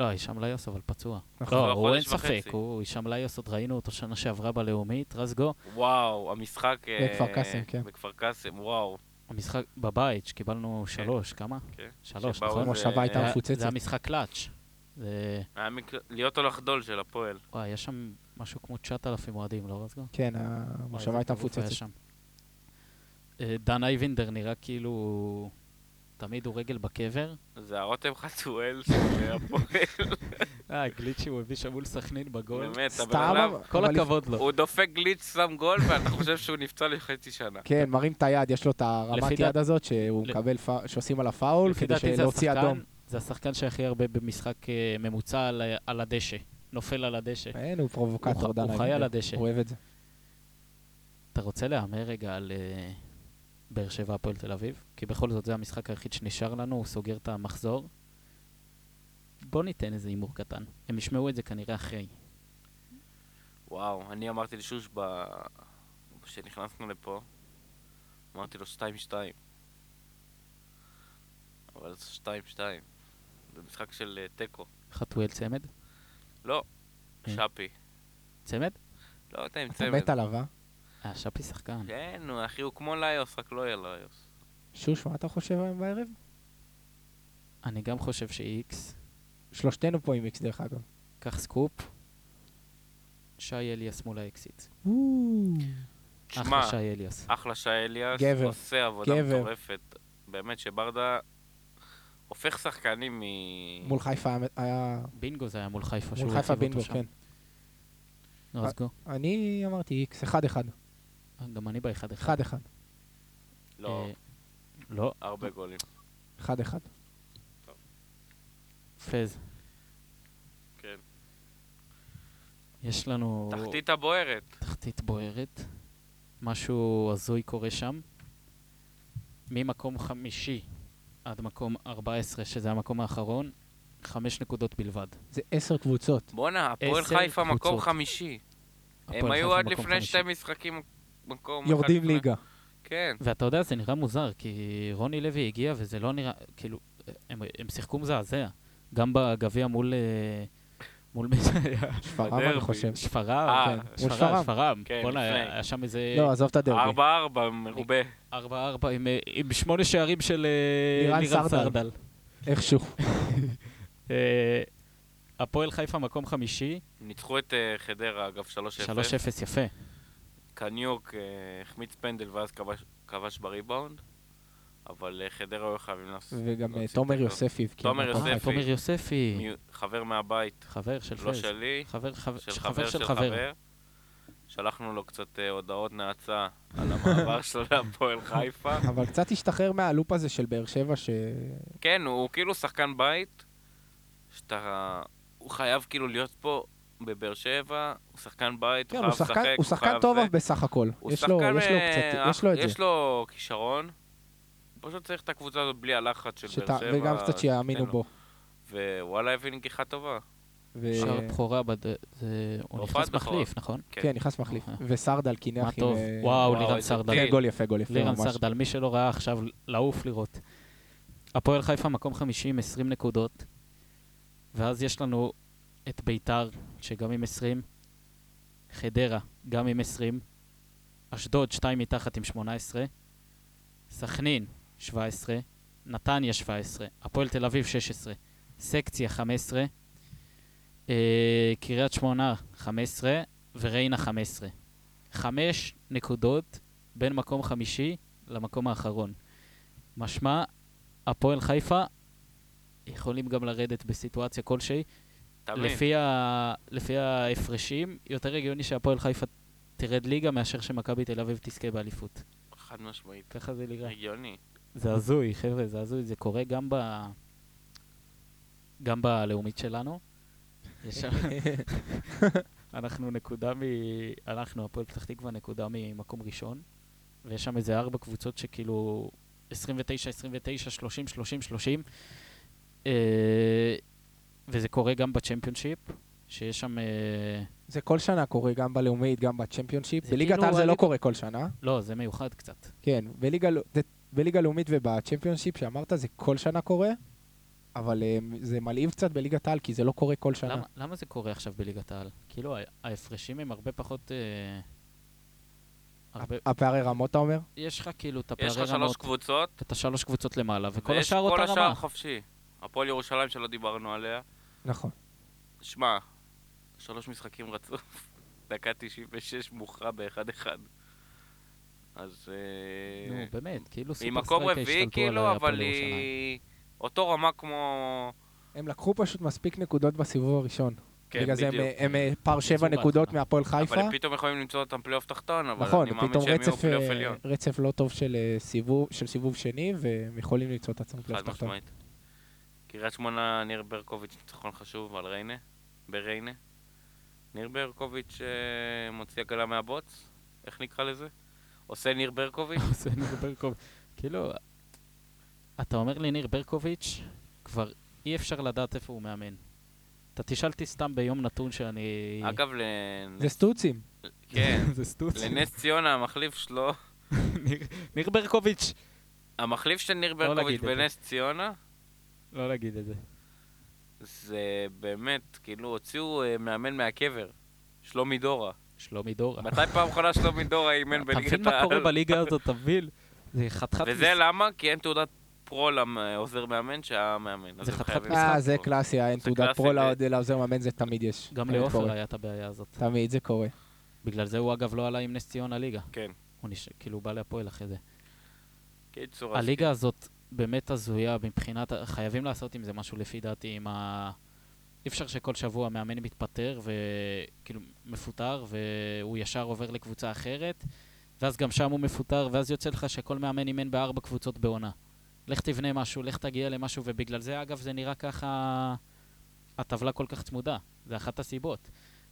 [SPEAKER 1] לא, הישאם ליוס אבל פצוע.
[SPEAKER 3] נכון.
[SPEAKER 1] לא,
[SPEAKER 2] כבר
[SPEAKER 1] הוא אין
[SPEAKER 2] חודש
[SPEAKER 1] ספק,
[SPEAKER 2] וחצי.
[SPEAKER 1] הוא הישאם ליוס, עוד ראינו אותו שנה שעברה בלאומית, רזגו.
[SPEAKER 2] וואו, המשחק... אה,
[SPEAKER 3] בכפר קאסם, כן.
[SPEAKER 2] בכפר קאסם, וואו.
[SPEAKER 1] המשחק בבית, שקיבלנו שלוש, כמה?
[SPEAKER 2] כן.
[SPEAKER 1] שלוש,
[SPEAKER 2] שבאו
[SPEAKER 1] נכון?
[SPEAKER 2] ו-
[SPEAKER 3] מושבה הייתה
[SPEAKER 1] זה היה-
[SPEAKER 3] מפוצצת.
[SPEAKER 1] זה המשחק קלאץ'. זה...
[SPEAKER 2] היה מק- להיות או לחדול של הפועל.
[SPEAKER 1] וואי, יש שם משהו כמו 9,000 אוהדים, לא רזגו?
[SPEAKER 3] כן, המושבה
[SPEAKER 1] וואי,
[SPEAKER 3] הייתה
[SPEAKER 1] איזה טירוף היה
[SPEAKER 3] מפוצצת.
[SPEAKER 1] שם. אה, דן אייבינדר נראה כאילו... תמיד הוא רגל בקבר.
[SPEAKER 2] זה הרותם חתואל של הפועל.
[SPEAKER 3] <laughs>
[SPEAKER 1] אה, הגליץ' שהוא הביא שם מול סכנין בגול.
[SPEAKER 2] באמת, הבן
[SPEAKER 3] סתם,
[SPEAKER 2] אדם...
[SPEAKER 3] אבל-
[SPEAKER 1] כל
[SPEAKER 3] אבל-
[SPEAKER 1] הכבוד לו.
[SPEAKER 2] הוא דופק גליץ', שם גול, ואתה חושב שהוא נפצע לחצי שנה.
[SPEAKER 3] כן, מרים את היד, יש לו את הרמת
[SPEAKER 1] לפי
[SPEAKER 3] יד
[SPEAKER 1] דע-
[SPEAKER 3] הזאת שהוא
[SPEAKER 1] ל-
[SPEAKER 3] מקבל, פא- שעושים עליו פאול,
[SPEAKER 1] לפי
[SPEAKER 3] כדי
[SPEAKER 1] דעתי זה
[SPEAKER 3] להוציא
[SPEAKER 1] השחקן-
[SPEAKER 3] אדום.
[SPEAKER 1] זה השחקן שהכי הרבה במשחק אה, ממוצע על ה- על הדשא. נופל על הדשא.
[SPEAKER 3] אין, הוא
[SPEAKER 1] הוא
[SPEAKER 3] פרובוקטור,
[SPEAKER 1] ח-
[SPEAKER 3] דן.
[SPEAKER 1] הוא חי
[SPEAKER 3] אייבינדר.
[SPEAKER 1] על הדשא.
[SPEAKER 3] הוא אוהב את זה.
[SPEAKER 1] אתה רוצה להמר רגע על אה, באר שבע הפועל תל אביב? כי בכל זאת זה המשחק היחיד שנשאר לנו, הוא סוגר את המחזור. בוא ניתן איזה הימור קטן. הם ישמעו את זה כנראה אחרי.
[SPEAKER 2] וואו, אני אמרתי לשוש ב... כשנכנסנו לפה, אמרתי לו 2-2. אבל זה 2-2. זה משחק של אה, תיקו.
[SPEAKER 1] חתואל צמד?
[SPEAKER 2] לא,
[SPEAKER 1] אה.
[SPEAKER 2] שפי.
[SPEAKER 1] צמד?
[SPEAKER 2] לא יודע אם
[SPEAKER 3] כן. אתה
[SPEAKER 2] צמד.
[SPEAKER 3] מת עליו, אה?
[SPEAKER 1] אה, שפי שחקן.
[SPEAKER 2] כן, נו, אחי, הוא כמו ליוס, רק לא יהיה ליוס.
[SPEAKER 3] שוש, מה אתה חושב היום בערב?
[SPEAKER 1] אני גם חושב שאיקס.
[SPEAKER 3] שלושתנו פה עם איקס, דרך אגב.
[SPEAKER 1] קח סקופ. שי אליאס מול האקסיט.
[SPEAKER 2] תשמע,
[SPEAKER 1] אחלה שי אליאס.
[SPEAKER 2] אחלה שי אליאס,
[SPEAKER 3] גבר,
[SPEAKER 2] עושה עבודה
[SPEAKER 3] גבר.
[SPEAKER 2] מטורפת. באמת שברדה הופך שחקנים מ...
[SPEAKER 3] מול חיפה היה- היה...
[SPEAKER 1] בינגו זה היה מול חיפה.
[SPEAKER 3] מול
[SPEAKER 1] שהוא
[SPEAKER 3] חיפה
[SPEAKER 1] הרחיב אותו
[SPEAKER 3] בינגו,
[SPEAKER 1] שם.
[SPEAKER 3] כן.
[SPEAKER 1] נו, אז גו.
[SPEAKER 3] אני אמרתי איקס, אחד אחד.
[SPEAKER 1] אה, גם אני באחד אחד.
[SPEAKER 3] אחד אחד.
[SPEAKER 2] לא,
[SPEAKER 1] אה, לא,
[SPEAKER 2] הרבה גולים.
[SPEAKER 3] אחד אחד.
[SPEAKER 1] פז.
[SPEAKER 2] כן.
[SPEAKER 1] יש לנו
[SPEAKER 2] תחתית הבוערת.
[SPEAKER 1] תחתית בוערת. משהו הזוי קורה שם. ממקום חמישי עד מקום 14, שזה המקום האחרון, חמש נקודות בלבד.
[SPEAKER 3] זה עשר קבוצות.
[SPEAKER 2] בואנה, הפועל
[SPEAKER 1] עשר
[SPEAKER 2] חיפה מקום
[SPEAKER 1] קבוצות.
[SPEAKER 2] חמישי. הם
[SPEAKER 1] הפועל
[SPEAKER 2] היו
[SPEAKER 1] חיפה
[SPEAKER 2] עד
[SPEAKER 1] מקום
[SPEAKER 2] לפני
[SPEAKER 1] חמישי.
[SPEAKER 2] שתי משחקים מקום... אחד
[SPEAKER 3] יורדים
[SPEAKER 2] לפני-
[SPEAKER 3] ליגה.
[SPEAKER 2] כן.
[SPEAKER 1] ואתה יודע, זה נראה מוזר, כי רוני לוי הגיע וזה לא נראה, כאילו, הם, הם שיחקו מזעזע. גם בגביע מול... אה, מול מי זה היה?
[SPEAKER 3] שפרעם, אני
[SPEAKER 2] בדרבי.
[SPEAKER 3] חושב.
[SPEAKER 1] שפרעם,
[SPEAKER 2] אה,
[SPEAKER 3] כן.
[SPEAKER 1] שפרעם,
[SPEAKER 3] מול שפרעם.
[SPEAKER 1] שפרעם.
[SPEAKER 2] כן,
[SPEAKER 1] בואנה,
[SPEAKER 2] לפני.
[SPEAKER 1] היה שם איזה
[SPEAKER 3] לא, עזוב את הדרבי.
[SPEAKER 2] אה, ארבע ארבע מרובה.
[SPEAKER 1] 4-4 עם, אה, עם שמונה שערים של אה,
[SPEAKER 3] לירן
[SPEAKER 1] לירן
[SPEAKER 3] סרדל.
[SPEAKER 1] סרדל.
[SPEAKER 2] <laughs>
[SPEAKER 3] איכשהו.
[SPEAKER 2] לא,
[SPEAKER 1] אה, הפועל חיפה מקום חמישי,
[SPEAKER 2] ניצחו את אה, חדרה, אגב, 3-0.
[SPEAKER 1] 3-0 יפה.
[SPEAKER 2] קניוק אה, החמיץ פנדל ואז כבש- כבש בריבאונד, אבל אה, חדרה היו חייבים לעשות...
[SPEAKER 3] וגם אה,
[SPEAKER 2] להוציא
[SPEAKER 3] תומר
[SPEAKER 2] תיקו.
[SPEAKER 3] יוספי נכון? הבקיע.
[SPEAKER 2] תומר
[SPEAKER 3] מהפועל.
[SPEAKER 1] אה,
[SPEAKER 2] יוספי.
[SPEAKER 1] תומר יוספי,
[SPEAKER 2] מי- חבר מהבית,
[SPEAKER 1] חבר של
[SPEAKER 2] לא
[SPEAKER 1] פייס.
[SPEAKER 2] שלי,
[SPEAKER 1] חבר חבר-
[SPEAKER 2] של
[SPEAKER 1] חבר
[SPEAKER 2] חבר של חבר. שלחנו לו קצת אה, הודעות נאצה על המעבר שלו להפועל חיפה.
[SPEAKER 3] אבל קצת השתחרר מהלופ הזה של באר שבע, ש...
[SPEAKER 2] כן, הוא, הוא כאילו שחקן בית, שאתה... הוא חייב כאילו להיות פה בבאר שבע, הוא שחקן בית,
[SPEAKER 3] כן,
[SPEAKER 2] הוא
[SPEAKER 3] הוא
[SPEAKER 2] חייב לשחק,
[SPEAKER 3] שחקן, הוא שחקן
[SPEAKER 2] חייב
[SPEAKER 3] טוב
[SPEAKER 2] זה.
[SPEAKER 3] בסך הכל.
[SPEAKER 2] הוא
[SPEAKER 3] יש לו,
[SPEAKER 2] שחקן,
[SPEAKER 3] יש לו
[SPEAKER 2] אה,
[SPEAKER 3] קצת, יש לו את
[SPEAKER 2] יש
[SPEAKER 3] זה.
[SPEAKER 2] לו כישרון, הוא פשוט צריך את הקבוצה הזאת בלי הלחץ של
[SPEAKER 3] שת...
[SPEAKER 2] באר שבע. אה,
[SPEAKER 3] וגם קצת שיאמינו
[SPEAKER 2] תן לו.
[SPEAKER 3] בו.
[SPEAKER 2] ווואלה הביא נגיחה טובה.
[SPEAKER 3] ו...
[SPEAKER 1] שער בכורה, בד- זה- הוא
[SPEAKER 2] הופעת
[SPEAKER 1] נכנס
[SPEAKER 2] בכורה.
[SPEAKER 1] מחליף, נכון?
[SPEAKER 3] כן, נכנס מחליף.
[SPEAKER 1] אה.
[SPEAKER 3] וסרדל קינח
[SPEAKER 1] מה
[SPEAKER 3] עם...
[SPEAKER 1] טוב.
[SPEAKER 3] אה,
[SPEAKER 1] וואו,
[SPEAKER 2] אוקיי. וואו,
[SPEAKER 1] לירן
[SPEAKER 2] איזה
[SPEAKER 1] סרדל.
[SPEAKER 2] טיל.
[SPEAKER 3] כן, גול יפה, גול יפה.
[SPEAKER 1] לירן
[SPEAKER 3] ממש.
[SPEAKER 1] סרדל, מי שלא ראה עכשיו, לעוף לראות. הפועל חיפה מקום 50, 20 נקודות, ואז יש לנו את ביתר, שגם עם 20, חדרה, גם עם 20, אשדוד, 2 מתחת עם 18, סכנין, 17, נתניה, 17, הפועל תל אביב, 16, סקציה, 15, אה, קריית שמונה, 15, וריינה, 15. חמש נקודות בין מקום חמישי למקום האחרון. משמע, הפועל חיפה יכולים גם לרדת בסיטואציה כלשהי.
[SPEAKER 2] תמיד.
[SPEAKER 1] לפי, ה... לפי ההפרשים, יותר הגיוני שהפועל חיפה תרד ליגה מאשר שמכבי תל אביב תזכה באליפות.
[SPEAKER 2] חד משמעית.
[SPEAKER 1] ככה זה נראה.
[SPEAKER 2] הגיוני.
[SPEAKER 1] זה הזוי, חבר'ה, זה הזוי. זה קורה גם ב... גם בלאומית שלנו. יש שם... אנחנו נקודה מ... אנחנו, הפועל פתח תקווה, נקודה ממקום ראשון. ויש שם איזה ארבע קבוצות שכאילו 29, 29, 30, 30, 30. אה, וזה קורה גם בצ'מפיונשיפ, שיש שם... אה,
[SPEAKER 3] זה כל שנה קורה, גם בלאומית, גם בצ'מפיונשיפ.
[SPEAKER 1] זה
[SPEAKER 3] בליגת
[SPEAKER 1] כאילו
[SPEAKER 3] העל זה לא
[SPEAKER 1] הליג-
[SPEAKER 3] קורה כל שנה.
[SPEAKER 1] לא, זה מיוחד קצת.
[SPEAKER 3] כן, בליגה, ל- זה- בליגה לאומית ובצ'מפיונשיפ שאמרת, זה כל שנה קורה, אבל אה, זה מלהיב קצת בליגת העל, כי זה לא קורה כל שנה.
[SPEAKER 1] למה, למה זה קורה עכשיו בליגת העל? כאילו, ה- ההפרשים הם הרבה פחות... אה, הרבה,
[SPEAKER 3] הפערי רמות, אתה אומר?
[SPEAKER 1] יש לך כאילו את הפערי
[SPEAKER 2] יש
[SPEAKER 1] רמות.
[SPEAKER 2] לך שלוש קבוצות,
[SPEAKER 1] את השלוש קבוצות למעלה, וכל
[SPEAKER 2] ויש
[SPEAKER 1] השאר אותה
[SPEAKER 2] כל השאר
[SPEAKER 1] רמה.
[SPEAKER 2] חופשי. הפועל ירושלים שלא דיברנו עליה.
[SPEAKER 3] נכון.
[SPEAKER 2] שמע, שלוש משחקים רצוף, <laughs> דקה 96 מוכרע ב-1-1. אז... אה,
[SPEAKER 1] נו, באמת, כאילו
[SPEAKER 2] היא
[SPEAKER 1] סופר
[SPEAKER 2] מקום
[SPEAKER 1] סטרייק
[SPEAKER 2] רביעי
[SPEAKER 1] השתלטו על
[SPEAKER 2] כאילו,
[SPEAKER 1] הפועל
[SPEAKER 2] אבל
[SPEAKER 1] <laughs> ירושלים.
[SPEAKER 2] היא... אותו רמה כמו...
[SPEAKER 3] הם לקחו פשוט מספיק נקודות בסיבוב הראשון.
[SPEAKER 2] כן,
[SPEAKER 3] בגלל זה הם,
[SPEAKER 2] בדיוק.
[SPEAKER 3] אה, הם אה, פער שבע
[SPEAKER 1] בהתחלה.
[SPEAKER 3] נקודות מהפועל חיפה.
[SPEAKER 2] אבל הם פתאום יכולים למצוא אותם פלייאוף תחתון, אבל
[SPEAKER 3] נכון,
[SPEAKER 2] אני מאמין
[SPEAKER 3] פתאום
[SPEAKER 2] שהם יהיו
[SPEAKER 3] רצף, אה,
[SPEAKER 2] פלייאוף עליון.
[SPEAKER 3] רצף לא טוב של אה, סיבוב, של סיבוב שני, והם יכולים למצוא את עצמם
[SPEAKER 2] חד
[SPEAKER 3] פלייאוף תחתון.
[SPEAKER 2] משמעית. קריית שמונה, ניר ברקוביץ', ניצחון חשוב על ריינה, בריינה. ניר ברקוביץ' אה, מוציא עגלה מהבוץ, איך נקרא לזה? עושה ניר ברקוביץ'?
[SPEAKER 1] לא, זה ניר ברקוביץ'. כאילו, אתה אומר לי ניר ברקוביץ', כבר אי אפשר לדעת איפה הוא מאמן. אתה תשאל אותי סתם ביום נתון שאני... <laughs>
[SPEAKER 2] אגב, לנ-
[SPEAKER 3] זה סטוצים.
[SPEAKER 2] כן,
[SPEAKER 1] אה. זה סטוץ.
[SPEAKER 2] לנס ציונה, המחליף שלו,
[SPEAKER 1] <laughs> ניר- ניר ברקוביץ'.
[SPEAKER 2] המחליף של ניר
[SPEAKER 1] לא
[SPEAKER 2] ברקוביץ'
[SPEAKER 1] להגיד את זה.
[SPEAKER 2] בנס ציונה,
[SPEAKER 1] לא להגיד את זה.
[SPEAKER 2] זה באמת, כאילו, הוציאו אה, מאמן מהקבר, שלומי דורה.
[SPEAKER 1] שלומי דורה.
[SPEAKER 2] מתי פעם אחרונה שלומי דורה
[SPEAKER 1] אתה
[SPEAKER 2] אימן
[SPEAKER 1] מבין
[SPEAKER 2] בליגת
[SPEAKER 1] מה קורה
[SPEAKER 2] העל?
[SPEAKER 1] בליגה הזאת, אתה מבין? זה חתיכת...
[SPEAKER 2] וזה
[SPEAKER 1] מס-
[SPEAKER 2] למה? כי אין תעודת פרו לעוזר מאמן שהיה מאמן. אז
[SPEAKER 1] זה
[SPEAKER 2] הם
[SPEAKER 1] חתיכת
[SPEAKER 2] חייבים
[SPEAKER 1] משחק
[SPEAKER 3] אה,
[SPEAKER 2] לעשות
[SPEAKER 3] זה
[SPEAKER 2] פרו.
[SPEAKER 3] קלאסי, אין
[SPEAKER 2] זה
[SPEAKER 3] תעודת
[SPEAKER 2] קלאסי,
[SPEAKER 3] פרו
[SPEAKER 2] זה-
[SPEAKER 3] לעוד- לעוזר מאמן, זה תמיד יש.
[SPEAKER 1] גם
[SPEAKER 3] תמיד
[SPEAKER 1] לעופר
[SPEAKER 3] קורה.
[SPEAKER 1] היה את הבעיה הזאת.
[SPEAKER 3] תמיד, זה קורה.
[SPEAKER 1] בגלל זה הוא אגב לא עלה עם נס ציונה ליגה.
[SPEAKER 2] כן.
[SPEAKER 1] הוא נש... כאילו בא להפועל אחרי זה.
[SPEAKER 2] קיצור, אז
[SPEAKER 1] הליגה הזאת באמת הזויה מבחינת, ה- חייבים לעשות עם זה משהו לפי דעתי, עם ה... אי אפשר שכל שבוע מאמן מתפטר וכאילו מפוטר והוא ישר עובר לקבוצה אחרת ואז גם שם הוא מפוטר ואז יוצא לך שכל מאמן אימן בארבע קבוצות בעונה. לך תבנה משהו, לך תגיע למשהו ובגלל זה אגב זה נראה ככה הטבלה כל כך צמודה, זה אחת הסיבות.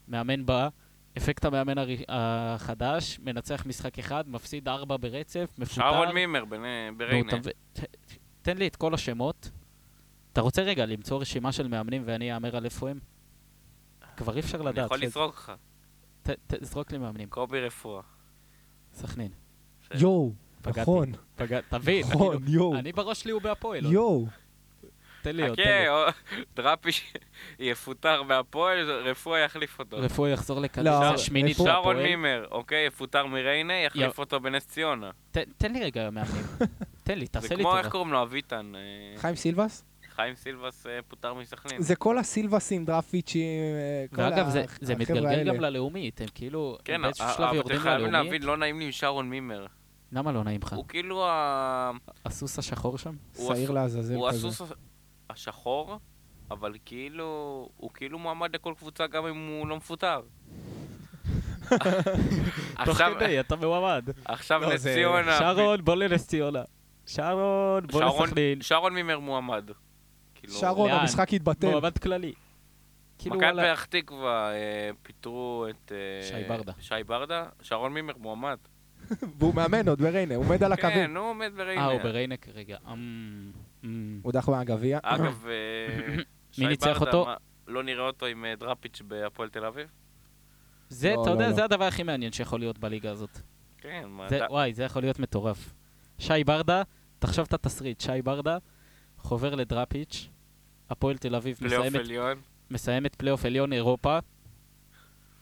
[SPEAKER 1] מאמן בא, אפקט המאמן הר... החדש, מנצח משחק אחד, מפסיד ארבע ברצף, מפוטר.
[SPEAKER 2] שרון מימר בנ-
[SPEAKER 1] נו,
[SPEAKER 2] בריינה.
[SPEAKER 1] אתה מבין? ת- תן לי את כל השמות. אתה רוצה רגע למצוא רשימה של מאמנים ואני אאמר על איפה הם? כבר אי אפשר
[SPEAKER 2] אני
[SPEAKER 1] לדעת.
[SPEAKER 2] יכול
[SPEAKER 1] ש-
[SPEAKER 2] לזרוק לך.
[SPEAKER 1] ת- תזרוק לי מאמנים.
[SPEAKER 2] קובי רפואה.
[SPEAKER 1] סכנין.
[SPEAKER 2] בסדר.
[SPEAKER 3] יואו,
[SPEAKER 1] פגעתי.
[SPEAKER 3] נכון,
[SPEAKER 2] <laughs>
[SPEAKER 1] פגע- תבין,
[SPEAKER 3] נכון,
[SPEAKER 1] כאילו,
[SPEAKER 3] יואו,
[SPEAKER 1] אני בראש שלי הוא בהפועל. עוד.
[SPEAKER 3] יואו.
[SPEAKER 1] תן לי עוד, תן
[SPEAKER 2] חכה,
[SPEAKER 1] לי.
[SPEAKER 2] או- דראפי ש- יפוטר מהפועל, רפואה יחליף אותו.
[SPEAKER 1] רפואי יחזור
[SPEAKER 3] לא,
[SPEAKER 1] לקדנציה שמינית
[SPEAKER 3] רפואה-
[SPEAKER 2] שרון
[SPEAKER 1] בהפועל.
[SPEAKER 2] מימר, אוקיי, יפוטר מריינה, יחליף
[SPEAKER 1] יא-
[SPEAKER 2] אותו בנס ציונה.
[SPEAKER 3] <laughs>
[SPEAKER 1] ת- תן לי רגע מאמנים. תן לי,
[SPEAKER 2] זה
[SPEAKER 1] תעשה לי
[SPEAKER 2] כמו, איך
[SPEAKER 1] טובה.
[SPEAKER 2] קוראים לו, אביטן. אה,
[SPEAKER 3] חיים סילבס?
[SPEAKER 2] חיים סילבס אה, פוטר מסכנין.
[SPEAKER 3] זה כל הסילבסים, דרפיצ'ים, אה, כל
[SPEAKER 1] ואגב, זה- זה
[SPEAKER 3] החבר'ה
[SPEAKER 1] מתגלגל
[SPEAKER 3] האלה.
[SPEAKER 1] גם ללאומית, הם כאילו,
[SPEAKER 2] כן,
[SPEAKER 1] הם באיזשהו
[SPEAKER 2] ה-
[SPEAKER 1] שלב
[SPEAKER 2] אבל אתם
[SPEAKER 1] יורדים
[SPEAKER 2] חייבים
[SPEAKER 1] ללאומית.
[SPEAKER 2] להבין, לא נעים לי עם שרון מימר.
[SPEAKER 1] למה לא נעים לך?
[SPEAKER 2] הוא כאילו ה...
[SPEAKER 1] הסוס השחור שם?
[SPEAKER 2] הוא
[SPEAKER 3] שעיר
[SPEAKER 2] עשו-
[SPEAKER 3] לעזאזל
[SPEAKER 2] הוא
[SPEAKER 3] כזה.
[SPEAKER 2] הסוס הש- השחור, אבל כאילו, הוא כאילו מועמד לכל קבוצה גם אם הוא
[SPEAKER 1] <laughs>
[SPEAKER 2] לא מפוטר.
[SPEAKER 1] תוך
[SPEAKER 2] עכשיו,
[SPEAKER 1] כדי, אתה מועמד.
[SPEAKER 2] עכשיו
[SPEAKER 3] לא,
[SPEAKER 2] נס
[SPEAKER 3] זה-
[SPEAKER 2] ציונה.
[SPEAKER 1] שרון, בוא לנס ציונה. שרון, בוא
[SPEAKER 2] שרון-
[SPEAKER 1] לסכנין.
[SPEAKER 2] שרון מימר מועמד. כאילו,
[SPEAKER 3] שרון,
[SPEAKER 1] לאן?
[SPEAKER 3] המשחק התבטל.
[SPEAKER 1] מועמד כללי. כאילו,
[SPEAKER 2] מכבי
[SPEAKER 1] וואלה.
[SPEAKER 2] פתח תקווה אה, פיטרו את... אה,
[SPEAKER 1] שי ברדה.
[SPEAKER 2] שי ברדה? שרון מימר מועמד.
[SPEAKER 3] והוא מאמן עוד בריינה, הוא עומד על הקווים.
[SPEAKER 2] כן, הוא עומד בריינה.
[SPEAKER 1] אה, הוא בריינק, רגע. אמ, אמ.
[SPEAKER 3] הוא דח מהגביע.
[SPEAKER 2] כן. אגב, אה,
[SPEAKER 1] <laughs>
[SPEAKER 2] שי
[SPEAKER 1] ניצח
[SPEAKER 2] ברדה,
[SPEAKER 1] אותו?
[SPEAKER 2] מה, לא נראה אותו עם אה, דראפיץ' בהפועל תל אביב?
[SPEAKER 1] זה,
[SPEAKER 3] לא,
[SPEAKER 1] אתה
[SPEAKER 3] לא,
[SPEAKER 1] יודע,
[SPEAKER 3] לא.
[SPEAKER 1] זה הדבר הכי מעניין שיכול להיות בליגה הזאת.
[SPEAKER 2] כן, מה
[SPEAKER 1] זה-
[SPEAKER 2] אתה...
[SPEAKER 1] וואי, זה יכול להיות מטורף. שי ברדה, תחשוב את התסריט, שי ברדה חובר לדראפיץ', הפועל תל אביב
[SPEAKER 2] פלייאוף
[SPEAKER 1] מסיימת
[SPEAKER 2] עליון?
[SPEAKER 1] מסיימת פלייאוף עליון אירופה,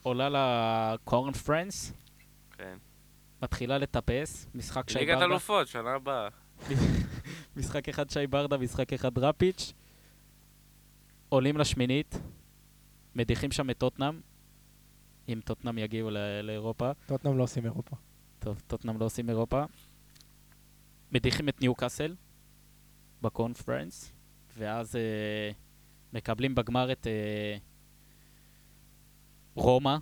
[SPEAKER 1] עולה לקורנפרנס,
[SPEAKER 2] כן.
[SPEAKER 1] מתחילה לטפס, משחק שי
[SPEAKER 2] ליגת
[SPEAKER 1] ברדה,
[SPEAKER 2] אלופות, שנה הבאה.
[SPEAKER 1] משחק אחד שי ברדה, משחק אחד דראפיץ', עולים לשמינית, מדיחים שם את טוטנאם, אם טוטנאם יגיעו ל- לאירופה,
[SPEAKER 3] <clears throat> טוטנאם לא עושים אירופה.
[SPEAKER 1] טוב, טוטנאם לא עושים אירופה, מדיחים את ניוקאסל בקונפרנס, ואז אה, מקבלים בגמר את אה, רומא,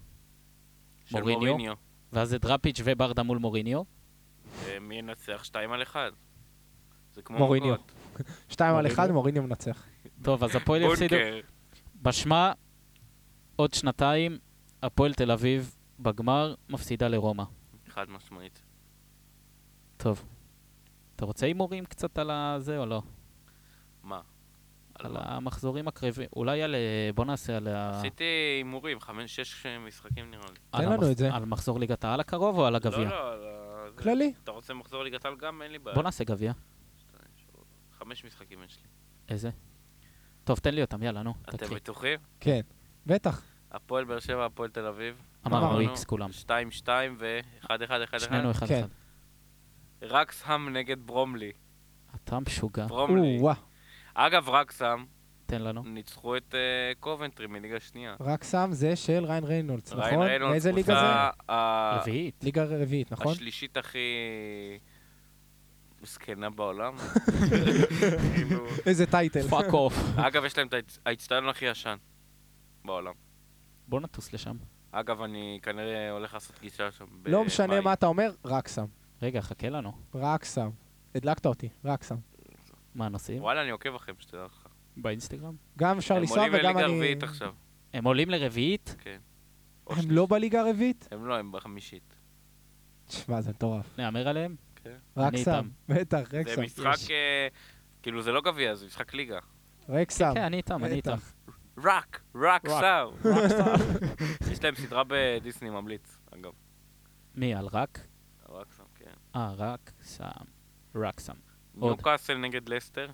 [SPEAKER 2] של
[SPEAKER 1] מוריניו.
[SPEAKER 2] מוריניו.
[SPEAKER 1] ואז זה דראפיץ' וברדה מול מוריניו.
[SPEAKER 2] אה, מי ינצח? שתיים על אחד. זה כמו
[SPEAKER 3] מוריניו.
[SPEAKER 2] מכות.
[SPEAKER 3] שתיים על
[SPEAKER 1] מוריניו.
[SPEAKER 3] אחד, מוריניו מנצח.
[SPEAKER 1] טוב, אז הפועל יפסידו.
[SPEAKER 2] בונקר.
[SPEAKER 1] בשמה, עוד שנתיים, הפועל תל אביב בגמר מפסידה לרומא.
[SPEAKER 2] חד משמעית.
[SPEAKER 1] טוב. אתה רוצה הימורים קצת על הזה או לא?
[SPEAKER 2] מה?
[SPEAKER 1] על המחזורים הקרבים. אולי על... אה, בוא נעשה על ה...
[SPEAKER 2] עשיתי הימורים, חמש, שש אה, משחקים נראה לי.
[SPEAKER 1] על
[SPEAKER 3] תן לנו
[SPEAKER 1] המח-
[SPEAKER 3] את זה.
[SPEAKER 1] על מחזור ליגת העל הקרוב או על
[SPEAKER 2] לא,
[SPEAKER 1] הגביע?
[SPEAKER 2] לא, על ה- זה-
[SPEAKER 3] כללי.
[SPEAKER 2] אתה רוצה מחזור ליגת על גם? אין לי בעיה.
[SPEAKER 1] בוא נעשה גביע.
[SPEAKER 2] חמש משחקים יש לי.
[SPEAKER 1] איזה? טוב, תן לי אותם, יאללה, נו,
[SPEAKER 2] אתם
[SPEAKER 1] תקריא.
[SPEAKER 2] בטוחים?
[SPEAKER 3] כן. בטח.
[SPEAKER 2] הפועל באר שבע, הפועל תל אביב.
[SPEAKER 1] אמרנו
[SPEAKER 2] אמרנו.
[SPEAKER 1] איקס כולם.
[SPEAKER 2] 2-2 ו-1-1-1-1.
[SPEAKER 1] שנינו אחד
[SPEAKER 3] כן.
[SPEAKER 1] אחד.
[SPEAKER 2] רקסהאם נגד ברומלי.
[SPEAKER 1] אתה משוגע.
[SPEAKER 2] ברומלי.
[SPEAKER 3] או-אה.
[SPEAKER 2] אגב, רקסהאם
[SPEAKER 1] תן לנו.
[SPEAKER 2] ניצחו את אה, קובנטרי מליגה שנייה.
[SPEAKER 3] רק שם זה של ריין ריינולדס,
[SPEAKER 2] ריין
[SPEAKER 3] נכון?
[SPEAKER 2] ריינולדס,
[SPEAKER 3] מאיזה ליגה
[SPEAKER 2] קבוצה,
[SPEAKER 3] זה?
[SPEAKER 2] אה,
[SPEAKER 1] רביעית.
[SPEAKER 3] ליגה רביעית, נכון?
[SPEAKER 2] השלישית הכי זקנה בעולם.
[SPEAKER 3] <laughs>
[SPEAKER 2] כאילו-
[SPEAKER 3] איזה טייטל.
[SPEAKER 1] פאק אוף.
[SPEAKER 2] אגב, יש להם את ההצ- האצטדיון הכי ישן בעולם.
[SPEAKER 1] בוא נטוס לשם.
[SPEAKER 2] אגב, אני כנראה הולך לעשות גישה שם.
[SPEAKER 3] לא
[SPEAKER 2] במאי.
[SPEAKER 3] משנה מה אתה אומר, רק שם.
[SPEAKER 1] רגע, חכה לנו.
[SPEAKER 3] רק שם. הדלקת אותי, רק שם.
[SPEAKER 1] מה הנושאים?
[SPEAKER 2] וואלה, אני עוקב אחריהם, שתדע לך.
[SPEAKER 1] באינסטגרם?
[SPEAKER 3] גם אפשר לנסוע
[SPEAKER 2] הם עולים
[SPEAKER 3] וגם
[SPEAKER 2] לליגה
[SPEAKER 3] אני...
[SPEAKER 2] הרביעית עכשיו.
[SPEAKER 1] הם עולים לרביעית?
[SPEAKER 2] כן. או
[SPEAKER 3] הם
[SPEAKER 2] שלישית.
[SPEAKER 3] לא בליגה הרביעית?
[SPEAKER 2] הם לא, הם בחמישית.
[SPEAKER 3] תשמע, זה מטורף.
[SPEAKER 1] נהמר עליהם?
[SPEAKER 3] רק
[SPEAKER 1] אני
[SPEAKER 3] שם.
[SPEAKER 1] איתם.
[SPEAKER 3] בטח, רק
[SPEAKER 2] זה
[SPEAKER 3] שם.
[SPEAKER 2] משחק, אה, כאילו זה לא גביע, זה משחק ליגה.
[SPEAKER 3] רק שם.
[SPEAKER 1] כן, אני איתם,
[SPEAKER 3] אה,
[SPEAKER 1] אני איתם.
[SPEAKER 3] בטח.
[SPEAKER 2] רק, רק
[SPEAKER 3] רק.
[SPEAKER 2] סאו. <laughs> יש להם סדרה בדיסני ממליץ, אגב.
[SPEAKER 1] מי, על רק?
[SPEAKER 2] רק סאו, כן.
[SPEAKER 1] אה, רק סם. רק סם. עוד.
[SPEAKER 2] ניוקאסל נגד לסטר,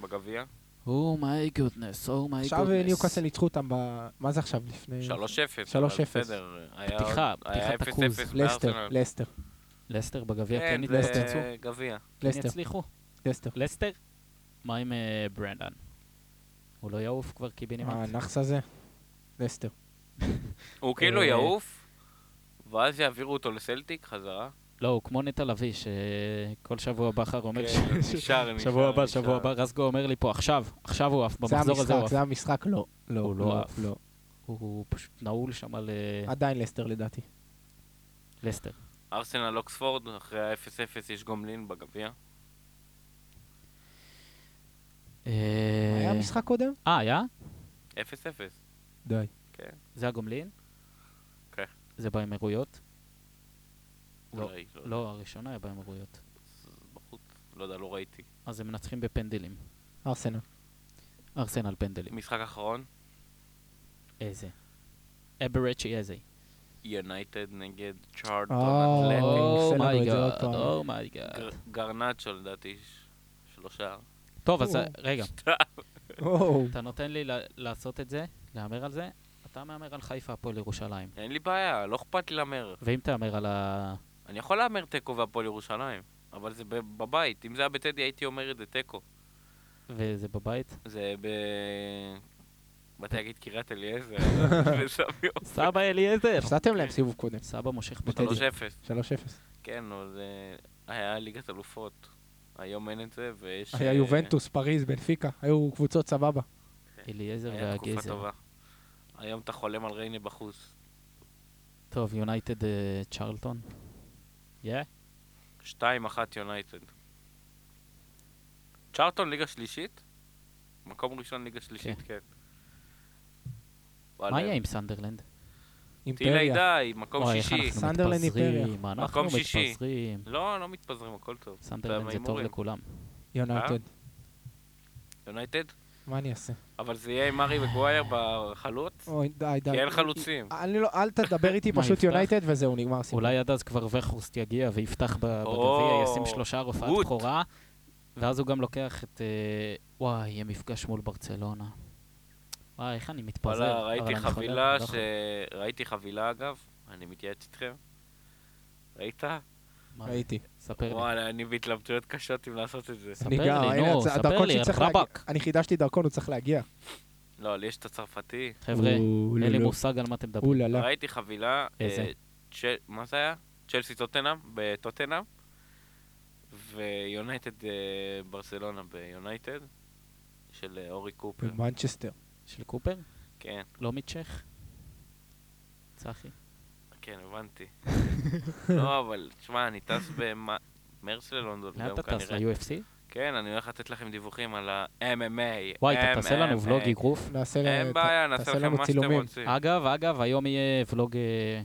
[SPEAKER 2] בגביע.
[SPEAKER 1] אומי גודנס, אומי גודנס.
[SPEAKER 3] עכשיו אה, ניוקאסל ניצחו אותם ב... מה זה עכשיו לפני...
[SPEAKER 2] 3-0.
[SPEAKER 3] 3-0.
[SPEAKER 2] אבל בסדר. היה-
[SPEAKER 1] אה, פתיחה,
[SPEAKER 2] היה
[SPEAKER 1] פתיחת
[SPEAKER 2] 0-0
[SPEAKER 1] הכוז.
[SPEAKER 3] לסטר,
[SPEAKER 2] בארסנל.
[SPEAKER 3] לסטר,
[SPEAKER 1] לסטר בגביע
[SPEAKER 2] כן,
[SPEAKER 1] כן
[SPEAKER 2] זה
[SPEAKER 1] יצליחו?
[SPEAKER 2] גביע.
[SPEAKER 1] כן
[SPEAKER 3] לסטר,
[SPEAKER 1] יצליחו?
[SPEAKER 3] לסטר.
[SPEAKER 1] לסטר? מה עם אה, ברנדן? הוא לא יעוף כבר קיבינימט?
[SPEAKER 3] הנאחס הזה? לסטר.
[SPEAKER 2] הוא כאילו
[SPEAKER 3] אה,
[SPEAKER 2] יעוף, ואז יעבירו אותו לסלטיק חזרה.
[SPEAKER 1] לא, הוא כמו נטע לביא, שכל שבוע בכר אומר
[SPEAKER 2] כן,
[SPEAKER 1] ש...
[SPEAKER 2] <laughs> נשאר, נשאר.
[SPEAKER 1] שבוע הבא,
[SPEAKER 2] נשאר.
[SPEAKER 1] שבוע הבא, רסגו אומר לי פה, עכשיו, עכשיו הוא עף,
[SPEAKER 3] זה
[SPEAKER 1] במחזור הזה הוא
[SPEAKER 3] המשחק,
[SPEAKER 1] עף.
[SPEAKER 3] זה המשחק, לא. לא,
[SPEAKER 1] הוא לא
[SPEAKER 3] לא,
[SPEAKER 1] עף.
[SPEAKER 3] לא.
[SPEAKER 1] הוא פשוט נעול שם על אה,
[SPEAKER 3] עדיין לסטר לדעתי.
[SPEAKER 1] לסטר.
[SPEAKER 2] ארסנל אוקספורד, אחרי ה-0-0 יש גומלין בגביע.
[SPEAKER 1] אה,
[SPEAKER 3] היה משחק קודם?
[SPEAKER 1] אה, היה?
[SPEAKER 2] 0-0.
[SPEAKER 3] די.
[SPEAKER 1] זה הגומלין?
[SPEAKER 2] כן.
[SPEAKER 1] זה באמירויות? לא,
[SPEAKER 2] אולי, לא,
[SPEAKER 1] לא, הראשונה היה באמירויות.
[SPEAKER 2] בחוץ. לא יודע, לא ראיתי.
[SPEAKER 1] אז הם מנצחים בפנדלים.
[SPEAKER 3] ארסנל.
[SPEAKER 1] ארסנל פנדלים.
[SPEAKER 2] משחק אחרון,
[SPEAKER 1] איזה. אברצ'י איזה.
[SPEAKER 2] יונייטד נגד צ'ארלטון
[SPEAKER 3] אה,
[SPEAKER 2] אטלטי.
[SPEAKER 3] הוא עושה לנו את זה עוד
[SPEAKER 1] אומייגאד,
[SPEAKER 3] פעם.
[SPEAKER 1] אומייגאד.
[SPEAKER 2] גר- גרנצ'ו לדעתי, ש- שלושה.
[SPEAKER 1] טוב, אז
[SPEAKER 3] או.
[SPEAKER 1] רגע,
[SPEAKER 3] וואו.
[SPEAKER 1] אתה נותן לי ל- לעשות את זה, להמר על זה, אתה מהמר על חיפה, הפועל ירושלים.
[SPEAKER 2] אין לי בעיה, לא אכפת לי להמר.
[SPEAKER 1] ואם תהמר על ה...
[SPEAKER 2] אני יכול להמר תיקו והפועל ירושלים, אבל זה ב- בבית. אם זה היה בטדי הייתי אומר את זה תיקו.
[SPEAKER 1] וזה בבית.
[SPEAKER 2] זה ב... באתי להגיד קריית
[SPEAKER 3] <laughs>
[SPEAKER 2] אליעזר, וסביו.
[SPEAKER 1] סבא אליעזר!
[SPEAKER 3] הפסדתם להם סיבוב קודם,
[SPEAKER 1] סבא מושך
[SPEAKER 3] בטדי.
[SPEAKER 1] בטדי.
[SPEAKER 2] 3-0.
[SPEAKER 3] 3-0.
[SPEAKER 2] כן, אבל זה... היה ליגת אלופות. היום אין את זה, ויש...
[SPEAKER 3] היה
[SPEAKER 2] אה,
[SPEAKER 3] יובנטוס, פריז, בנפיקה, היו קבוצות סבבה.
[SPEAKER 1] אליעזר
[SPEAKER 2] היה תקופה
[SPEAKER 1] והגזר.
[SPEAKER 2] טובה. היום אתה חולם על ריינה בחוץ.
[SPEAKER 1] טוב, יונייטד אה, צ'רלטון. יא?
[SPEAKER 2] 2-1 יונייטד. צ'ארטון ליגה שלישית? מקום ראשון ליגה שלישית, כן.
[SPEAKER 1] מה
[SPEAKER 2] וואלה,
[SPEAKER 1] יהיה עם סנדרלנד?
[SPEAKER 2] טילי
[SPEAKER 3] אימפריה.
[SPEAKER 2] די, מקום
[SPEAKER 1] אוי, איך
[SPEAKER 2] שישי.
[SPEAKER 1] אנחנו
[SPEAKER 3] סנדרלנד
[SPEAKER 1] מתפזרים,
[SPEAKER 3] אימפריה.
[SPEAKER 1] אנחנו
[SPEAKER 2] מקום שישי.
[SPEAKER 1] מתפזרים.
[SPEAKER 2] לא, לא מתפזרים, הכל טוב.
[SPEAKER 1] סנדרלנד זה טוב
[SPEAKER 2] בהימורים.
[SPEAKER 1] לכולם.
[SPEAKER 3] יונייטד.
[SPEAKER 2] יונייטד?
[SPEAKER 3] מה אני אעשה?
[SPEAKER 2] אבל זה יהיה עם מארי וגווייר בחלוץ?
[SPEAKER 3] אוי, די, די.
[SPEAKER 2] כי אין חלוצים.
[SPEAKER 3] אני לא, אל תדבר איתי
[SPEAKER 1] מה,
[SPEAKER 3] פשוט
[SPEAKER 1] יפתח?
[SPEAKER 3] יונייטד וזהו, נגמר הסיפור.
[SPEAKER 1] אולי עד אז כבר וחורסט יגיע ויפתח ב-
[SPEAKER 2] או,
[SPEAKER 1] בגביע, ישים שלושה רופאת
[SPEAKER 2] גוט.
[SPEAKER 1] בכורה, ואז הוא גם לוקח את... אה, וואי, יהיה מפגש מול ברצלונה. וואי, איך אני מתפזר.
[SPEAKER 2] וואלה,
[SPEAKER 1] אבל
[SPEAKER 2] ראיתי
[SPEAKER 1] אני חולה,
[SPEAKER 2] חבילה
[SPEAKER 1] לא
[SPEAKER 2] ש...
[SPEAKER 1] יכול.
[SPEAKER 2] ראיתי חבילה אגב, אני מתייעץ איתכם. ראית?
[SPEAKER 1] מה זה?
[SPEAKER 3] ראיתי.
[SPEAKER 1] ספר לי.
[SPEAKER 2] וואלה, אני בהתלבטויות קשות אם לעשות את זה.
[SPEAKER 1] ספר
[SPEAKER 3] אני
[SPEAKER 1] לי,
[SPEAKER 3] גם, הנה,
[SPEAKER 1] נו,
[SPEAKER 3] הצ-
[SPEAKER 1] ספר
[SPEAKER 3] הדרכון
[SPEAKER 1] לי,
[SPEAKER 3] שצריך
[SPEAKER 1] רבאק.
[SPEAKER 3] להגיע. אני חידשתי דרכון, הוא צריך להגיע.
[SPEAKER 2] לא, לי יש את הצרפתי.
[SPEAKER 1] חבר'ה,
[SPEAKER 3] הוא- לא,
[SPEAKER 1] אין לי
[SPEAKER 3] לא.
[SPEAKER 1] מושג על מה אתם מדברים.
[SPEAKER 3] אוללה. לא.
[SPEAKER 2] ראיתי חבילה,
[SPEAKER 1] לא. איזה?
[SPEAKER 2] אה, צ'ל- מה זה היה? צ'לסי טוטנאם, בטוטנאם, ויונייטד אה, ברצלונה ביונייטד, של אה, אורי קופר.
[SPEAKER 3] במנצ'סטר.
[SPEAKER 1] של קופר?
[SPEAKER 2] כן,
[SPEAKER 1] לא מצ'ך? צחי.
[SPEAKER 2] כן, הבנתי. <laughs> לא, אבל תשמע, אני טס במרץ ללונדון
[SPEAKER 1] לאן
[SPEAKER 2] גם
[SPEAKER 1] אתה טס?
[SPEAKER 2] כנראה.
[SPEAKER 1] ל-UFC?
[SPEAKER 2] כן, אני הולך לתת לכם דיווחים על ה-MMA.
[SPEAKER 1] וואי, אתה תעשה
[SPEAKER 2] אה,
[SPEAKER 1] לנו ולוג אגרוף.
[SPEAKER 3] נעשה
[SPEAKER 2] אין
[SPEAKER 3] ת-
[SPEAKER 2] בעיה, נעשה
[SPEAKER 3] תעשה
[SPEAKER 2] לכם
[SPEAKER 3] לנו
[SPEAKER 2] מה שאתם
[SPEAKER 3] צילומים.
[SPEAKER 2] רוצים.
[SPEAKER 1] אגב, אגב, היום יהיה ולוג אה,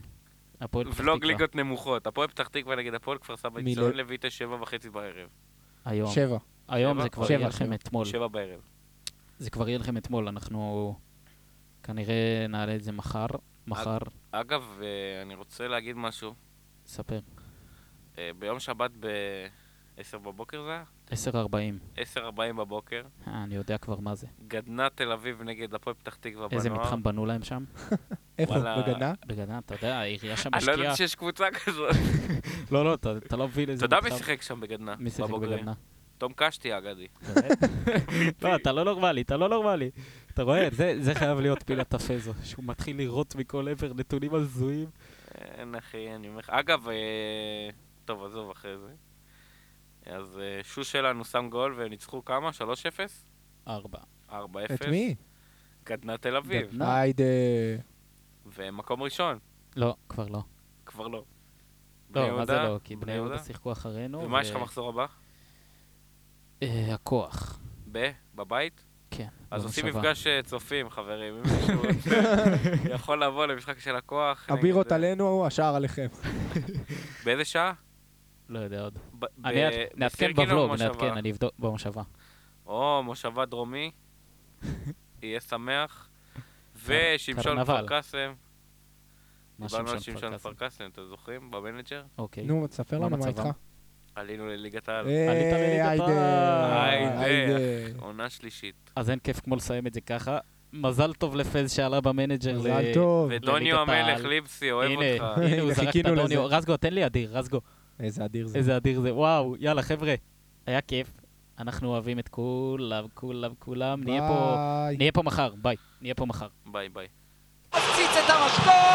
[SPEAKER 1] הפועל פתח
[SPEAKER 2] ולוג
[SPEAKER 1] תקווה.
[SPEAKER 2] ליגות נמוכות, הפועל פתח תקווה נגד הפועל כפר סבא,
[SPEAKER 3] מי
[SPEAKER 2] ניצחון
[SPEAKER 3] לא-
[SPEAKER 2] לויטה שבע וחצי בערב.
[SPEAKER 1] היום.
[SPEAKER 3] שבע.
[SPEAKER 1] היום
[SPEAKER 2] שבע?
[SPEAKER 1] זה כבר
[SPEAKER 3] שבע,
[SPEAKER 1] יהיה לכם
[SPEAKER 3] שבע.
[SPEAKER 1] אתמול.
[SPEAKER 2] שבע בערב.
[SPEAKER 1] זה כבר יהיה לכם אתמול, אנחנו כנראה נעלה את זה מחר. מחר,
[SPEAKER 2] אגב, אה, אני רוצה להגיד משהו.
[SPEAKER 1] ספר.
[SPEAKER 2] אה, ביום שבת ב-10 בבוקר זה היה?
[SPEAKER 1] 10.40.
[SPEAKER 2] 10:40 בבוקר.
[SPEAKER 1] אה, אני יודע כבר מה זה.
[SPEAKER 2] גדנה תל אביב נגד הפועל פתח תקווה בנוער.
[SPEAKER 1] איזה מתחם בנו להם שם?
[SPEAKER 3] איפה?
[SPEAKER 2] וואלה.
[SPEAKER 3] בגנה?
[SPEAKER 1] בגדנה, אתה יודע, העירייה שם
[SPEAKER 2] אה? אני לא
[SPEAKER 1] משקיעה.
[SPEAKER 2] ידעתי שיש קבוצה כזאת.
[SPEAKER 1] לא, לא, אתה- אתה לא מבין
[SPEAKER 2] אתה
[SPEAKER 1] איזה
[SPEAKER 2] יודע
[SPEAKER 1] מתחם.
[SPEAKER 2] מי שיחק שם בגדנה?
[SPEAKER 1] מי שיחק
[SPEAKER 2] בבוגרים? <laughs>
[SPEAKER 1] בגדנה?
[SPEAKER 2] תום קשתי האגדי.
[SPEAKER 1] באמת? לא, אתה לא נורמלי, אתה לא נורמלי. אתה רואה? זה- זה חייב להיות פינת הפזו, שהוא מתחיל לירות מכל עבר נתונים הזויים.
[SPEAKER 2] אין אחי, אני אומר לך. אגב, אה, טוב, עזוב אחרי זה. אז אה, שוש שלנו שם גול והם ניצחו כמה? 3-0?
[SPEAKER 1] ארבע.
[SPEAKER 2] 4-0?
[SPEAKER 3] את מי?
[SPEAKER 2] גדנה תל אביב.
[SPEAKER 1] גדנה?
[SPEAKER 3] היידה.
[SPEAKER 2] ומקום ראשון.
[SPEAKER 1] לא, כבר לא.
[SPEAKER 2] כבר לא. בני
[SPEAKER 1] לא, מה זה
[SPEAKER 2] יהודה?
[SPEAKER 1] לא? כי בני יהודה שיחקו אחרינו.
[SPEAKER 2] ומה
[SPEAKER 1] ו-
[SPEAKER 2] יש לך מחזור הבא?
[SPEAKER 1] אה, הכוח.
[SPEAKER 2] ב? בבית?
[SPEAKER 1] כן.
[SPEAKER 2] אז עושים
[SPEAKER 1] במושבה.
[SPEAKER 2] מפגש אה, צופים, חברים. אם
[SPEAKER 1] <laughs>
[SPEAKER 2] מישהו רוצה, יכול לבוא למשחק של הכוח. נגד- אה,
[SPEAKER 3] הבירות עלינו, השער עליכם.
[SPEAKER 1] אוקיי.
[SPEAKER 2] באיזה שעה?
[SPEAKER 1] לא יודע עוד.
[SPEAKER 2] ב-
[SPEAKER 1] אני
[SPEAKER 2] ב-
[SPEAKER 1] אעד- נעדכן
[SPEAKER 2] בסירקין או
[SPEAKER 1] בבלוג,
[SPEAKER 2] במושבה?
[SPEAKER 1] נעדכן, אני אבדוק במושבה.
[SPEAKER 2] או מושבה
[SPEAKER 1] <laughs>
[SPEAKER 2] דרומי. יהיה שמח. ושמשון
[SPEAKER 1] קרנבל.
[SPEAKER 2] כפר קאסם.
[SPEAKER 1] מה
[SPEAKER 2] דיברנו על
[SPEAKER 1] שמשון
[SPEAKER 2] שמשון
[SPEAKER 1] כפר
[SPEAKER 2] כפר
[SPEAKER 1] קאסם.
[SPEAKER 2] קאסם, אתם זוכרים? במנג'ר?
[SPEAKER 1] אוקיי.
[SPEAKER 3] נו, תספר
[SPEAKER 1] מה
[SPEAKER 3] לנו מה איתך.
[SPEAKER 1] מצבם?
[SPEAKER 2] עלינו לליגת העל.
[SPEAKER 1] עלית לליגת
[SPEAKER 3] היי,
[SPEAKER 1] העל.
[SPEAKER 2] היידה.
[SPEAKER 3] היידה.
[SPEAKER 2] עונה שלישית.
[SPEAKER 1] אז אין כיף כמו לסיים את זה ככה. מזל טוב לפז שעלה במנג'ר.
[SPEAKER 3] מזל
[SPEAKER 1] ל-
[SPEAKER 3] טוב.
[SPEAKER 2] ודוניו
[SPEAKER 1] לליגת העל.
[SPEAKER 2] המלך ליבסי, אוהב
[SPEAKER 1] הנה, <laughs>
[SPEAKER 2] אותך.
[SPEAKER 1] הנה הוא
[SPEAKER 3] הנה,
[SPEAKER 1] זרק את
[SPEAKER 3] <laughs> חיכינו
[SPEAKER 1] הדוניו.
[SPEAKER 3] לזה.
[SPEAKER 1] רזגו, תן לי אדיר, רזגו.
[SPEAKER 3] איזה אדיר זה.
[SPEAKER 1] איזה אדיר זה. וואו, יאללה, חבר'ה. היה כיף. אנחנו אוהבים את כולם, כולם, כולם. נהיה פה-
[SPEAKER 3] ביי.
[SPEAKER 1] נהיה פה מחר, ביי. נהיה פה מחר.
[SPEAKER 2] ביי ביי.
[SPEAKER 4] מחצית את הרשקוב!